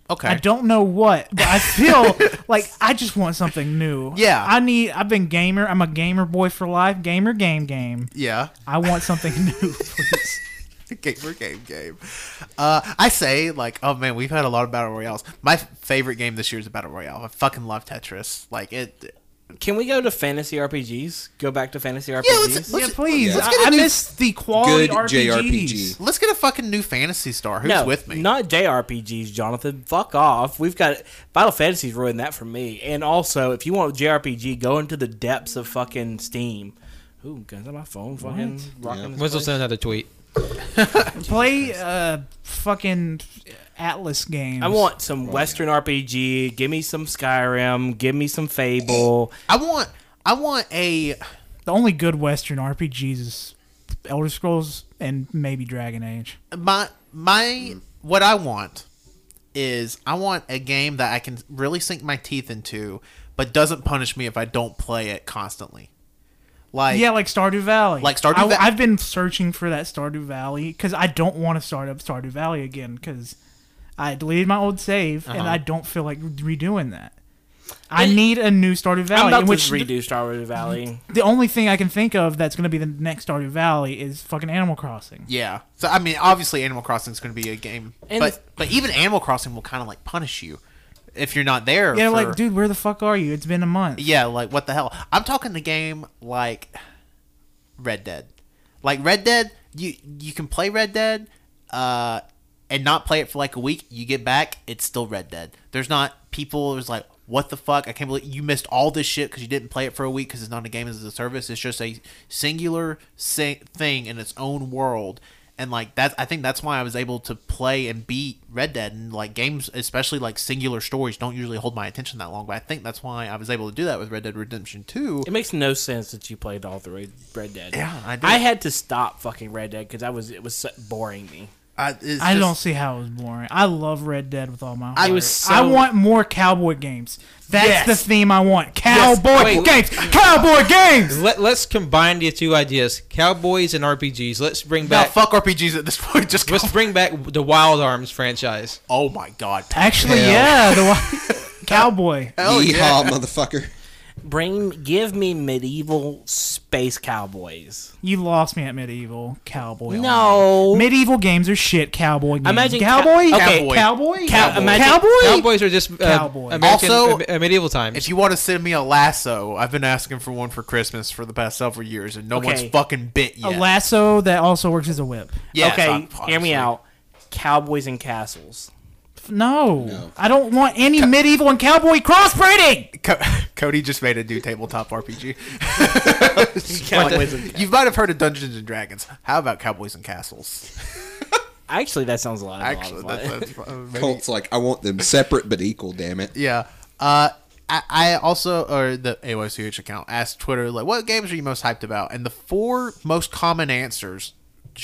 Speaker 1: okay,
Speaker 4: I don't know what, but I feel like I just want something new.
Speaker 1: Yeah.
Speaker 4: I need. I've been gamer. I'm a gamer boy for life. Gamer game game.
Speaker 1: yeah,
Speaker 4: I want something new, please.
Speaker 1: gamer game game. Uh, I say like, oh man, we've had a lot of battle royales. My f- favorite game this year is a battle royale. I fucking love Tetris. Like it.
Speaker 2: Can we go to fantasy RPGs? Go back to fantasy RPGs.
Speaker 1: let's-
Speaker 4: yeah, please.
Speaker 5: let's
Speaker 4: I,
Speaker 1: get a
Speaker 4: I
Speaker 1: new-
Speaker 4: miss the quality
Speaker 5: Good
Speaker 4: RPGs.
Speaker 5: JRPG.
Speaker 1: Let's get a fucking new Fantasy Star. Who's
Speaker 2: no,
Speaker 1: with me?
Speaker 2: Not JRPGs, Jonathan. Fuck off. We've got Final Fantasy's ruined that for me. And also, if you want JRPG, go into the depths of fucking Steam. Ooh, guns on my phone, fucking rocking. this
Speaker 3: Winslow
Speaker 2: place.
Speaker 3: sent another tweet.
Speaker 4: Play uh, fucking Atlas games.
Speaker 2: I want some Western RPG. Give me some Skyrim. Give me some Fable.
Speaker 1: I want. I want a.
Speaker 4: the only good Western RPGs is Elder Scrolls and maybe Dragon Age.
Speaker 1: my my
Speaker 4: Hmm.
Speaker 1: what I want is I want a game that I can really sink my teeth into, but doesn't punish me if I don't play it constantly. Like
Speaker 4: Yeah, like Stardew Valley.
Speaker 1: Like Stardew
Speaker 4: I,
Speaker 1: Va-
Speaker 4: I've been searching for that Stardew Valley because I don't want to start up Stardew Valley again because I deleted my old save, and
Speaker 3: Uh-huh.
Speaker 4: I don't feel like redoing that. I
Speaker 2: And-
Speaker 4: need a new Stardew
Speaker 2: I'm
Speaker 4: Valley,
Speaker 2: about
Speaker 4: in which
Speaker 2: to redo Stardew Valley.
Speaker 4: the only thing I can think of that's going to be the next Stardew Valley is fucking Animal Crossing.
Speaker 1: Yeah. So I mean, obviously, Animal Crossing is going to be a game,
Speaker 2: And-
Speaker 1: but but even Animal Crossing will kind of like punish you if you're not there.
Speaker 4: Yeah,
Speaker 1: for-
Speaker 4: like, dude, where the fuck are you? It's been a month.
Speaker 1: Yeah, like what the hell? I'm talking the game like Red Dead. Like Red Dead, you you can play Red Dead uh and not play it for like a week, you get back, it's still Red Dead. There's not people there's like what the fuck? I can't believe you missed all this shit because you didn't play it for a week because it's not a game as a service. It's just a singular si- thing in its own world, and like that's I think that's why I was able to play and beat Red Dead and like games, especially like singular stories, don't usually hold my attention that long. But I think that's why I was able to do that with Red Dead Redemption Two.
Speaker 2: It makes no sense that you played all through Red Dead.
Speaker 1: Yeah, I did.
Speaker 2: I had to stop fucking Red Dead because I was it was so- boring me.
Speaker 1: I, it's
Speaker 4: I
Speaker 1: just-
Speaker 4: don't see how it was boring. I love Red Dead with all my heart.
Speaker 2: I
Speaker 4: I,
Speaker 2: was so-
Speaker 4: want more cowboy games. That's
Speaker 2: Yes.
Speaker 4: the theme I want. Cowboy
Speaker 3: Wait.
Speaker 4: games. Cowboy games.
Speaker 3: Let, let's combine the two ideas, cowboys and RPGs. Let's bring
Speaker 1: Now,
Speaker 3: back.
Speaker 1: fuck RPGs at this point. Just go,
Speaker 3: let's bring back the Wild Arms franchise.
Speaker 1: oh my god.
Speaker 4: Actually,
Speaker 5: Hell.
Speaker 4: yeah, the one- cowboy.
Speaker 1: Hell
Speaker 5: Yeehaw,
Speaker 1: yeah.
Speaker 5: motherfucker.
Speaker 2: Bring, give me medieval space cowboys.
Speaker 4: You lost me at medieval cowboy.
Speaker 2: No,
Speaker 4: Medieval games are shit. Cowboy games.
Speaker 2: Imagine ca-
Speaker 4: cowboy.
Speaker 2: okay.
Speaker 4: cowboy. Cowboy.
Speaker 2: Cow- imagine-
Speaker 4: cowboy?
Speaker 3: Cowboys are just uh,
Speaker 4: Oh, Cowboys.
Speaker 3: American,
Speaker 1: Also-
Speaker 3: uh, medieval times.
Speaker 1: If you want to send me a lasso, I've been asking for one for Christmas for the past several years, and no
Speaker 2: Okay.
Speaker 1: one's fucking bit yet.
Speaker 4: A lasso that also works as a whip.
Speaker 1: Yes,
Speaker 2: okay,
Speaker 1: I'm-
Speaker 2: hear
Speaker 1: obviously.
Speaker 2: me out. Cowboys and castles.
Speaker 4: No,
Speaker 5: No.
Speaker 4: I don't want any medieval and cowboy crossbreeding.
Speaker 1: Co- Cody just made a new tabletop RPG.
Speaker 2: Cowboys and
Speaker 1: you might have heard of Dungeons and Dragons. How about Cowboys and Castles?
Speaker 2: Actually, that sounds a lot.
Speaker 1: Actually,
Speaker 2: Actually,
Speaker 1: that's, that's uh, maybe-
Speaker 5: Colt's like, I want them separate but equal, damn it.
Speaker 1: yeah. Uh, I, I also or the AYCH account asked Twitter like, "What games are you most hyped about?" And the four most common answers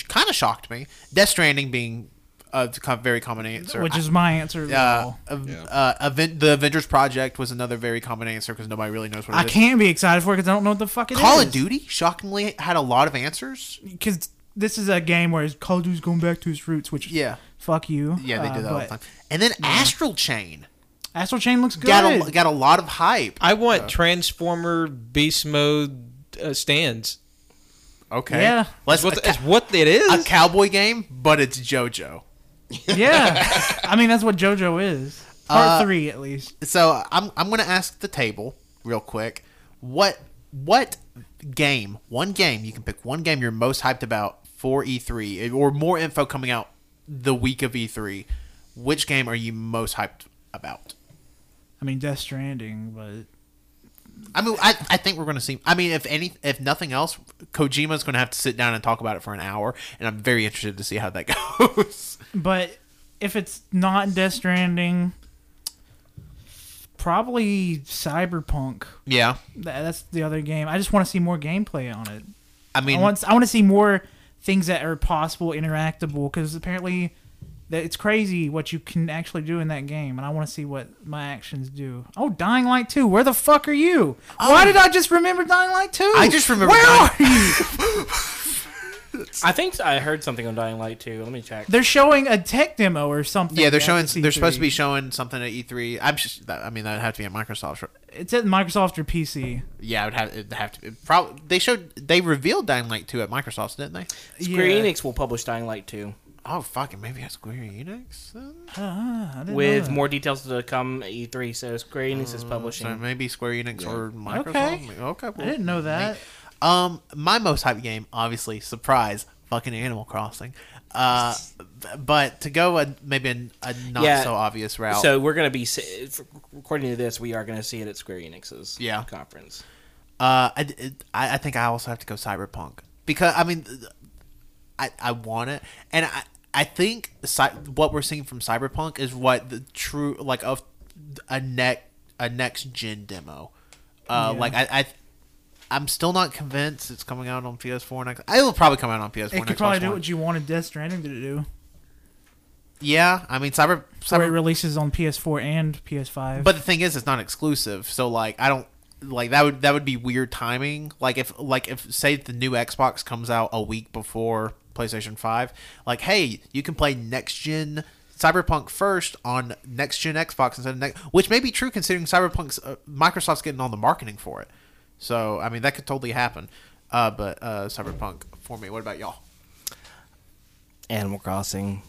Speaker 1: kind of shocked me. Death Stranding being a co- very common answer,
Speaker 4: Which is my answer.
Speaker 1: Uh,
Speaker 4: as well.
Speaker 1: av-
Speaker 5: Yeah.
Speaker 1: uh, Aven- the Avengers Project was another very common answer because nobody really knows what it
Speaker 4: I
Speaker 1: is.
Speaker 4: can't be excited for it because I don't know what the fuck it is.
Speaker 1: Call of Duty shockingly had a lot of answers.
Speaker 4: because this is a game where Call of Duty's going back to its roots, which
Speaker 1: Yeah.
Speaker 4: fuck you.
Speaker 1: Yeah, they
Speaker 4: Uh,
Speaker 1: do that all the
Speaker 4: but
Speaker 1: time. And then Astral Chain
Speaker 4: Astral Chain looks good.
Speaker 1: got a, got a lot of hype.
Speaker 3: I want Transformer Beast Mode uh, stands.
Speaker 1: Okay,
Speaker 4: Yeah.
Speaker 1: let's
Speaker 3: That's what,
Speaker 1: a,
Speaker 3: the, it's what it is.
Speaker 1: a cowboy game, but it's JoJo.
Speaker 4: yeah, I mean that's what JoJo is. Part
Speaker 1: Uh,
Speaker 4: three, at least.
Speaker 1: So I'm I'm gonna ask the table real quick. What what game? One game you can pick. One game you're most hyped about for E3 or more info coming out the week of E3. Which game are you most hyped about?
Speaker 4: I mean Death Stranding, but
Speaker 1: I mean, I, I think we're going to see. I mean, if any, if nothing else, Kojima's going to have to sit down and talk about it for an hour, and I'm very interested to see how that goes.
Speaker 4: but if it's not Death Stranding, probably Cyberpunk.
Speaker 1: yeah,
Speaker 4: Tha- That's the other game. I just want to see more gameplay on it.
Speaker 1: I
Speaker 4: I
Speaker 1: mean,
Speaker 4: want I want to see more things that are possible, interactable, because apparently that it's crazy what you can actually do in that game, and I want to see what my actions do. Oh, Dying Light two, where the fuck are you? Why did I just remember Dying Light two?
Speaker 1: Oh. I just remember
Speaker 4: Where
Speaker 1: Dying-
Speaker 4: are you?
Speaker 2: I think I heard something on Dying Light too. Let me check.
Speaker 4: They're showing a tech demo or something.
Speaker 1: yeah, they're
Speaker 4: at
Speaker 1: showing.
Speaker 4: the
Speaker 1: They're supposed to be
Speaker 4: C3.
Speaker 1: showing something at E3. I'm just. That, I mean, that'd have to be at Microsoft. sure.
Speaker 4: it's at Microsoft or PC.
Speaker 1: Yeah, it would have. It'd have to. Be, probably they showed. They revealed Dying Light two at Microsoft, didn't they?
Speaker 2: Square
Speaker 4: Yeah.
Speaker 2: Enix will publish Dying Light two
Speaker 1: Oh fucking maybe it's Square Enix. then?
Speaker 4: Ah, I didn't know
Speaker 2: with
Speaker 4: that.
Speaker 2: more details to come at E3. So Square Enix is publishing.
Speaker 1: So maybe Square Enix
Speaker 5: Yeah.
Speaker 1: or Microsoft.
Speaker 4: Okay.
Speaker 1: okay
Speaker 4: I
Speaker 1: well,
Speaker 4: didn't know that.
Speaker 1: Um, my most hype game, obviously, surprise, fucking Animal Crossing. Uh, b- but to go a, maybe a, a not
Speaker 2: Yeah.
Speaker 1: so obvious route.
Speaker 2: So we're gonna be se- if- according to this, we are gonna see it at Square Enix's
Speaker 1: Yeah.
Speaker 2: conference.
Speaker 1: uh, I, d- I I think I also have to go Cyberpunk because I mean, th- I I want it, and I I think cy- what we're seeing from Cyberpunk is what the true like of a neck a next gen demo. Uh,
Speaker 4: Yeah.
Speaker 1: like I. I I'm still not convinced it's coming out on PS4 next. It will probably come out on PS4
Speaker 4: It
Speaker 1: next.
Speaker 4: could
Speaker 1: Xbox
Speaker 4: probably do
Speaker 1: One.
Speaker 4: what you wanted Death Stranding to do.
Speaker 1: Yeah, I mean Cyber
Speaker 4: So it
Speaker 1: Cyber
Speaker 4: releases on PS4 and PS5.
Speaker 1: But the thing is, it's not exclusive. So like, I don't like that would that would be weird timing. Like if like if say the new Xbox comes out a week before PlayStation Five, like hey, you can play next gen Cyberpunk first on next gen Xbox instead of next, which may be true considering Cyberpunk's uh, Microsoft's getting all the marketing for it. So I mean that could totally happen. Uh, but uh, Cyberpunk for me. What about y'all?
Speaker 2: Animal Crossing.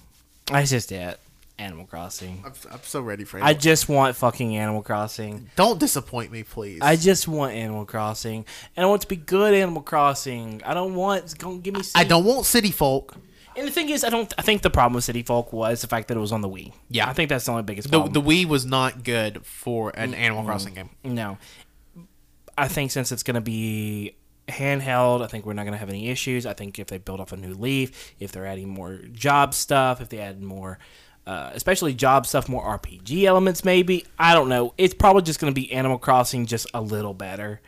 Speaker 2: That's just it. Animal Crossing.
Speaker 1: I'm, I'm so ready for it.
Speaker 2: I just want fucking Animal Crossing.
Speaker 1: Don't disappoint me, please.
Speaker 2: I just want Animal Crossing, and I want it to be good Animal Crossing. I don't want. Don't give me.
Speaker 1: I
Speaker 2: city-
Speaker 1: don't want city folk.
Speaker 2: And the thing is, I don't. I think the problem with City Folk was the fact that it was on the Wii.
Speaker 1: Yeah.
Speaker 2: I think that's the only biggest
Speaker 1: The,
Speaker 2: problem.
Speaker 1: the Wii was not good for an Animal Crossing game.
Speaker 2: No. I think since it's going to be handheld, I think we're not going to have any issues. I think if they build off a new leaf, if they're adding more job stuff, if they add more, uh, especially job stuff, more RPG elements, maybe. I don't know. It's probably just going to be Animal Crossing just a little better.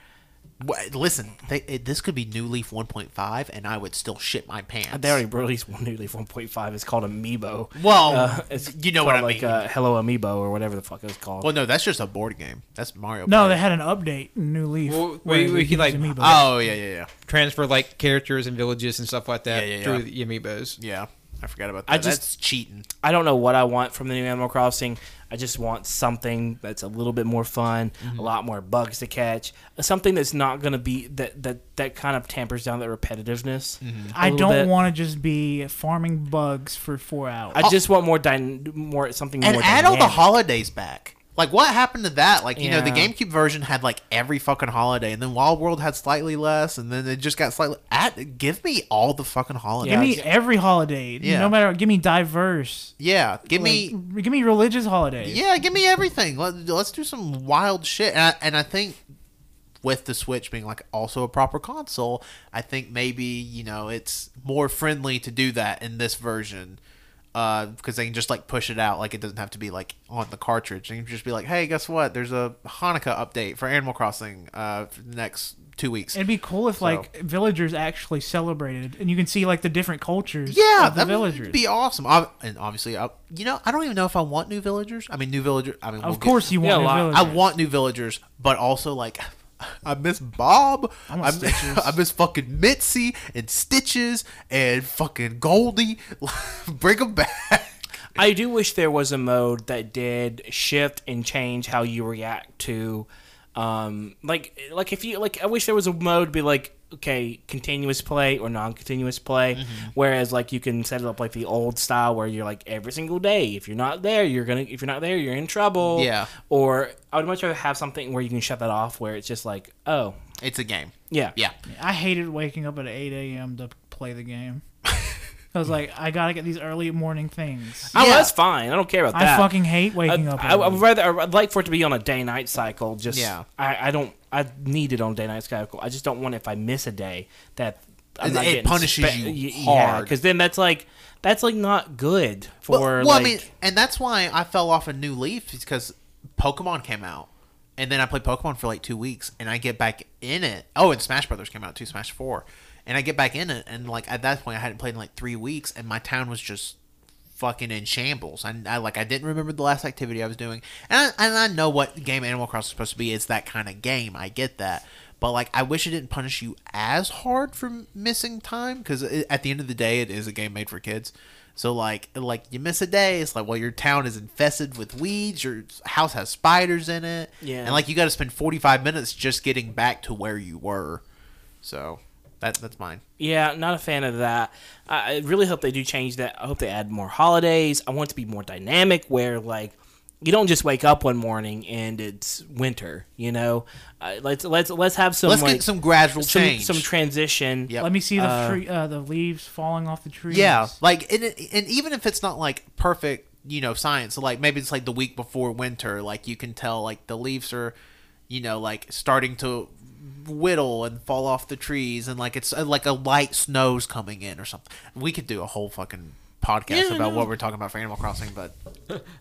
Speaker 1: Wha- Listen, they, it, this could be New Leaf 1.5, and I would still shit my pants.
Speaker 2: They already released one new leaf 1.5. It's called Amiibo.
Speaker 1: Well,
Speaker 2: it's
Speaker 1: you know what
Speaker 2: called,
Speaker 1: I
Speaker 2: like,
Speaker 1: mean.
Speaker 2: uh, Hello Amiibo or whatever the fuck it was called.
Speaker 1: well, no, that's just a board game. That's Mario.
Speaker 4: No,
Speaker 1: Party.
Speaker 4: they had an update, in New Leaf.
Speaker 3: Well,
Speaker 4: where
Speaker 3: we-
Speaker 4: you
Speaker 3: we
Speaker 4: could
Speaker 3: could,
Speaker 4: use
Speaker 3: like,
Speaker 4: amiibo.
Speaker 1: Oh yeah, yeah, yeah,
Speaker 3: transfer like characters and villages and stuff like that
Speaker 1: Yeah, yeah,
Speaker 3: through
Speaker 1: yeah.
Speaker 3: the amiibos.
Speaker 1: yeah. I forgot about that.
Speaker 2: I just-
Speaker 1: that's cheating.
Speaker 2: I don't know what I want from the new Animal Crossing. I just want something that's a little bit more fun, a lot more bugs to catch, something that's not going to be that that that kind of tampers down that repetitiveness. I
Speaker 4: I don't want to just be farming bugs for four hours.
Speaker 2: I just want more dyna- more something
Speaker 1: And
Speaker 2: more
Speaker 1: add all the
Speaker 2: dynamic.
Speaker 1: holidays back. Like what happened to that? Like you know, the
Speaker 2: Yeah.
Speaker 1: GameCube version had like every fucking holiday, and then Wild World had slightly less, and then it just got slightly. At give me all the fucking holidays.
Speaker 4: give
Speaker 1: Yeah,
Speaker 4: me every holiday,
Speaker 1: Yeah.
Speaker 4: no matter. Give me diverse.
Speaker 1: give me
Speaker 4: Like, give me religious holidays.
Speaker 1: Yeah, give me everything. Let, let's do some wild shit. And I, and I think with the Switch being like also a proper console, I think maybe you know it's more friendly to do that in this version because they can just like push it out. Like it doesn't have to be like on the cartridge. They can just be like, hey, guess what? There's a Hanukkah update for Animal Crossing uh, for the next two weeks.
Speaker 4: It'd be cool if like villagers actually celebrated, and you can see like the different cultures.
Speaker 1: yeah,
Speaker 4: of the
Speaker 1: that
Speaker 4: villagers.
Speaker 1: would be awesome. Ob- and obviously, I, you know, I don't even know if I want new villagers. I mean, new villagers. I mean, we'll
Speaker 4: of
Speaker 1: get-
Speaker 4: course, you
Speaker 2: Yeah,
Speaker 4: want
Speaker 2: a lot.
Speaker 4: new
Speaker 1: I
Speaker 4: villagers.
Speaker 1: want new villagers, but also like I miss Bob.
Speaker 4: want
Speaker 1: I miss,
Speaker 4: Stitches.
Speaker 1: I miss fucking Mitzi and Stitches and fucking Goldie. Bring them back.
Speaker 2: I do wish there was a mode that did shift and change how you react to, um, like like if you like. I wish there was a mode to be like okay, continuous play or non-continuous play.
Speaker 1: Mm-hmm.
Speaker 2: Whereas like you can set it up like the old style where you're like every single day. If you're not there, you're gonna. If you're not there, you're in trouble.
Speaker 1: Yeah.
Speaker 2: Or I would much rather have something where you can shut that off, where it's just like oh
Speaker 1: It's a game.
Speaker 2: yeah
Speaker 1: Yeah.
Speaker 4: I hated waking up at 8 a.m. to play the game. I was like, I gotta get these early morning things.
Speaker 2: Oh,
Speaker 1: Yeah.
Speaker 2: that's fine. I don't care about
Speaker 4: I
Speaker 2: that.
Speaker 4: fucking hate waking
Speaker 2: I,
Speaker 4: up.
Speaker 2: I,
Speaker 4: early.
Speaker 2: would rather I'd like for it to be on a day night cycle. Just
Speaker 1: Yeah.
Speaker 2: I, I don't I need it on day night cycle. I just don't want if I miss a day that I'm
Speaker 1: It-
Speaker 2: not
Speaker 1: it
Speaker 2: getting
Speaker 1: punishes you
Speaker 2: y- Yeah,
Speaker 1: hard.
Speaker 2: because then that's like that's like not good for
Speaker 1: Well, well,
Speaker 2: like
Speaker 1: I mean, and that's why I fell off a new leaf because Pokemon came out, and then I played Pokemon for like two weeks, and I get back in it. Oh, and Smash Brothers came out too, Smash Four, and I get back in it, and like at that point I hadn't played in like three weeks, and my town was just fucking in shambles. And I like I didn't remember the last activity I was doing, and I, and I know what game Animal Crossing is supposed to be. It's that kind of game. I get that. But like, I wish it didn't punish you as hard for missing time because at the end of the day, it is a game made for kids. So like, like you miss a day, it's like, well, your town is infested with weeds. Your house has spiders in it.
Speaker 2: Yeah.
Speaker 1: and like you got to spend forty five minutes just getting back to where you were. So that that's mine.
Speaker 2: Yeah, not a fan of that. I I really hope they do change that. I hope they add more holidays. I want it to be more dynamic where, like, you don't just wake up one morning and it's winter, you know? Uh, let's let's let's have some
Speaker 1: Let's
Speaker 2: like,
Speaker 1: get some gradual change.
Speaker 2: some transition.
Speaker 1: Yep.
Speaker 4: Let me see the tree, uh, the leaves falling off the trees.
Speaker 1: Yeah, like and, and even if it's not like perfect, you know, science. So like maybe it's like the week before winter. Like you can tell like the leaves are, you know, like starting to whittle and fall off the trees, and like it's uh, like a light snow's coming in or something. We could do a whole fucking podcast
Speaker 2: Yeah,
Speaker 1: about
Speaker 2: no.
Speaker 1: what we're talking about for Animal Crossing, but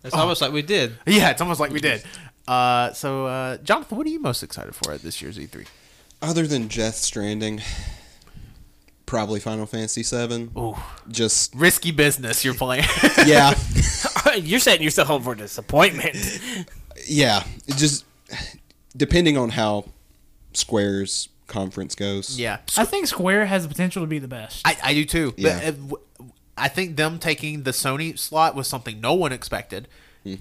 Speaker 3: It's almost like we did.
Speaker 1: yeah, it's almost like we did. Uh, so uh, Jonathan, what are you most excited for at this year's E E3?
Speaker 5: Other than Death Stranding, probably Final Fantasy VII. Just
Speaker 1: Risky business you're playing.
Speaker 5: yeah,
Speaker 2: You're setting yourself up for disappointment.
Speaker 5: yeah. It just depending on how Square's conference goes.
Speaker 1: yeah,
Speaker 4: I think Square has the potential to be the best.
Speaker 1: I, I do too.
Speaker 5: Yeah.
Speaker 1: But, uh, w- I think them taking the Sony slot was something no one expected,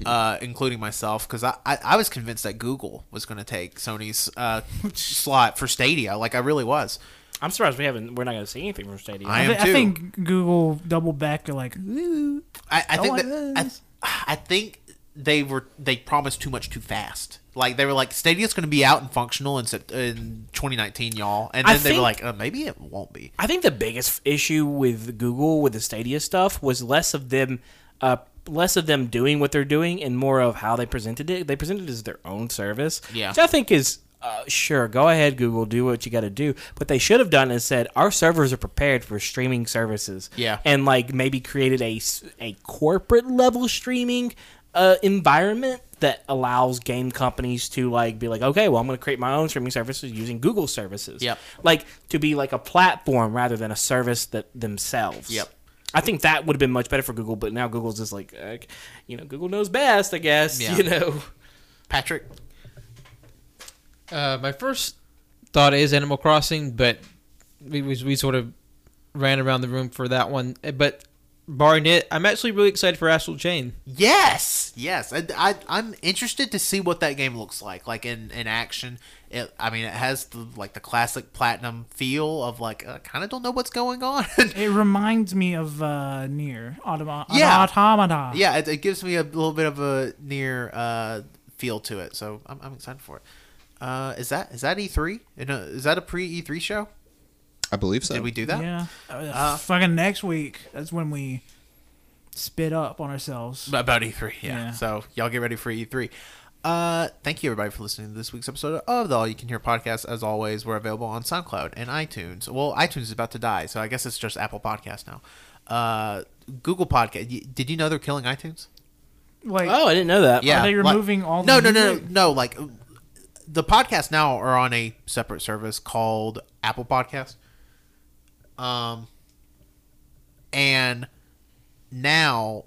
Speaker 1: uh, including myself, because I, I, I was convinced that Google was going to take Sony's uh, slot for Stadia. Like I really was.
Speaker 2: I'm surprised we haven't. We're not going to see anything from Stadia.
Speaker 1: I am
Speaker 4: thi- I
Speaker 1: too.
Speaker 4: think Google doubled back. They're like, ooh,
Speaker 1: I, I
Speaker 4: Don't
Speaker 1: think
Speaker 4: like
Speaker 1: that, I,
Speaker 4: this.
Speaker 1: I think they were they promised too much too fast. Like they were like Stadia's going to be out and functional in Sep- in 2019, y'all, and
Speaker 2: I
Speaker 1: then they were
Speaker 2: think-
Speaker 1: like, uh, maybe it won't be.
Speaker 2: I think the biggest issue with Google with the Stadia stuff was less of them, uh, less of them doing what they're doing, and more of how they presented it. They presented it as their own service,
Speaker 1: Yeah.
Speaker 2: which I think is. Uh, sure, go ahead, Google, do what you got to do. What they should have done is said our servers are prepared for streaming services,
Speaker 1: Yeah.
Speaker 2: and like maybe created a s- a corporate level streaming uh, environment that allows game companies to like be like, okay, well, I'm going to create my own streaming services using Google services
Speaker 1: Yep.
Speaker 2: like to be like a platform rather than a service that themselves.
Speaker 1: Yep.
Speaker 2: I think that would have been much better for Google, but now Google's just like, uh, you know, Google knows best, I guess.
Speaker 1: Yeah.
Speaker 2: You know,
Speaker 1: Patrick,
Speaker 3: Uh, my first thought is Animal Crossing, but we, we we sort of ran around the room for that one. Uh, But barring it, I'm actually really excited for Astral Chain.
Speaker 1: yes, yes, I, I I'm interested to see what that game looks like, like in in action. It, I mean, it has the, like the classic platinum feel of like I kind of don't know what's going on.
Speaker 4: it reminds me of uh, near Automa-
Speaker 1: Yeah.
Speaker 4: Automata.
Speaker 1: yeah, it, it gives me a little bit of a near uh, feel to it, so I'm, I'm excited for it. Uh, is that is that E3? And, uh, Is that a pre E3 show?
Speaker 5: I believe so.
Speaker 1: Did we do that? Uh-huh.
Speaker 4: yeah. fucking next week. That's when we spit up on ourselves.
Speaker 1: About E3, yeah.
Speaker 4: Yeah.
Speaker 1: So y'all get ready for E3. Uh, thank you everybody for listening to this week's episode of the All You Can Hear podcast. As always, we're available on SoundCloud and iTunes. Well, iTunes is about to die, so I guess it's just Apple Podcast now. Uh, Google Podcast. Y- Did you know they're killing iTunes?
Speaker 4: Like,
Speaker 2: oh, I didn't know that.
Speaker 1: Yeah,
Speaker 4: they
Speaker 1: like-
Speaker 4: removing all
Speaker 1: No, no,
Speaker 4: the
Speaker 1: no, no,
Speaker 4: music?
Speaker 1: no. Like the podcasts now are on a separate service called Apple Podcast. Um, and now,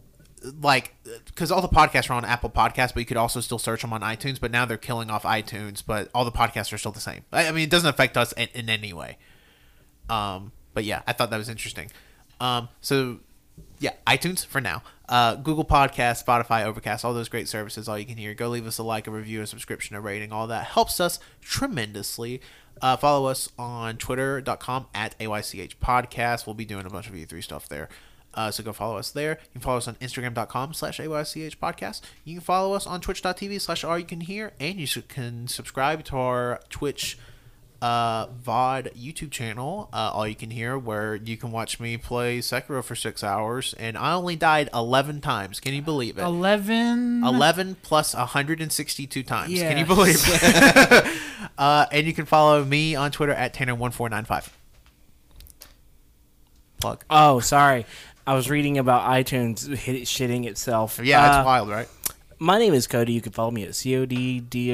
Speaker 1: like, because all the podcasts are on Apple Podcasts, but you could also still search them on iTunes. But now they're killing off iTunes, but all the podcasts are still the same. I, I mean, it doesn't affect us in, in any way. Um, but yeah, I thought that was interesting. Um, so yeah, iTunes for now. Uh, Google Podcast, Spotify, Overcast, all those great services, all you can hear. Go leave us a like, a review, a subscription, a rating. All that helps us tremendously. Uh, follow us on twitter.com at AYCH Podcast. We'll be doing a bunch of E3 stuff there. Uh, so go follow us there. You can follow us on Instagram.com slash AYCH podcast. You can follow us on twitch.tv slash all you can hear. And you su- can subscribe to our Twitch uh, VOD YouTube channel, uh, All You Can Hear, where you can watch me play Sekiro for six hours. And I only died 11 times. Can you believe it?
Speaker 4: 11.
Speaker 1: 11 plus 162 times. Can you
Speaker 4: Yes.
Speaker 1: believe it? uh, and you can follow me on Twitter at Tanner1495. Plug.
Speaker 2: Oh, sorry. I was reading about iTunes hit, shitting itself.
Speaker 1: Yeah, that's
Speaker 2: Uh,
Speaker 1: wild, right?
Speaker 2: My name is Cody. You can follow me at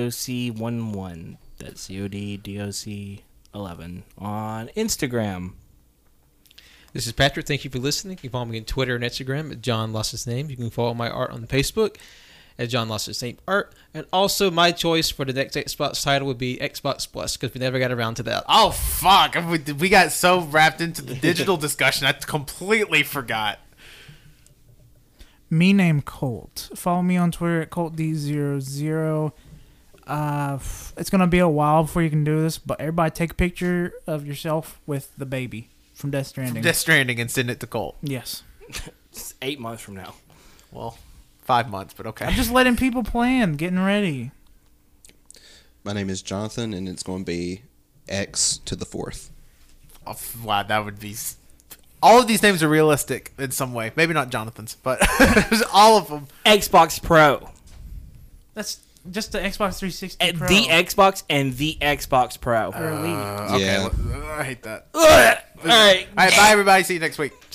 Speaker 2: CODDOC11. That's CODDOC11 on Instagram.
Speaker 3: This is Patrick. Thank you for listening. You can follow me on Twitter and Instagram at John Loss's Name. You can follow my art on Facebook at John Loss's Name Art. And also, my choice for the next Xbox title would be Xbox Plus because we never got around to that.
Speaker 1: Oh, fuck. We, we got so wrapped into the digital discussion, I completely forgot.
Speaker 4: Me name Colt. Follow me on Twitter at ColtD00. Uh, f- it's gonna be a while before you can do this, but everybody take a picture of yourself with the baby from Death Stranding.
Speaker 1: Death Stranding and send it to Colt.
Speaker 4: yes,
Speaker 2: It's eight months from now.
Speaker 1: Well, five months, but okay.
Speaker 4: I'm just letting people plan, getting ready.
Speaker 5: My name is Jonathan, and it's going to be X to the fourth.
Speaker 1: Oh, f- wow, that would be. s- All of these names are realistic in some way. Maybe not Jonathan's, but all of them.
Speaker 2: Xbox Pro.
Speaker 4: That's just the Xbox 360
Speaker 2: at
Speaker 4: Pro.
Speaker 2: the Xbox and the Xbox Pro.
Speaker 4: Or Elite.
Speaker 5: Yeah.
Speaker 1: Uh, well, I hate that.
Speaker 2: Ugh. All right.
Speaker 1: All right, bye everybody. See you next week.